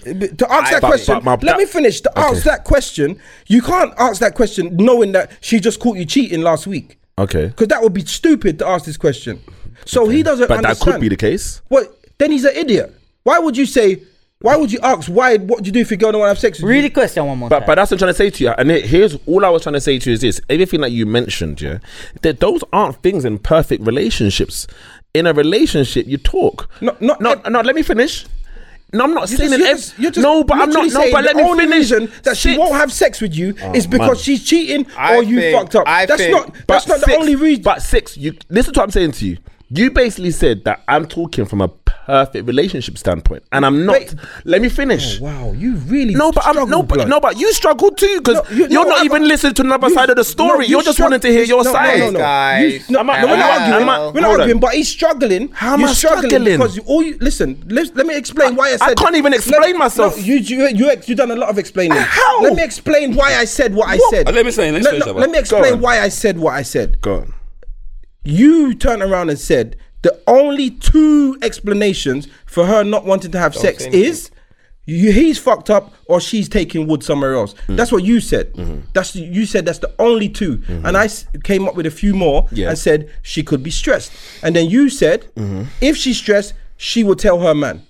to answer that but- question. but my- let me finish. To answer that question, you can't answer that question knowing that she just caught you cheating last week. Okay. Because that would be stupid to ask this question. So he doesn't. But that understand. could be the case. What? Then he's an idiot. Why would you say? Why would you ask? Why? What do you do if your girl don't want to have sex? With Really You? question one more But time. but that's what I'm trying to say to you. And here- here's all I was trying to say to you is this: everything that you mentioned, yeah, that those aren't things in perfect relationships. In a relationship, you talk. No, not no, ev- no. Let me finish. No, I'm not You saying just- in you ev- just- you just no, but I'm literally not. No, saying but let the me only finish. reason that she Sit. Oh, won't have sex with you is because man. she's cheating I or you think- fucked up. I that's think- not. That's not the six- only reason. But six, you listen to what I'm saying to you. You basically said that I'm talking from a perfect relationship standpoint, and I'm not. Wait. Oh, Let me finish. wow, you really No, but I'm struggle, no, but, blood. no, but you struggle too because No, you- you, are no, not I'm- even listening to another You- side of no, the story. you you're just strugg- wanting to hear your no, side. No, no, no. You- Guys, no, am no, I- we're not am I- arguing. am I- We're not hold on. arguing, but he's struggling. How am You're I struggling? struggling? Because you, all you listen. Let, let me explain why I said. can't even let- explain myself. No, you you you ex- you done a lot of explaining. How? Let me explain why I said what I said. Uh, let me say- let me say something. let me Go explain on. why I said what I said. Go on. you turned around and said the only two explanations for her not wanting to have sex is you, he's fucked up or she's taking wood somewhere else. That's what you said. That's you said that's the only 2 and I s- came up with a few more Yeah. and said she could be stressed. And then you said if she's stressed, she will tell her man.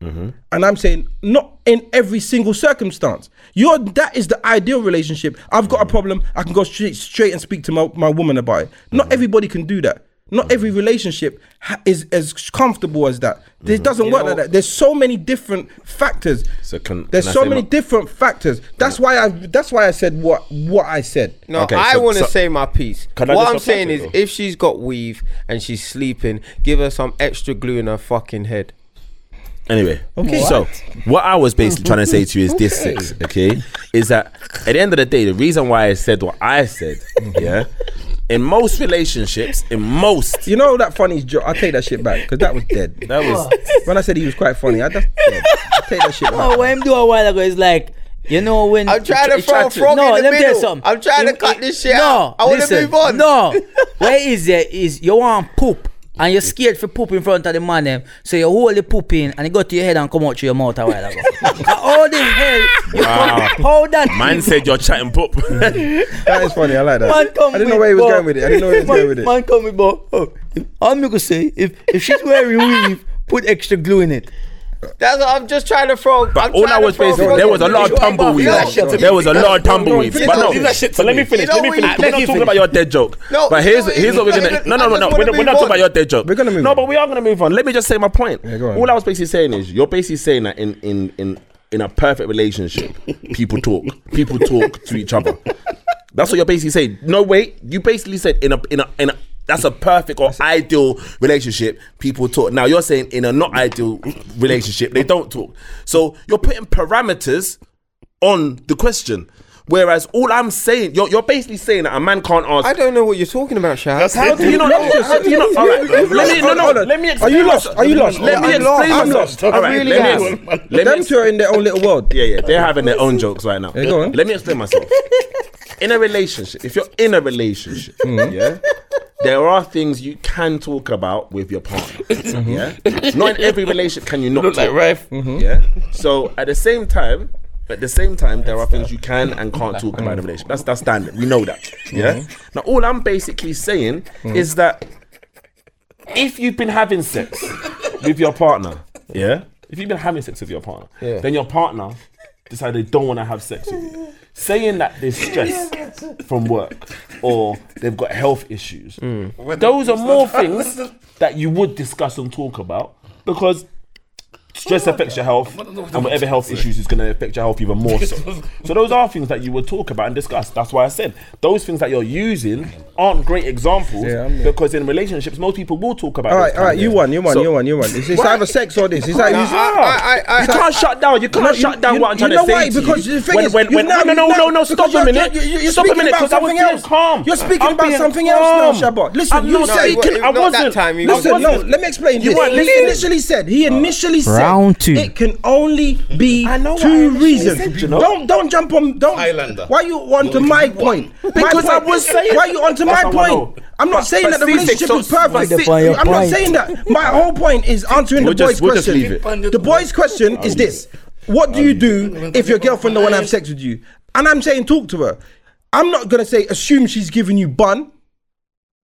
And I'm saying not in every single circumstance. You're that is the ideal relationship. I've Mm. got a problem. I can go straight straight and speak to my, my woman about it. Not Mm-hmm. everybody can do that. Not every relationship ha- is as comfortable as that. This Mm-hmm. doesn't work like that. There's so many different factors. So can- There's can I so say many my- different factors. That's why I that's why I said what what I said. No, Okay, I so- want to so- say my piece. Can I what just I'm upset saying you is, though? if she's got weave and she's sleeping, give her some extra glue in her fucking head. Anyway, okay. So what I was Mm-hmm. basically trying to say to you is this six, okay? Is that at the end of the day, the reason why I said what I said, Mm-hmm. yeah, in most relationships, in most You know that funny joke. I take that shit back because that was dead. that was when I said he was quite funny, I just dead. I take that shit No, Oh, back. what him do a while ago is like, you know when I'm trying to He throw tried a frog in no, let the me tell you middle. something. I'm trying to He- cut he- this shit no, out. I wanna listen, move on. No, where is it? Is you want poop and you're scared for poop in front of the man them, so you hold the poop in and it go to your head and come out through your mouth a while ago. And How the hell? You Wow. come, how that? man said you're chatting pop. Mm-hmm. That is funny. I like that. Man come I didn't know with where he was ball. going with it. I didn't know where he was man, going with it. Man come with ball. Oh, if- I'm not gonna say if if she's wearing weave, put extra glue in it. That's what I'm just trying to throw. But I'm all trying I to was throw basically, throw- there was a lot of tumbleweeds. Leave that shit to me. There was a lot of tumbleweeds. no, But no, leave that shit to so let me me. finish. You know Let me we- finish. We're let not me talking about your dead joke. No, But here's no, here's what we're I gonna. just- No, I no, no, just no. wanna We're we're move not talking on. about your dead joke. We're gonna move No, on. but we are gonna move on. Let me just say my point. go on. All I was basically saying is, you're basically saying that in in in in a perfect relationship, people talk. People talk to each other. That's what you're basically saying. No, wait. You basically said in a in a in a. That's a perfect or ideal relationship. People talk. Now you're saying in a not ideal relationship, they don't talk. So you're putting parameters on the question. Whereas all I'm saying, you're, you're basically saying that a man can't ask. I don't know what you're talking about, Shaz. how do you not know? this? How do you not? All right, let me no no. Hold on. Let me Are explain. you lost? myself. Are you lost? Let me I'm explain. lost. I'm myself. lost. All I right, really let me am. ex- let me Them two are in their own little world. yeah, yeah, they're having their own jokes right now. Yeah, go on. Let me explain myself. In a relationship, if you're in a relationship, yeah, there are things you can talk about with your partner. Yeah, not in every relationship can you not Look talk. like Rife. Yeah. So at the same time, at the same time, there are things you can and can't talk about in a relationship. That's that's standard. We know that. Yeah. Now all I'm basically saying is that if you've been having sex with your partner, yeah, if you've been having sex with your partner, then your partner decide they don't want to have sex with you. Saying that they're stressed from work or they've got health issues, those are more things that you would discuss and talk about because stress affects your health and whatever health issues is going to affect your health even more so. So those are things that you would talk about and discuss. That's why I said those things that you're using aren't great examples Yeah, I'm there. because in relationships most people will talk about. All those right, all right. kind of You things. won. You won. So- You won. You won. It's, it's either sex or this. It's like I, I, I, I, you can't shut down. You can't No, you- shut down you- what I'm you know trying to say. why? to Because you. the thing when, is, when, you when, now- no, no, you no, now- no, no, because stop a you're- minute. you're- you're stop a speaking minute, about because I was something being else. calm. You're speaking I'm about being something else now, calm. Shabbat. Listen, I'm you not said- speaking- I No, it- not that wasn't. time, you I wasn't. Listen, wasn't. no, let me explain You this. weren't He listening. initially said, he initially said Oh. Round two. it can only be I know what I two initially reasons. said, you know. Don't don't jump on don't Highlander. Why you onto my point? My Because I point- was saying- why you onto my That's how I know. point? I'm not saying but that the see, relationship so- is perfect. but see- I'm not Point. saying that. My whole point is answering We'll the boy's just- we'll just question. leave it. The boy's question is this. What do you do if your girlfriend don't want to have sex with you? And I'm saying talk to her. I'm not gonna say assume she's giving you bun.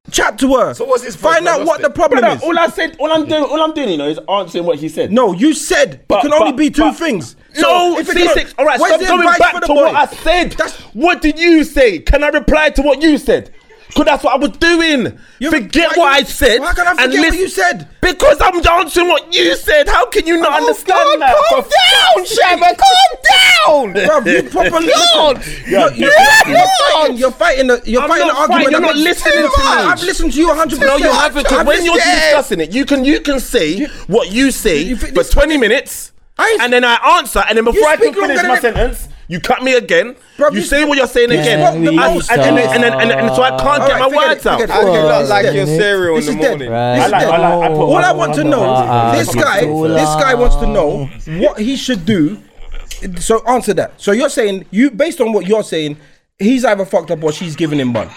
Chat to her. So what's his point? Find I out lost what it. the problem Brother, is. all I said, all I'm doing, all I'm doing, you know, is answering what he said. No, you said But- it can only but- be two but- things. no, if it C6. cannot- all right, where's stop the going advice back for to the what boy? I said. That's- what did you say? Can I reply to what you said? Because that's what I was doing. You- forget why what I you- said. why can't I and forget what listen- you said? Because I'm answering what you said. How can you not Oh, understand God, that? calm For down, Shabba, calm down. Bruv, you properly God. You're, you're, you're fighting. You're fighting. The, you're I'm fighting the not argument. fighting, you're not against- listening to me. I've listened to you 100. No, you haven't. Because when you're discussing it, you can you can say what you say You think for this- 20 minutes, I- and then I answer, and then You before I can speak longer finish than my I- sentence, you cut me again. Bruv, you you say what you're saying again, spoke and, the and, most. and, then- and, then- and, and so I can't All right, get my forget it, words out. forget it. I do not This like is your dead. cereal This in is the morning. dead. This I is like- dead. I like- I put- All I want to know, this guy, this guy wants to know what he should do. So answer that. So you're saying you, based on what you're saying, he's either fucked up or she's giving him one.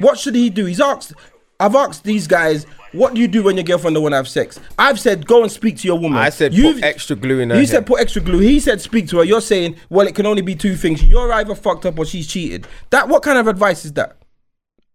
What should he do? He's asked. I've asked these guys, what do you do when your girlfriend don't want to have sex? I've said go and speak to your woman. I said put extra glue in her You hair. said put extra glue. He said speak to her. You're saying, well, it can only be two things. You're either fucked up or she's cheated. That what kind of advice is that?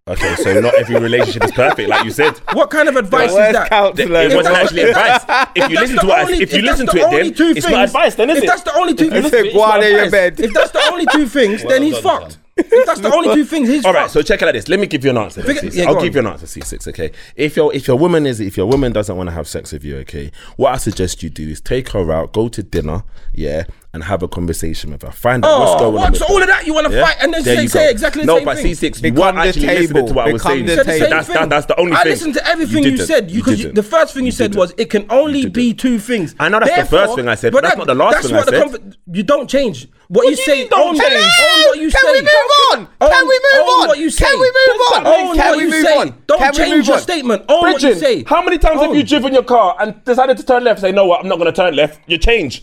Okay, so not every relationship is perfect, like you said. What kind of advice is Where's that? counselor? It wasn't actually advice. If you that's listen the to us, only- if you that's listen the to it, only then two it's not things- advice then, is if it? that's the only two, If things, said go out of your bed. If that's the only two things, then he's done, fucked. If that's the only two things, he's All fucked. right, so check it out. This. Let me give you an answer. Figure- C6. yeah, go I'll on. give you an answer. C six. Okay. If your if your woman is if your woman doesn't want to have sex with you, okay, what I suggest you do is take her out, go to dinner, yeah, and have a conversation with her. Find out what's Oh, going on. what? with So her. all of that you want to Yeah? fight and then There say, you say go. exactly the no, same but thing. C six, you Become weren't the actually listening to table. what I was Become saying. the You said the Hey, same that's, thing. That, that's the only I thing. listened to everything you, didn't. said. You, 'cause you- didn't. the first thing you, said didn't. was it can only You be didn't. two things. I know that's the first thing I said, but that's not the last that's thing what I the said. conf- you don't change what, you do you say. mean don't own- change? own what you Can say. we move on? Own- Can we move own on? What you say. Can we move on? Own Can what we you move say. on? Don't Can we change move your on? statement. Own what you Bridget, say. how many times have Own. you driven your car and decided to turn left? Say, no, what? I'm not going to turn left. You change.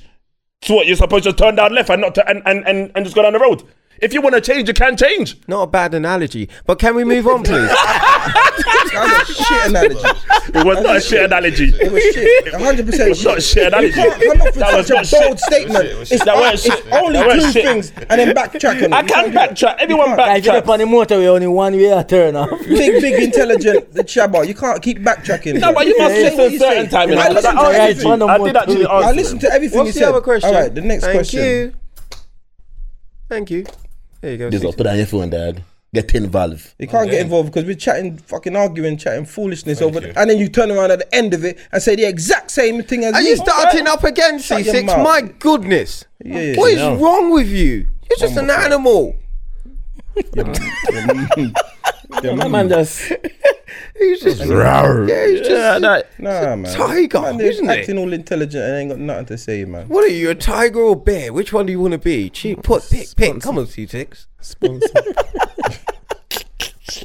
So what? You're supposed to turn down left and not to, and, and, and, and just go down the road. If you want to change, you can change. Not a bad analogy, but can we move on, please? That's a shit analogy. It was not a shit analogy. It was shit. 100 percent. was not shit, that You is can't shit. come up with That was such a not shit. bold statement. That was It's, shit. That uh, was shit. it's only That was two shit. things and then backtrack on it. I You can can't do that. backtrack. Everyone You backtrack. can't. Like, if you up on the motorway, only one way I turn off. Big, big, intelligent Chabba. You can't keep backtracking. No, but you must Say listen what you certain say. time. I innit? I, listened to I- I everything. did- I did actually I answer. oh, I listened to everything What's you the said. other question? All right, the next Thank question. You. Thank you. There you go. Just six. put on your phone, Dad. Get involved. You can't get involved because we're chatting, fucking arguing, chatting foolishness over, the, and then you turn around at the end of it and say the exact same thing as Are me. you starting up again, Shut your C6? mouth. My goodness. Yeah, Oh what is no. wrong with you? You're just an animal. My man just. He's just. Yeah, he's just. Yeah, that- Nah, man. tiger, man, isn't it? acting all intelligent and ain't got nothing to say, man. What are you, a tiger or a bear? Which one do you want to be? Cheap, put, pick, pick. Come on, C6.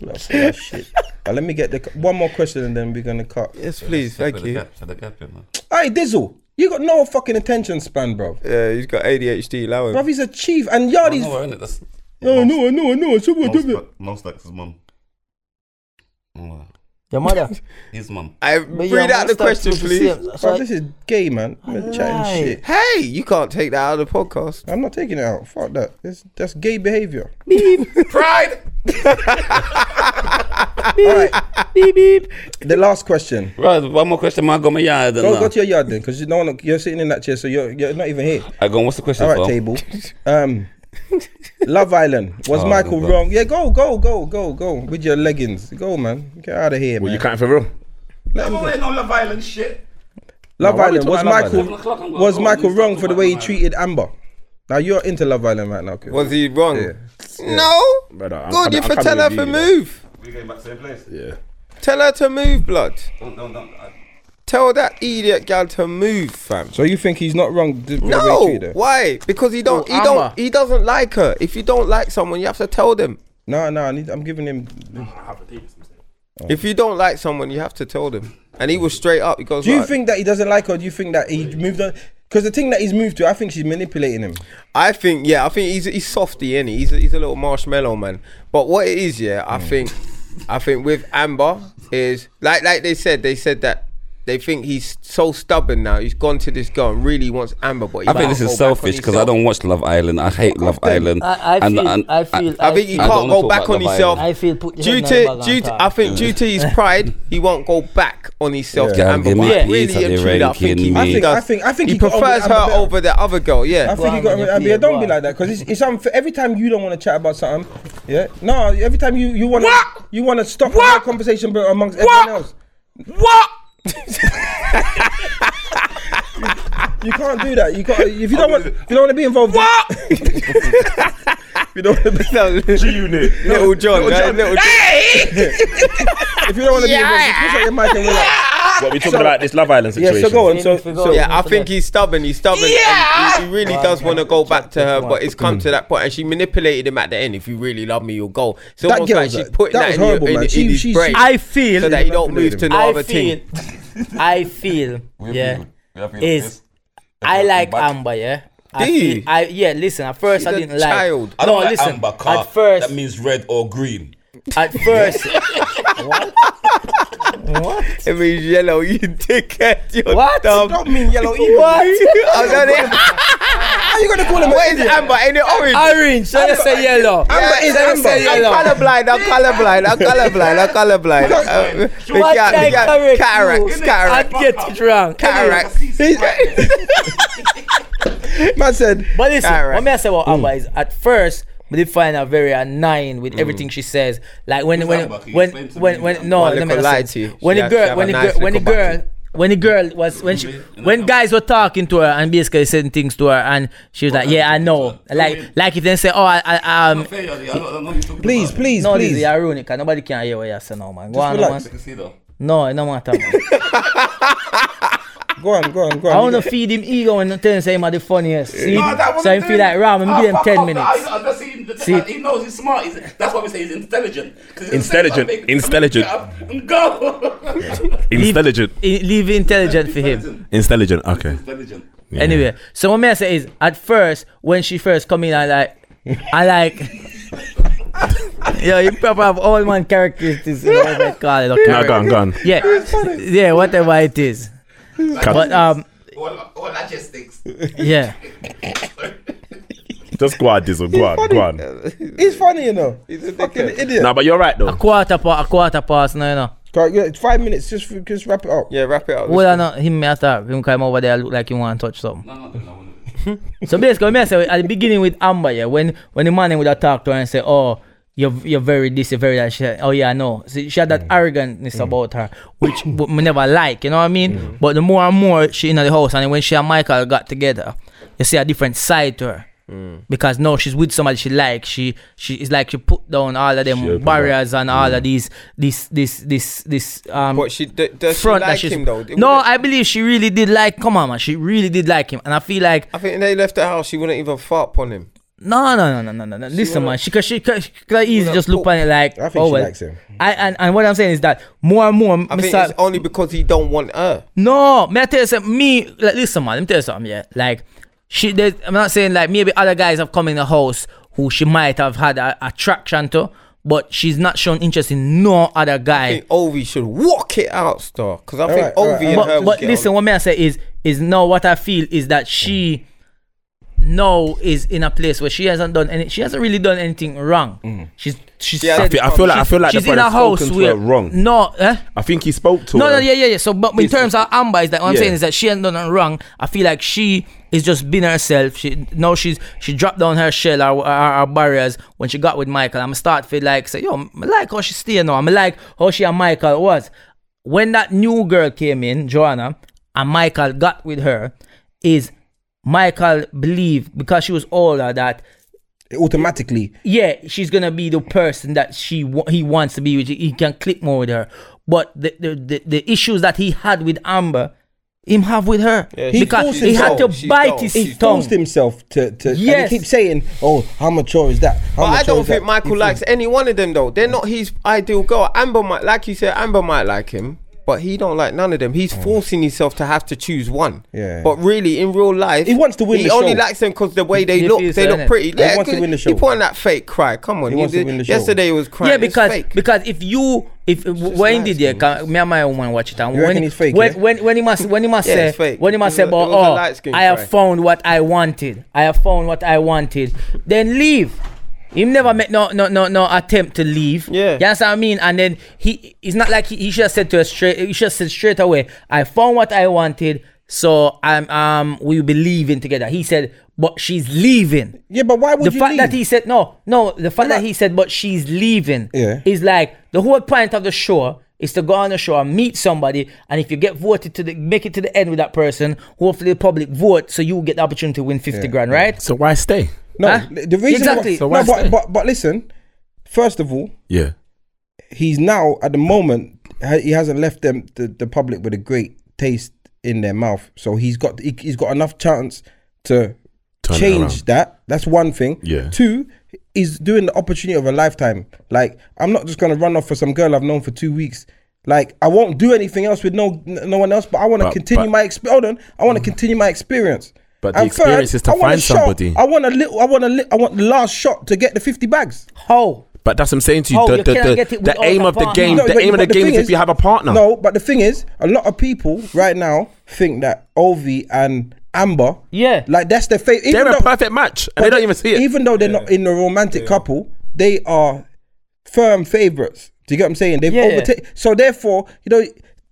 Love that shit. Now, let me get the one more question and then we're gonna cut. Yes, please. Thank you. Hey, Dizzle, you got no fucking attention span, bro. Yeah, Uh, he's got ADHD. Allow him. Bro, he's a chief, and Yardi's. Nowhere, innit? That's- Oh no, I know, I know. I said what I Most did. like- most like his mum. Mm, Your mother. His mum. I read out the question, please. Bro, this is gay, man. I'm Right. chatting shit. Hey, you can't take that out of the podcast. I'm not taking it out. Fuck that. It's, that's gay behavior. Pride. All right. The last question. Right, one more question. Man, I got my yard. and Go, now. go to your yard then, because you no one, you're sitting in that chair, so you're, you're not even here. I go. What's the question All right, for? table. Um, Love Island. Was Oh, Michael good one. wrong? Yeah, go, go, go, go, go with your leggings. Go, man. Get out of here, Well, you man. can't for real. I'm on Love Island shit. Love why we Island. talking Was about Love Michael Island? 11 o'clock, I'm gonna was go. Michael Let's wrong talk for the about way he Love treated Amber? Now you're into Love Island right now. Kid. Was he wrong? Yeah. No. Brother, I'm God, coming- you I'm for coming tell her with to you, you know. move. We going back to the same place. Yeah. Tell her to move, blood. Don't, don't, don't. I- Tell that idiot gal to move, fam. So you think he's not wrong? th- for the way he No, treated her? why? Because he don't, Oh, he don't, Amber. he doesn't like her. If you don't like someone, you have to tell them. No, no. I need, I'm giving him. Oh. If you don't like someone, you have to tell them. And he was straight up. He goes, Do you like, think that he doesn't like her? Do you think that he moved on? Because the thing that he's moved to, I think she's manipulating him. I think, yeah, I think he's he's softy, is he? He's a, he's a little marshmallow man. But what it is, yeah, Hmm. I think, I think with Amber is like like they said, they said that they think he's so stubborn now. He's gone to this girl and really wants Amber, but he I think can't this go is back on selfish because I himself. don't watch Love Island. I hate Love Island. I- I And- feel- and- I feel- I think he I can't don't go talk back about on Love himself. Island. I feel put your due head to on the bag due on to, top. I think due to his pride, he won't go back on himself to Yeah. Amber. Give me a But piece really of and the truly, I ranking, think he mate. I think- does- I think- I think he he got on with prefers her Amber better. over the other girl. I Yeah, think you I'm got gonna to. I be a mean, don't be boy. like that because it's, it's unfair. Every time you don't want to chat about something, yeah. No, every time you you want to you want to stop the whole conversation but amongst everyone else. What? you can't do that. You got if you don't want if you don't want to be involved. What? you don't want to be, G-Unit. little John, right? little John. if you don't want to be involved, just push out your mic and relax. What, we talking about this Love Island Yeah. So situation? go on. So, If we go- so Yeah, I for think that. he's stubborn. He's stubborn. Yeah! he, he really Wow, does want to man. go back to her, Wow. but it's come to that point, and she manipulated him at the end. If you really love me, you'll go. It's That almost girl like was she's a- putting that that, was in, your, horrible, in, man. in She- his she- brain she- I feel. so that he don't move to no I other feel. thing. I feel. Yeah. Is I like Amber. Yeah. I Do you? feel, I yeah. Listen. At first She's I a didn't like. child. I No, don't like listen. Amber car. at first, that means red or green. at first, It means yellow. You dickhead. You're What? dumb. don't mean yellow either. What? I was only- How you gonna call him? What is amber? Ain't it orange? orange. So I say yellow. Amber Yeah, is I'm Amber. saying I'm colorblind. I'm colorblind. I'm colorblind. I'm colorblind. Uh, we What got- I we got correct Cataracts. you, I Cataracts. get it wrong. Cataracts. Man said. But listen, Alright. what may I say about Mm. Amber is at first we did find her very annoying with everything she says. Like when when Amber? Can you when explain to me when, who's when no, Well, let look, me I not lied say to it. you. when She the had- she girl have when the a nice girl when the little girl when the girl was when she Mm-hmm. when guys were talking to her and basically saying things to her and she was like, yeah, I know. Like like if they say, oh, I, I um. Please, please, No, this please. is ironic. and Nobody can hear what you say now, man. Go on, relax. man. No, it no matter. Man. Go on, go on, go on. I You want to got- feed him ego and tell him say him are the funniest. See? so him feel like Ram Ah, and give him 10 minutes. See? he knows he's smart. He's, that's why we say he's intelligent. 'Cause he's Intelligent, saying something, intelligent. pick up and Go. Intelligent. I- Leave it intelligent for him. Intelligent. Okay. intelligent. Anyway, so what may I say is, at first, when she first come in, I like, I like. Yo, you probably have all man characteristics. You know, what they call it, or Now go on, go on. Yeah, yeah, whatever it is. But um, yeah, Just go on, Dizzle. Go on, go on. He's funny, you know. He's a fucking idiot. Nah, but you're right though. quarter past, a quarter past, no, you know. Correct, yeah, it's Five minutes, just just wrap it up. Yeah, wrap it up. Well, I know him me attack him come over there look like he want to touch something. so basically, me I say at the beginning with Amber, yeah, when when the man would have talked to her and say, "Oh, you're you're very this, you're very that," she, said, oh yeah, I know. So she had that Mm. arrogantness about her, which w- me never like, you know what I mean? Mm. But the more and more she in the house, and when she and Michael got together, you see a different side to her. Mm. Because no, she's with somebody she likes. She she is like she put down all of them opened up. barriers and all of these this this this this um Mm. But she d- does she front that like she's him though? It no wouldn't- i believe she really did like come on man she really did like him and i feel like I think they left the house. She wouldn't even fart on him. no no no no no no no listen man she could she could she could easily just look on it like I think oh she well likes him. i and, and what i'm saying is that more and more I me think start- it's only because he don't want her. no may i tell you something me like, listen man let me tell you something yeah like she there's- i'm not saying like maybe other guys have come in the house who she might have had a, attraction to but she's not shown interest in no other guy I think Ovi should walk it out, star. Because I think Alright, alright, Ovi and alright. her. but, would but get listen, on. what may I say is is now what I feel is that she now is in a place where she hasn't done any. She hasn't really done anything wrong. Mm. She's she's Yeah, I I said feel, I feel like I feel like she's the in brother a house spoken to where her wrong. No, eh? I think he spoke to no, her. no, yeah, yeah, yeah. So, but in It's- terms of Amber, is that what I'm Yeah. saying is that she hasn't done nothing wrong. I feel like she is just being herself. She now she's she dropped down her shell or, or, or barriers when she got with Michael. I'm start feel like say yo, I like how she stay now. I'm like how she and Michael was when that new girl came in, Joanna, and Michael got with her. Is Michael believed because she was older that Automatically. yeah, she's gonna be the person that she wa- he wants to be with. He can click more with her. But the the, the, the issues that he had with Amber, him have with her she because forced he had to himself. She bite forced- his she tongue. Forced himself to. to Yes. And he keeps saying, oh, how mature is that? How But I mature don't is that? think Michael He likes any one of them though. They're not his ideal girl. Amber might, like you said, Amber might like him, but he don't like none of them. He's forcing himself to have to choose one. Mm. Yeah. But really, in real life, He wants to win He the only show. likes them because the way they He look, feels they so, look innit? pretty. Yeah, wants to win the He show. put on that fake cry. Come on, He wants to did- win the show. yesterday he was crying. Yeah, It's because fake. because if you if when nice, did yeah, can, me and my woman watch it and You when reckon he- it's fake, when, yeah? when when he must when he must Yeah, say it's fake. when he must say It was a- about it was a oh light skin I have cry." found what I wanted I have found what I wanted then leave. Him never made no no no no attempt to leave. Yeah. you understand what I mean. And then he it's not like he, he should have said to us straight. He should have said straight away. I found what I wanted, so I'm um we'll be leaving together. He said, but she's leaving Yeah, but why would the you fact leave? that he said no, no, the fact that he said, but she's leaving, Yeah. is like the whole point of the show is to go on the show and meet somebody, and if you get voted to the make it to the end with that person, hopefully the public vote, so you get the opportunity to win fifty grand, right? So why stay? No, Huh? the reason Exactly. why, So why no, but, stay? but but listen, first of all, Yeah. he's now at the moment ha- he hasn't left them the, the public with a great taste in their mouth, so he's got he, he's got enough chance to Turn it change around. that. That's one thing. Yeah. Two, he's doing the opportunity of a lifetime. Like I'm not just gonna run off for some girl I've known for two weeks. Like I won't do anything else with no n- no one else, but I want to But- continue but- Mm. my experience. Hold on, I want to continue my experience. But the experience is to I want a find shot. somebody. I want a little. I want a li- I want the last shot to get the fifty bags. How? But that's what I'm saying to you. Oh, the you the, cannot the- get it the without aim a of the partner. game, No, the but- aim of but the, game thing is, if you have a partner. No, but the thing is, a lot of people right now think that Ovi and Amber, Yeah. like that's their favorite. They're a perfect match, and they don't even see it. Even though they're not in a romantic couple, they are firm favorites. Do you get what I'm saying? They've Yeah. overtaken. So therefore, you know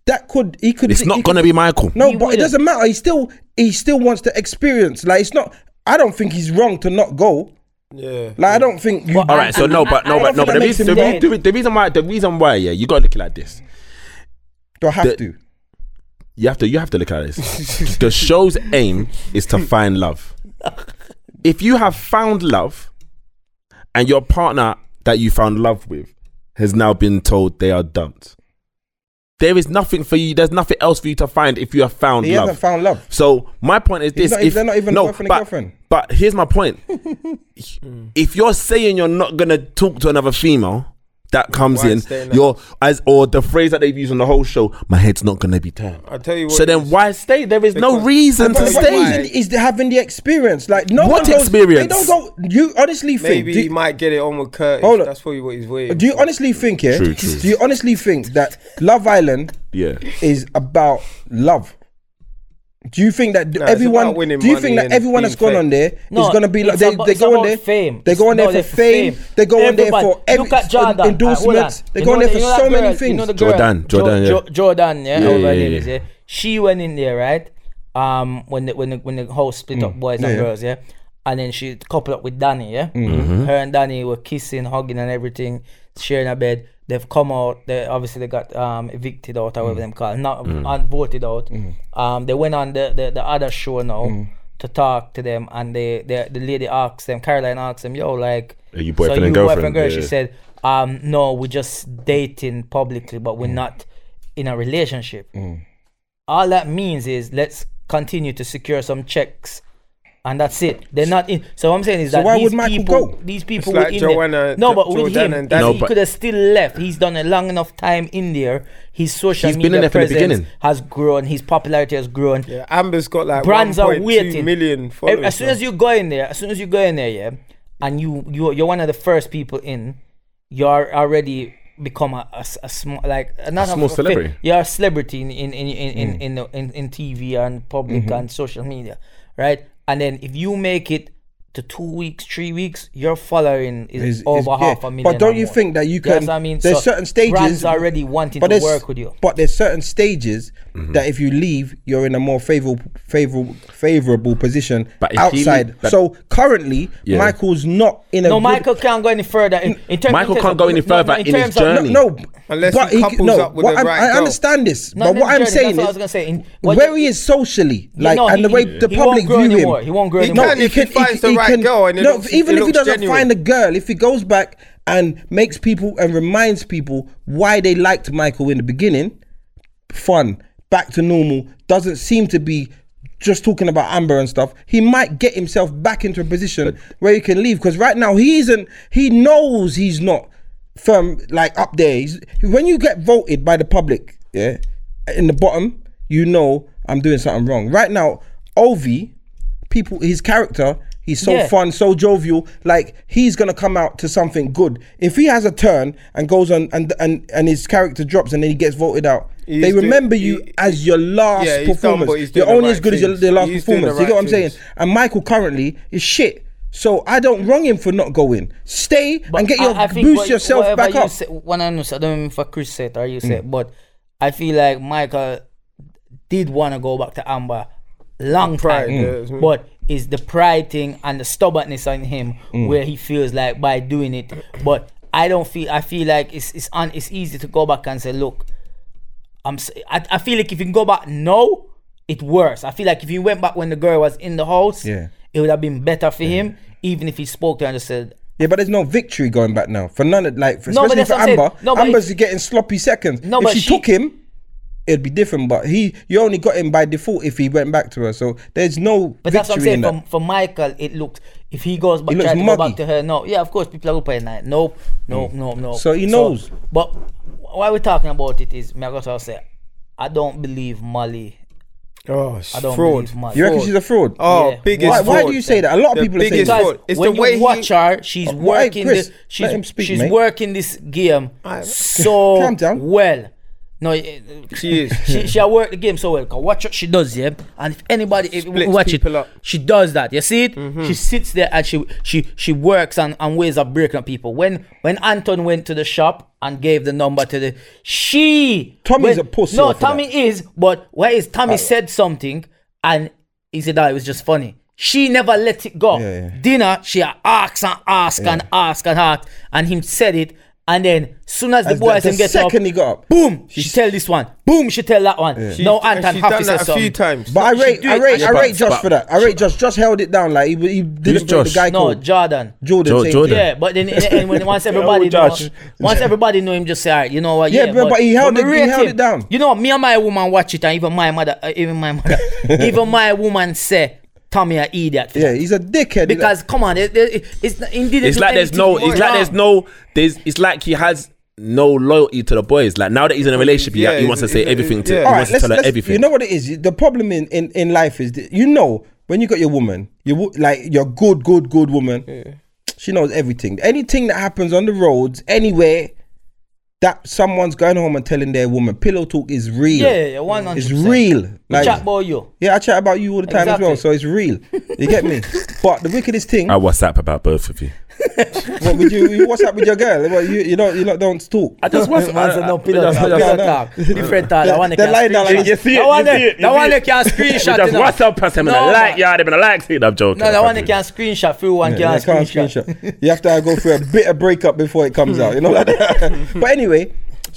that could he could. it's he not could- going to be Michael. No, He but wouldn't. it doesn't matter. He still he still wants to experience. Like it's not. I don't think he's wrong to not go. yeah. Like I don't think you. All right, so no, but no, but I don't no, think but that the makes reason, the, him re- dead. the re- the reason why, the reason why, yeah, you got to look at it like this. don't have the- to. You have to, you have to look at this. the show's aim is to find love. If you have found love, and your partner that you found love with has now been told they are dumped, there is nothing for you. There's nothing else for you to find if you have found He love. hasn't found love. So my point is He's this: not- if, they're not even no, boyfriend and but, girlfriend. But here's my point: if you're saying you're not gonna talk to another female that comes Why in, stay in that? your as or the phrase that they've used on the whole show, my head's not gonna be turned. I'll tell you what So it then is. why stay? There is no Because- reason to But But stay. reason is the- having the experience. Like no What one goes, experience? They don't go. You honestly think? Maybe do, he might get it on with Curtis. Hold on. That's probably what he's waiting. do you for. honestly think? Yeah. True, true. Do you honestly think that Love Island Yeah. is about love? Do you think that Nah, it's everyone? about winning Do you money think that and everyone being that's gone fake. on there is No, gonna be like it's they, about- they it's go on about there? fame. They go on there It's- no, for they're for fame. fame. They go on there Everybody- for every Look at Jordan. endorsements. They go going on there for so many things. Jordan, Jordan, yeah. Jordan, yeah, Yeah, however her yeah, name yeah. is, yeah. She went in there, right? Um, when the when the, when the whole split Mm. up boys and yeah. girls, yeah. And then she coupled up with Danny, yeah. Mm-hmm. Her and Danny were kissing, hugging, and everything, sharing a bed. They've come out. They obviously they got um evicted out, however Mm. them call, it, not un- voted out. Um, they went on the the, the other show now. Mm. To talk to them, and they, they, the lady asked them, Caroline asked them, "Yo, like, Are you boyfriend and girlfriend?" girl?" Yeah. She said, um, "No, we're just dating publicly, but we're Mm. not in a relationship." all that means is let's continue to secure some checks and that's it they're not in so what i'm saying is that why these would Michael people go? these people like were in there. Joanna, no Jo- but with Jordan him and Danny. No, he but- could have still left he's done a long enough time in there his social He's been media in there from the presence beginning. has grown his popularity has grown Yeah, Amber's got like brands are 1.2 waiting. million followers. Ev- As soon as you go in there, as soon as you go in there, yeah, and you you you're one of the first people in, you're already become a, a, small like not small fa- celebrity. You're a celebrity in in in in in, in, the- in, in TV and public and social media, right? And then if you make it to two weeks, three weeks, your following is, Is- is- over yeah. half a million. But don't or you more. think that you That's can? what I mean, there's So certain stages. Brands already wanting to there's- work with you. But there's certain stages Mm-hmm. that if you leave, you're in a more favorable, favorable, favorable position But if he outside. leave- but- so currently, Yeah. Michael's not in a No, good- Michael can't go any further. In, in terms, Michael in terms can't go of- any no, further in his terms of- journey. No, Unless but he he- couples no, up with what the I'm- right I girl. understand this, No, but no, what I'm journey, saying that's what I is was gonna say, in- what where you- he is socially, Yeah, like, no, and the he- way he- the he public won't grow view anymore. him. He won't grow No, anymore. He can if he finds the right girl and it no, looks- it even if he looks doesn't genuine. find a girl, if he goes back and makes people and reminds people why they liked Michael in the beginning, fun, back to normal, doesn't seem to be just talking about Amber and stuff, he might get himself back into a position where he can leave. Because right now he isn't, he knows he's not firm, like up there. He's, when you get voted by the public, yeah, in the bottom, you know I'm doing something wrong. Right now, Ovi, people, his character, he's so Yeah. fun, so jovial. Like he's gonna come out to something good. If he has a turn and goes on and and and his character drops and then he gets voted out, He's they doing- remember you he- as your last Yeah, he's done, performance. but he's doing You're the only right as good as things. your, the last He's doing the performance. you get right what I'm saying? things. And Michael currently is shit. So I don't wrong him for not going. Stay and get your think boost what- yourself whatever back you up. Mm. Say, when I, know, I don't know if Chris said or you said, but I feel like Michael did want to go back to Amber long Mm. Pride, time, yeah, it's me. but it's the pride thing and the stubbornness on him Mm. where he feels like by doing it. But I don't feel. I feel like it's it's un, it's easy to go back and say, look, I'm. s- I, I feel like if you can go back now, it worse. I feel like if you went back when the girl was in the house, Yeah. it would have been better for him. Even if he spoke to her and just said, Yeah, but there's no victory going back now for none. Of, like for, No, especially but that's for what I'm saying. Amber. No, but Amber's if- getting sloppy seconds. No, if but she, she- took him, it'd be different. But he, you only got him by default if he went back to her. So there's no But that's what I'm victory in saying. that. For, for Michael, it looks if he goes back, looks tries to go muggy. Hmm. back to her. No, yeah, of course, people are playing that. Nope, nope, nope, nope. So he knows. but why we're talking about it is, me I gotta say, I don't believe Molly. oh, I don't fraud. believe Molly. you reckon she's a fraud? Oh, Yeah. biggest why, fraud. why do you say that? A lot of The people are saying biggest that. fraud. because It's the when you way he- watch her, she's wait, working Chris, this. let She's him speak, she's mate. working this game Alright. so Calm down. well. No, eh, eh, She is. she she worked the game so well. 'cause watch what she does, yeah. And if anybody if you Splits watch it, people up. she does that. You see it? Mm-hmm. She sits there and she she she works on, on ways of breaking up people. When when Anton went to the shop and gave the number to the she Tommy's when- a pussy No, off of Tommy is, but where is Tommy said something and he said that it was just funny. She never let it go. Yeah, yeah. Dinner, she asked and asked and asked and asked, and him said it. And then, soon as the As the- boys the him get up, second he got up, boom, she tell this one, boom, she tell that one. No, and Anton she's have done to say that a few something. times. But I She rate, do I it- rate, Yeah, I but- rate Josh but- for that. I rate Josh. Josh held it down. Like he, he didn't rate the Josh? guy No, called Jordan. Jordan. Jo- same Jordan. thing. Yeah, but then in the end, when, once everybody old know, Josh. once everybody know him, just say, all right, you know what? Yeah, but- but he held me it- he rate held it down. You know, me and my woman watch it, and even my mother, uh, even my mother, even my woman say, Tommy, an idiot. Yeah, he's a dickhead. because come on, it, it, it's he didn't It's do like there's anything no. It's like there's wrong. no. There's. It's like he has no loyalty to the boys. Like now that he's in a relationship, he- Yeah, he, wants to it's- say it's- everything to. yeah. He All All right, wants to let's- tell her let's- everything. You know what it is? You- The problem in, in, in life is that you know when you got your woman, you wo- like your good, good, good woman. She knows everything. Anything that happens on the roads, anywhere, that someone's going home and telling their woman. Pillow talk is real. Yeah, yeah, yeah, 100%. It's real. Like Like, chat about you. yeah, I chat about you all the time Exactly. as well, so it's real. You get me? but the wickedest thing, I WhatsApp about both of you. what would you, you what's up with your girl? What, you you don't you lot don't talk. I just Man said, no, pillow just- talk, I pillow just- talk. Different talk. That one they They can lie down screenshot. like this. You see it, That one you see they- it, you that one see they it. can screenshot. just you know. WhatsApp us him and No, I man. like yeah, they've been like see it. I'm joking. No, that I'm one they joking. can screenshot. Few one Yeah, can I can't screenshot. screenshot. You have to uh, go through a bit of breakup before it comes out, you know. Like that. but anyway,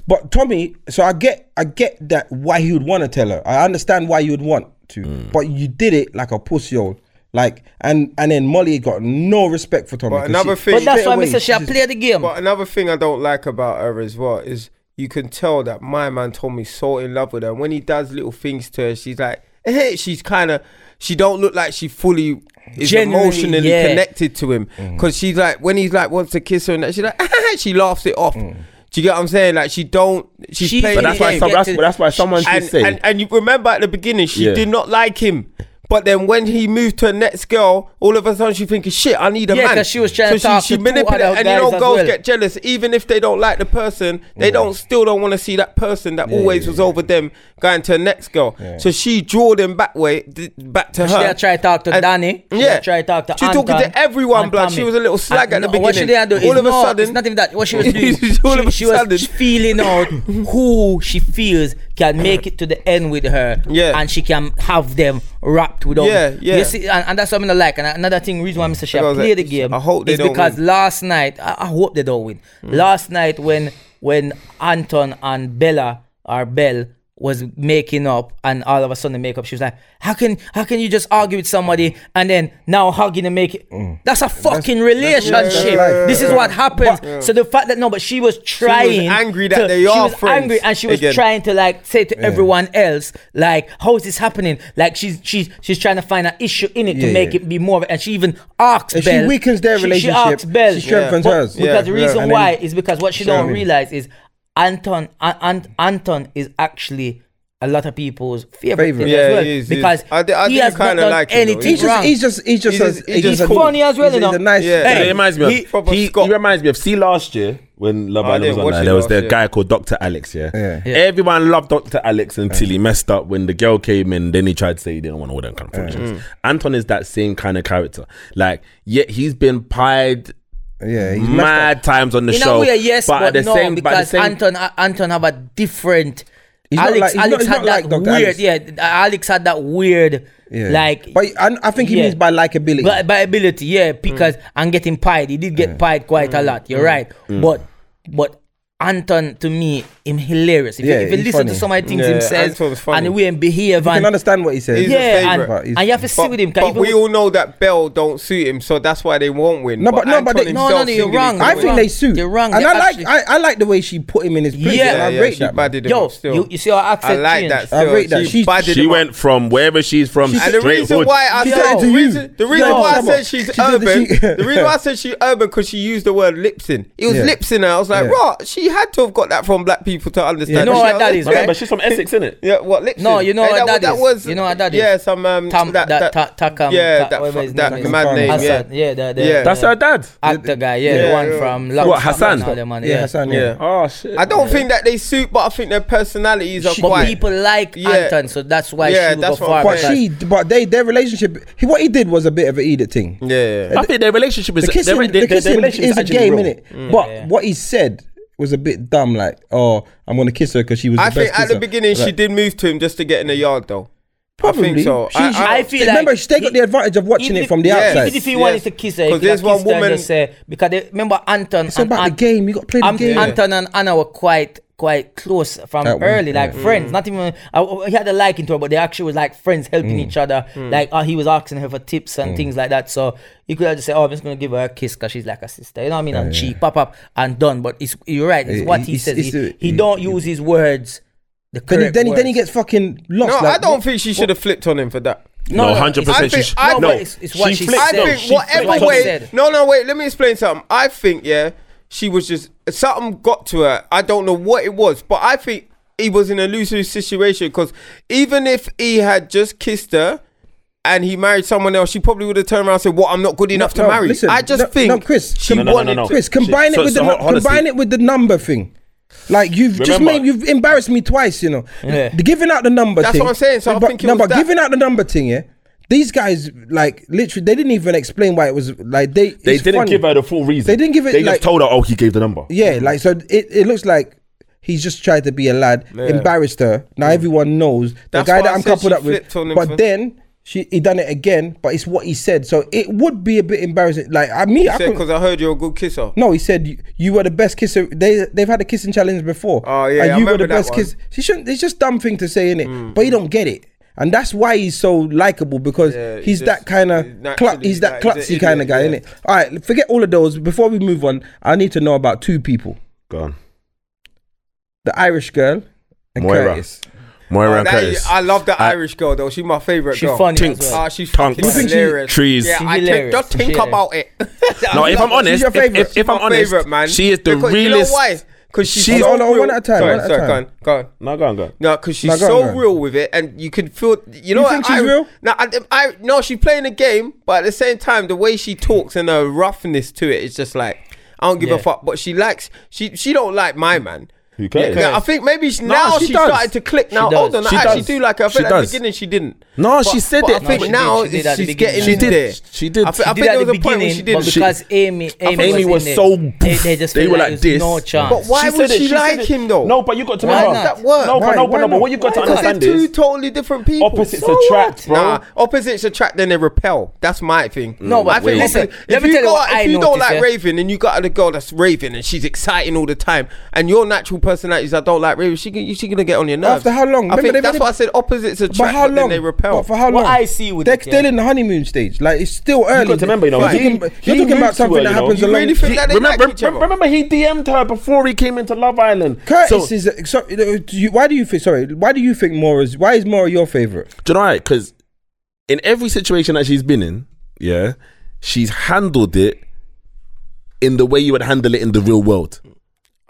but Tommy, so I get, I get that why he would want to tell her. I understand why you would want to, Mm. but you did it like a pussy hole. Like and and then Molly got no respect for Tommy. But 'cause another she- thing- But that's straight why away, Mr. she Shah just- play the game. But another thing I don't like about her as well is you can tell that my man Tommy's so in love with her. When he does little things to her, she's like, eh, she's kind of, she don't look like she fully is Genuinely, emotionally yeah. connected to him. Mm. Because she's like, when he's like wants to kiss her and that, she's like, she laughs it off. Mm. Do you get what I'm saying? Like she don't, she's She- playing But the that's why game. some, that's, Get to- that's why someone should and, say and and you remember at the beginning she Yeah. did not like him. But then when he moved to her next girl, all of a sudden she thinking, "Shit, I need a Yeah, man." 'cause she was trying to talk to two other and you know guys as girls well. get jealous, even if they don't like the person, they don't still don't want to see that person that always was over them going to her next girl. So she draw them back way d- back to She her. did try to talk to And- Danny. She yeah, did try to talk to She talking Anton to everyone, and blood. She Tommy. was a little slag And at the no, beginning. What she did do all is of a no, sudden, it's not even that. What she was doing, all of a she, she sudden. was feeling out who she feels can make it to the end with her, Yeah. and she can have them wrapped without. Yeah, yeah. You see, and, and that's something I like. And another thing, reason why Mr. Shea Because, played uh, the game I hope they is don't because win. last night, I, I hope they don't win. Last night when when Anton and Bella or Bell was making up and all of a sudden the makeup she was like how can how can you just argue with somebody and then now hugging and make it that's a fucking relationship life. this is what happens so the fact that no but she was trying angry that to- they she are was angry friends and she was again. trying to like say to everyone else like how is this happening like she's she's she's trying to find an issue in it to Yeah, make yeah. it be more of it. and she even asks And she Bell weakens their relationship, she, asks Bell she strengthens But- hers. because the Yeah, yeah. reason And then- why is because what she don't Sure. realize is Anton An- An- Anton is actually a lot of people's favorite, Favorite. as Yeah, well he is, he is. because I di- I he do has not kinda done like him, though. anything He's just, wrong. he's just, he's just, He's a- just- he's just a- funny as well, he's, you he's know. a nice, Yeah. It Hey, reminds me of he- he, proper he, Scot. reminds me of see last year when Love I Island didn't was on watch it there, there was last the year. guy called Dr. Alex, yeah? Yeah. Yeah. Everyone loved Dr. Alex until he messed up when the girl came in, then he tried to say he didn't want all that kind of foolishness. Anton is that same kind of character. Like, yeah, he's been pied yeah, Mm-hmm. he's messed up. mad times on the in show. a way, yes, but, at the no, same, but at the because same Anton uh, Anton have a different. He's not Alex, like- he's not- Alex he's had not that like Dr. weird, Alex. yeah. th- Alex had that weird, Yeah. like, but I, I think he yeah. means by likability. by, by ability, yeah, Mm. because I'm getting pied. He did get pied quite a lot. You're right, Mm. but but Anton to me, him hilarious. If, Yeah, you, if you he's listen to funny. some of the things Yeah, him says Anton's funny. and the way him behave you can and understand what he says. He's a yeah, and, favourite. He's- and you have to sit with him. 'cause But even we all know that Bell don't suit him, so that's why they won't win. No, but- no, but Anton they- No, no, himself no, you're singly wrong. can I win. think they suit. You're wrong. And You're I actually- like, I, I like the way she put him in his place. Yeah. and I Yeah, yeah, rate she that. man. badded him yo, up still. you, you see our I accent like change. that. I Still. rate that. She, She- badded she him up. went from wherever she's from And the straight reason hood. why I She said said the to you. reason, the reason Yo. why I Come said on. she's She said that urban, she- the reason why I said she's urban because she used the word lipsin. It was Yeah. lipsin, and I was like, Yeah. right, she had to have got that from black people to understand. You know She- what that is, Man, right? but she's from Essex, isn't it? Yeah, what lipsin? No, you know Hey, what that that is. was. You know what that is. Yeah, some um, Tam- that, that- Ta- Takam- yeah, Ta- that, whatever fu- his that name is. mad name, Hassan, yeah. yeah, the, the, Yeah. the That's her dad. actor guy, yeah, the Yeah, one yeah. from What, Lockstock Hassan? and all them man, Yeah, Hassan, yeah. Yeah. Oh shit! I don't think that they suit, but I think their personalities are But quite. people like Yeah. Anton, so that's why Yeah, she would that's go what I'm far. But because- she, but they, their relationship. He, what he did was a bit of an edict thing. Yeah, yeah. I think their relationship is The kissing, their, the, their, their kissing relationship is a actually game, real. innit? Mm. But what he said was a bit dumb. Like, oh, I'm gonna kiss her because she was. I the best think at the kisser. beginning she Like, did move to him just to get in the yard, though. Probably. I think so. She- I- I- I feel remember, like they got he- the advantage of watching Even it from the if- yeah. outside. Even if he Yes. wanted to kiss her, he 'Cause could have there's one kissed her and woman- just say because they, remember Anton. It's and about Ant- the game. You got to play the Am- game. Anton and Anna were quite quite close from That one, early, like yeah. friends. Mm. Not even I, I- he had a liking to her, but they actually was like friends, helping Mm. each other. Mm. Like uh, he was asking her for tips and things like that. So he could have just said, "Oh, I'm just gonna give her a kiss because she's like a sister." You know what I mean? and cheek, pop up, and done. But it's you're right. It's Eh, what he it's- says. it's he, a- he it- don't use his words. The Then he, correct then, he, then he words. gets fucking lost. No, I like, don't think she should have flipped on him for that. No, it's- 100% she- I no, think- but it's, it's what she she flipped I No, said. think she It's whatever what she way. said. No, no, wait. Let me explain something. I think yeah, she was just something got to her. I don't know what it was, but I think he was in a lose-lose situation because even if he had just kissed her and he married someone else, she probably would have turned around and said, "Well, I'm not good enough No, to no, marry." listen, I just no- think no, Chris, she no, no, no, no, wanted no. to- Chris, combine So- it with so the hon- honestly- combine it with the number thing. Like you've just Remember- made you've embarrassed me twice, you know. Yeah. The Giving out the number That's thing. what I'm saying, so I but, think it no, was but that. giving out the number thing, yeah. These guys, like literally, they didn't even explain why it was like they. They it's didn't funny. give her the full reason. They didn't give it, They like- just told her, oh, he gave the number. Yeah, like so it, it looks like he's just tried to be a lad, embarrassed her. Now everyone knows the Mm. That's guy why that I I'm said coupled she up with. flipped on him But for- then she he done it again, but it's what he said. So it would be a bit embarrassing. Like I mean, I She said, could, "Because I heard you're a good kisser." no, he said you, you were the best kisser. They they've had a kissing challenge before. Oh, yeah, I and you were remember the that best one. Hmm. kiss. She shouldn't. It's just dumb thing to say in it, but he don't get it. And that's why he's so likable because Yeah, he he's just- that kind of clu- naturally, he's that like, he's klutzy an kind of idiot, guy, yeah. isn't it? All right, forget all of those. Before we move on, I need to know about two people Go on. the Irish girl and Moira. Curtis. Moira Oh, and that- Curtis. I love that I- Irish girl though. She's my favorite She girl. funny as well. Ah, she's fucking You think she- hilarious. trees. Yeah, She's I think, hilarious. just She's think hilarious. about it. no, if I'm honest, your if- if, favourite. if, She's I'm my honest, favorite, man. she is the Because realest. You know why? Because she's, She's- Hold on, one at a time, Sorry, one at a sorry, time. Go on, go on. No, go on, go on. No, because she's No, go on, so go on. real with it, and you can feel. You know, You what, think I, she's real? No, I, I no, she's playing a game, but at the same time, the way she talks and her roughness to it, it's just like I don't give Yeah. a fuck. But she likes. She she don't like my man. Who cares? Yeah, I think maybe she, now she she does. started to click. Now does. hold on, She I actually does. do like her. I She think at the does. beginning she didn't. No, But- she said but it. I think No, she now did. She did it's- at the she's beginning. getting She in did. there. She did. I, She thi- I did think at there was the a point when she beginning, but didn't. because Amy, Amy, Amy was in there, so- they, they just they felt like, were like there was this. no chance. But why She would said it, she, said like it. him though? No, but you got to Why remember. not? That work? No, Why- but no, why but no, but not? what you got to Because they're understand two is totally different people. opposites So attract, bro. Nah, opposites attract, then they repel. That's my thing. No, but I think wait. opposite- Listen, let if me you tell you go, what I if you don't noticed, like yeah. raving, and you got a girl that's raving and she's exciting all the time, and your natural personality is I don't like raving, she gonna- she gonna get on your nerves. After how long? I Remember, think they that's really- why I said opposites attract, But how long? then they repel. But for how long? What I see with they're it, yeah. still in the honeymoon stage. Like it's still early. you got to remember, you know, You're he- talking- he you're talking moved about to something her, that you know. happens You along. really think that they remember, like each other? remember he DM'd her before he came into Love Island. Curtis So- is a, so, do you- why do you think sorry why do you think Mora's why is Mora your favorite Do you know why? Because in every situation that she's been in, yeah, she's handled it in the way you would handle it in the real world.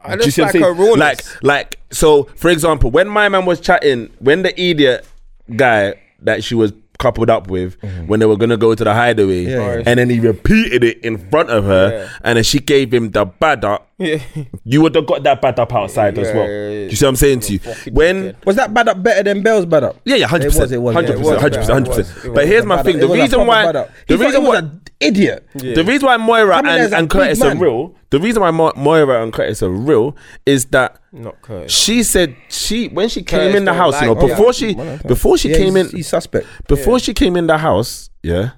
I Do you just see what like I'm her saying? rawness. Like, like, so for example, when my man was chatting, when the idiot guy that she was coupled up with, Mm-hmm. when they were gonna go to the hideaway, Yeah, yeah. and then he repeated it in front of her, and then she gave him the bad up. yeah. You would have got that bad up outside as Yeah, well. yeah, yeah. Do you see what I'm saying to you? When was that bad up better than Bell's bad up yeah, yeah, hundred was, percent. it was, yeah, hundred it was, percent, hundred yeah, it percent, hundred was, it percent. But here's Bad my up. thing: It the was a reason proper why, bad up. He the thought reason he was why, an idiot the reason why Moira Coming as and, a and big Curtis man. are real, the reason why Mo- Moira and Curtis are real is that Not Curtis. she said she when she came Curtis in the don't house, you know, like before her. she before she yeah, came he's, in he's suspect before she came in the house, yeah,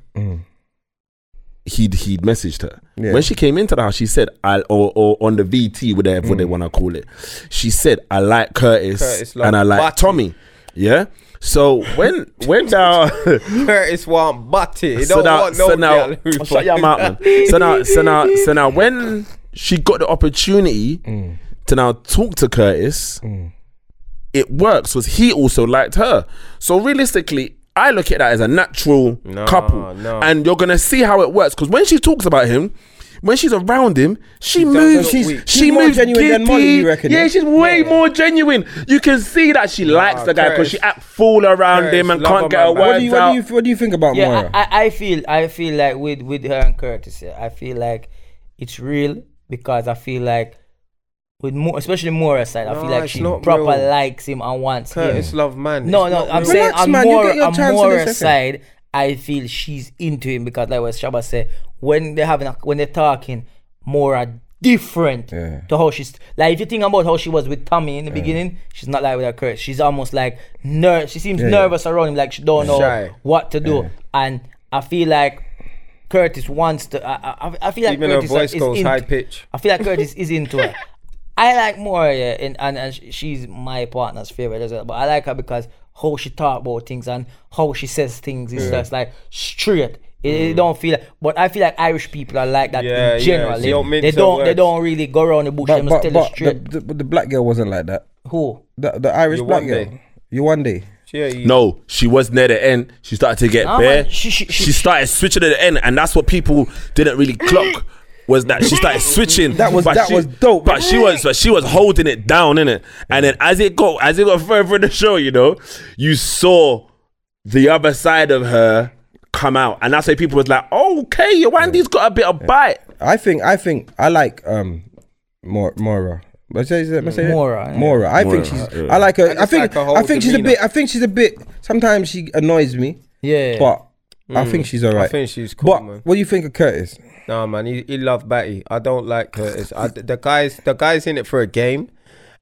he'd he'd messaged her. Yeah. When she came into the house, she said, "I or, or on the VT, whatever they want to call it." She said, "I like Curtis, Curtis love and I like Bati." Tommy." Yeah. So when when down. Curtis want butty. He so don't now, want no so now, girl who- shut your mouth, man. So now, so now, so now, when she got the opportunity Mm. to now talk to Curtis, it works. Was he also liked her? So realistically, I look at that as a natural No, couple, no. and you're gonna see how it works. Because when she talks about him. When she's around him, she moves. look She's, weak. she She's more moves genuine than Molly, giddy. you reckon, Yeah, yeah? she's way more genuine. You can see that she likes the guy because Curtis- she act fool around him Curtis and love can't her, get her man. What what do you words what do out. you what do you think about yeah, Moira I, I- I feel I feel like with with her and Curtis, yeah, I feel like it's real because I feel like with more, especially Mora's side, I No, feel like it's she not proper real. likes him and wants him. Curtis love man. No, It's no, not I'm real. saying Relax, on man, you Mora, get your on chance in a Mora's second. side, I feel she's into him because like what Shabba said, when they're having a, when they're talking, Mora different to how she's like if you think about how she was with Tommy in the beginning, she's not like with her curse. She's almost like ner she seems nervous around him, like she don't know Shy. what to do. And I feel like Curtis wants to I, I- I, I feel like Even her Curtis voice is goes into- high pitch. I feel like Curtis is into her. I like Moira, yeah, and, and, and sh- she's my partner's favorite as well. But I like her because how she talk about things and how she says things is just like straight. It, it don't feel, but I feel like Irish people are like that Mm. Yeah, yeah, in general. she They- don't mince they her don't, they words. don't really go around the bush. but they must but, tell but you the, straight. the, but the black girl wasn't like that who? the, the Irish You're black one girl day. you one day Yeah, you- No, she was near the end. She started to get Nah, bare. man, she- She, she- she- started switching at the end, and that's what people didn't really clock. was that she started switching. That was- but that she- was dope. But she was but she was holding it down in it, and then as it got as it got further in the show, you know, you saw the other side of her come out, and that's why people was like, okay, Wendy's got a bit of bite. I think I think I like um Mo- Mora. What's her- is that- what's her name? Mora, yeah. Mora. I think she's. I like her. I, just think. like her whole I think she's a demeanor. bit. I think she's a bit. Sometimes she annoys me, Yeah. but I think she's alright. Mm. I think she's cool, but man. what do you think of Curtis? Nah, man, he, he loved Batty. I don't like Curtis. I, the guys, the guys in it for a game,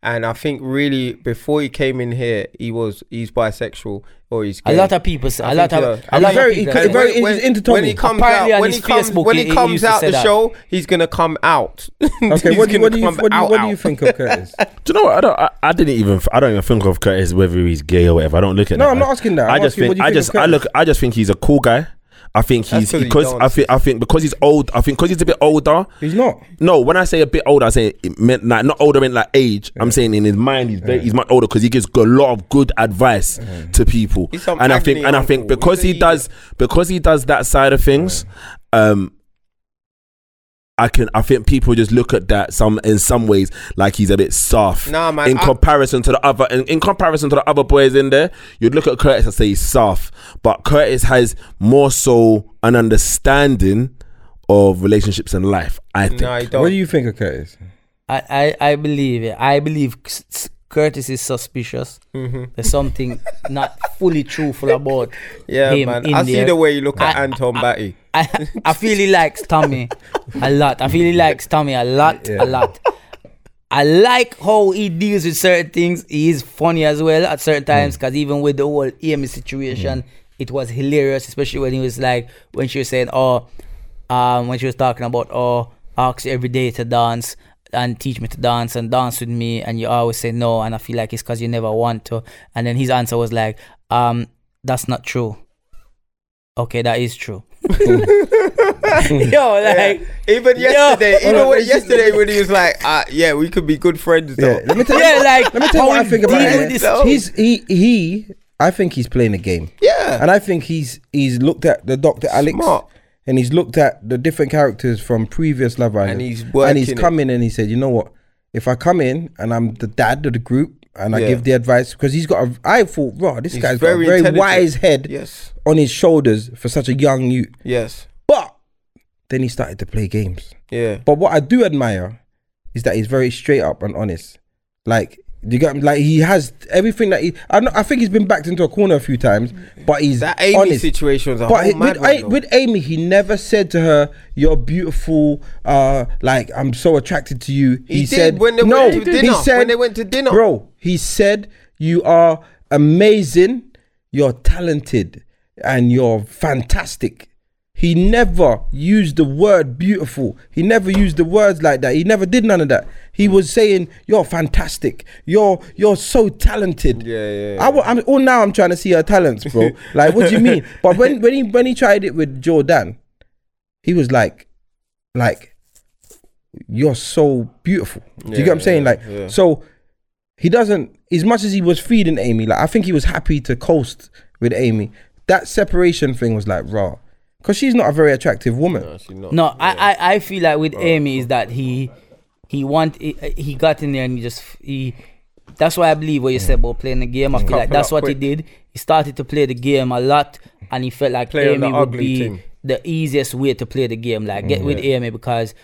and I think really before he came in here, he was he's bisexual or he's. a gay. lot of people. say- I A lot think, of. uh, A lot very- of people. he And could- say- very- he's into Tommy. When he comes Apparently out, on when his he comes, Facebook, when he- he he comes used to out say the that. show, he's gonna come out. Okay, He's what do, gonna what do you come what do you, out, what do you out. think of Curtis? Do you know what? I don't. I, I didn't even. I don't even think of Curtis whether he's gay or whatever. I don't look at. No, that. I'm not asking that. I I'm just asking, what do think. you I think of just. I Curtis? look. I just think he's a cool guy. I think he's 'cause he because I dances. think I think because he's old. I think because he's a bit older. He's not. No, when I say a bit older, I say it meant like not older in like age. I'm saying in his mind, he's very, he's much older because he gives a lot of good advice to people. He's some And I think, agony and I uncle. think because He's he a- does, because he does that side of things, um, I can. I think people just look at that some in some ways like he's a bit soft. Nah, man, In I- comparison to the other, in, in comparison to the other boys in there, you'd look at Curtis and say he's soft, but Curtis has more so an understanding of relationships and life. I think. No, he What do don't. you think of Curtis? I, I, I believe it. I believe C- C- Curtis is suspicious. Mm-hmm. There's something not fully truthful about Yeah, him. man. in I see there. the way you look at I- Anton Batty. I, I feel he likes Tommy a lot. I feel he likes Tommy a lot, a lot. I like how he deals with certain things. He is funny as well at certain times because even with the whole EME situation, it was hilarious, especially when he was like, when she was saying, oh, um, when she was talking about, oh, ask you every day to dance and teach me to dance and dance with me. And you always say no. And I feel like it's because you never want to. And then his answer was like, um, that's not true. Okay, that is true. Yo, like, Even Yo. yesterday, even Hold on, when, let me see. yesterday when he was like, uh, "Yeah, we could be good friends," though. Yeah, let me tell you. yeah, like, Let me tell you what I think about it. this. He's he he. I think he's playing a game. Yeah. and I think he's he's looked at the Doctor Alex, Smart. and he's looked at the different characters from previous Love Island, he's and he's working it. come in and he said, you know what? If I come in and I'm the dad of the group and I Yeah. give the advice because he's got a, I thought, raw, this He's guy's very got a very intelligent. wise head Yes, on his shoulders for such a young youth, yes, but then he started to play games. yeah. But what I do admire is that he's very straight up and honest. Like you get like he has everything that he. I, know, I think he's been backed into a corner a few times, but he's That Amy honest. situation was a But whole he- mad with, one, A- though. with Amy, he never said to her, "You're beautiful." Uh, like I'm so attracted to you. He, He did said when they no. went to dinner, He when said they went to dinner. bro. He said you are amazing. You're talented and you're fantastic. He never used the word beautiful. He never used the words like that. He never did none of that. He was saying, "You're fantastic. You're you're so talented." Yeah, yeah, I wa- I'm, all now I'm trying to see her talents, bro. like, what do you mean? But when when he when he tried it with Jordan, he was like, like, you're so beautiful. Do you get what I'm saying? Like, so he doesn't as much as he was feeding Amy. Like, I think he was happy to coast with Amy. That separation thing was like raw, because she's not a very attractive woman. No, I, I, I feel like with Amy is that he, he want he, he got in there and he just he. That's why I believe what you said about playing the game. I feel like couple that's up what quick. he did. He started to play the game a lot, and he felt like Play on the Amy would ugly be team. the easiest way to play the game. Like get with Amy because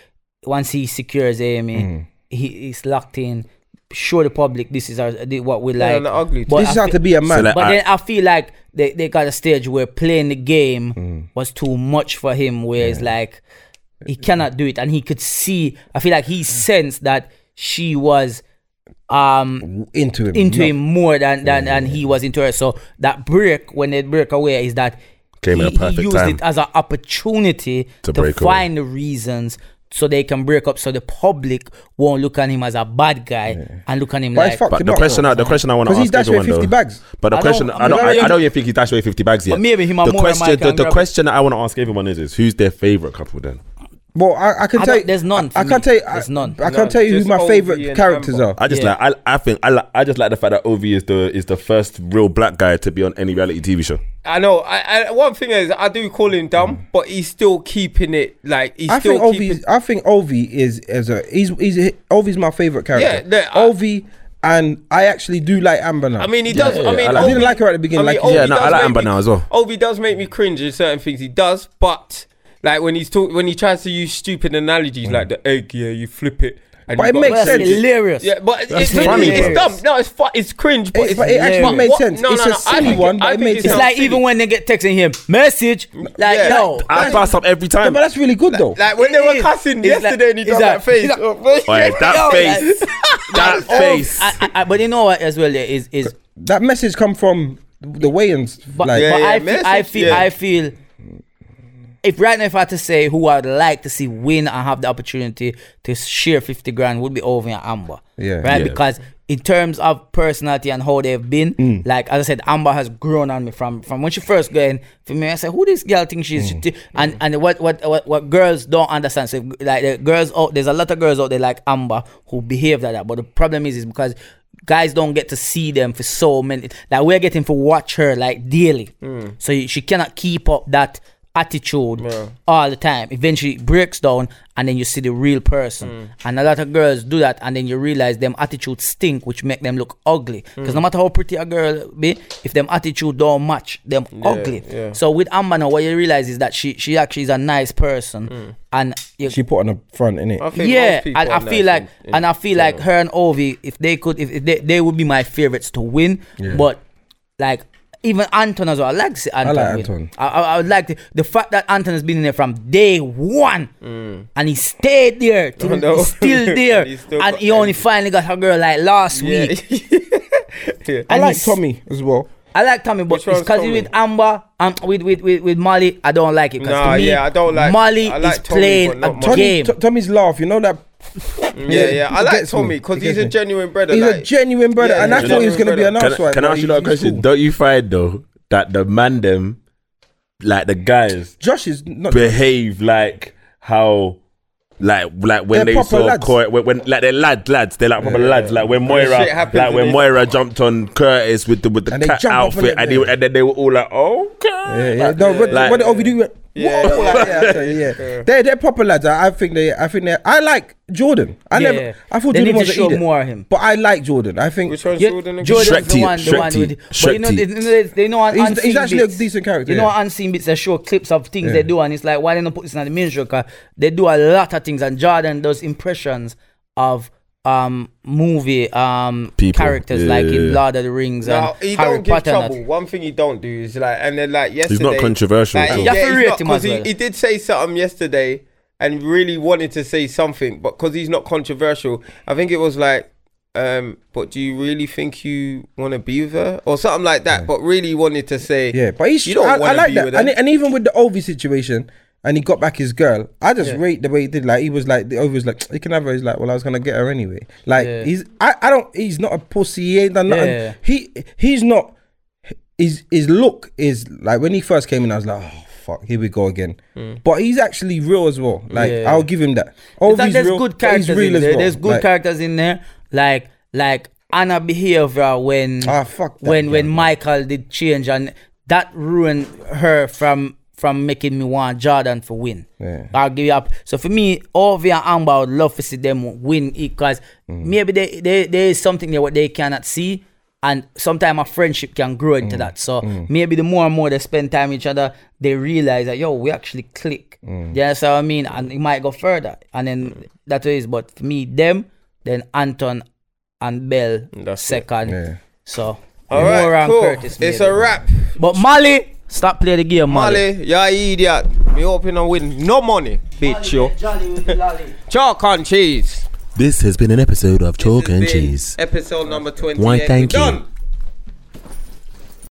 once he secures Amy, he is locked in. Show the public this is our thi- what we like. Play on the ugly But team. this I is how fe- to be a man. So, like, but I- then I feel like they, they got a stage where playing the game Mm. was too much for him, where it's like he cannot do it, and he could see. I feel like he sensed that she was um into him. into no. him more than than, than he was into her. So that break when they break away is that Came he, at a he perfect used time. it as an opportunity to, To break away. find the reasons. So they can break up, so the public won't lock on him as a bad guy and look on him But like it's fucked But him the up, question, though. I, the question I want to 'Cause ask he's dashed away everyone 50 though- bags. But the I don't- question, I don't, I, I don't even think he dashed away fifty bags yet. maybe him and the Mora might question, the, can the grab it. question that I want to ask everyone is, is who's their favorite couple then? Well, I, I can tell I don't- you, there's none I, I for can't me. tell you. I, There's none. I No, can't tell you who just my Ovi favorite and characters Amber. are. I just Yeah. like I, I think I, li- I just like the fact that Ov is the is the first real black guy to be on any reality TV show. I know. I, I one thing is I do call him dumb, but he's still keeping it like he's Mm. I still think Ovi. keeping. Is, I think Ovi is as a he's he's Ovi's my favorite character. Yeah, no, I- Ovi, and I actually do like Amber now. I mean, he does. yeah, I mean, I like- I didn't like her at the beginning, like you Ovi Yeah, no, does I like make Amber me- now as well. Ovi Oh, does make me cringe in certain things he does, but like when he's talk, when he tries to use stupid analogies like the egg, yeah, you flip it. And But you it got- makes Well, that's sense. hilarious. Yeah, but it's, it's, funny, it's bro. dumb. No, it's fu- it's cringe, but It- it's but it actually hilarious. made What- sense. No, It's no, a no, I silly think it- one, but I it think made It's sense. like silly. even when they get texting him, message. Like, Yeah. no. I pass up every Yeah, time. but that's really good though. Like when It they were is. cussing It's yesterday like- and he it's does like- that face. it's Oh, yeah, that Yo, face, like- that face. I, I, I, but you know what, as well, yeah, is is That message come from the Wayans. But, Like, Yeah, but yeah, I, feel, I message, feel, yeah. I feel. If right now, if I had to say who I'd like to see win and have the opportunity to share fifty grand, would be Ovi and Amber. Yeah. Right, Yeah. because in terms of personality and how they've been, like as I said, Amber has grown on me from from when she first got in. For me, I said, who this girl thinks she's, she thi-" and and what, what what what girls don't understand. So if, like the girls out, there's a lot of girls out there like Amber who behave like that. But the problem is, is because guys don't get to see them for so many like we're getting to watch her like daily Hmm. so you- she cannot keep up that attitude all the time eventually it breaks down and then you see the real person Hmm. and a lot of girls do that and then you realize them attitudes stink which make them look ugly because Hmm. no matter how pretty a girl be if them attitude don't match them ugly yeah. so with Amber now what you realize is that she she actually is a nice person Hmm. and you, she put on the front in it. I think yeah, most people and I are feel nice like, in- in- and I feel like her and Ovi, if they could, if, if they, they would be my favorites to win. But like even Anton as well, I like to see Anton. like win. Anton. I, I, I would like to, the fact that Anton has been in there from day one, and he stayed there till Oh, no. he's still there, Mm. He's still and got he only energy. finally got her girl like last week. yeah. I And like he's- Tommy as well. I like Tommy, but Which one's it's because Tommy? with Amber, um, with with with, with Molly, I don't like it. 'cause Nah, to me, yeah, I don't like- Molly I like is Tommy, playing but a not Molly. Tommy, game. T- Tommy's laugh. You know that Yeah, yeah. I It like gets me. Tommy because It he's gets a me. genuine brother. he's a like- genuine brother, Yeah, and yeah, I thought he was gonna be an genuine Can, I- arsehole. can I but ask he's- you that he's question? cool. Don't you find though that the man them, like the guys, Josh is not. behave like how like like when They're they proper saw lads. Coy, when, when like they're lad lads they're like proper lads like when Moira shit happens like and when they- Moira jumped on Curtis with the with the And they cat jump up on outfit it, and, they, yeah. and then they were all like okay Yeah, yeah. No, what, Like- what did Ovi do? He went, Yeah. "Whoa," like that, so, yeah. They're they're proper lads. I, I think they. I think they. I like Jordan. I Yeah, never. yeah. I thought They Jordan need to was an show idiot, more of him. But I like Jordan. I think Which one's Yeah, Jordan? again? Jordan's the Shrek-ty, one, the one Shrek-ty, with, but you know, they, Shrek-ty. they, they know on He's- unseen he's actually a bits. decent character, You know, yeah. on unseen bits they show clips of things they do, and it's like why they don't put this in the minstrel? Cause they do a lot of things, and Jordan does impressions of um movie um People, characters yeah, like in yeah. Lord of the Rings No, and he Harry don't give Potter. and that. trouble. One thing he don't do is like, and then like yesterday, controversial Like, at all. You have to he's rate not, him 'cause as he, well. he did say something yesterday, and really wanted to say something, but because he's not controversial, I think it was like, um, but do you really think you want to be with her or something like that? But really wanted to say, Yeah, but he's. you don't I, I wanna like be that, with and, her. and even with the Ovi situation, and he got back his girl. I just rate the way he did. Like he was like the Ovi was like, you can have her. He's like, well, I was gonna get her anyway. Like Yeah. he's. I, I don't. He's not a pussy. He ain't done nothing. Yeah. He he's not. His his look is like when he first came in. I was like, oh fuck, here we go again. But he's actually real as well. Like Hmm. Yeah. I'll give him that. It's like Ovi's there's real, good but he's characters real in as there. well. There's good like, characters in there, like like Anna behavior when Ah, fuck that when when guy, man. Michael did change and that ruined her from from making me want Jordan for win. Yeah. I'll give you up. So for me, Ovi and Amber, I would love to see them win because maybe they, they there is something there what they cannot see. And sometimes a friendship can grow into that. So maybe the more and more they spend time with each other, they realize that yo, we actually click. Yeah, so I mean, and it might go further. And then that way is, but for me, them, then Anton and Bell That's it. second. Yeah. So all right, Moran cool, Curtis it's made a it. wrap. But Mali, stop playing the game, Mali. Mali, yeah, idiot. We hoping to win no money, bitch, yo. Chalk and cheese. this has been an episode of Chalk This has been Episode number 28. Why, thank We're you. done.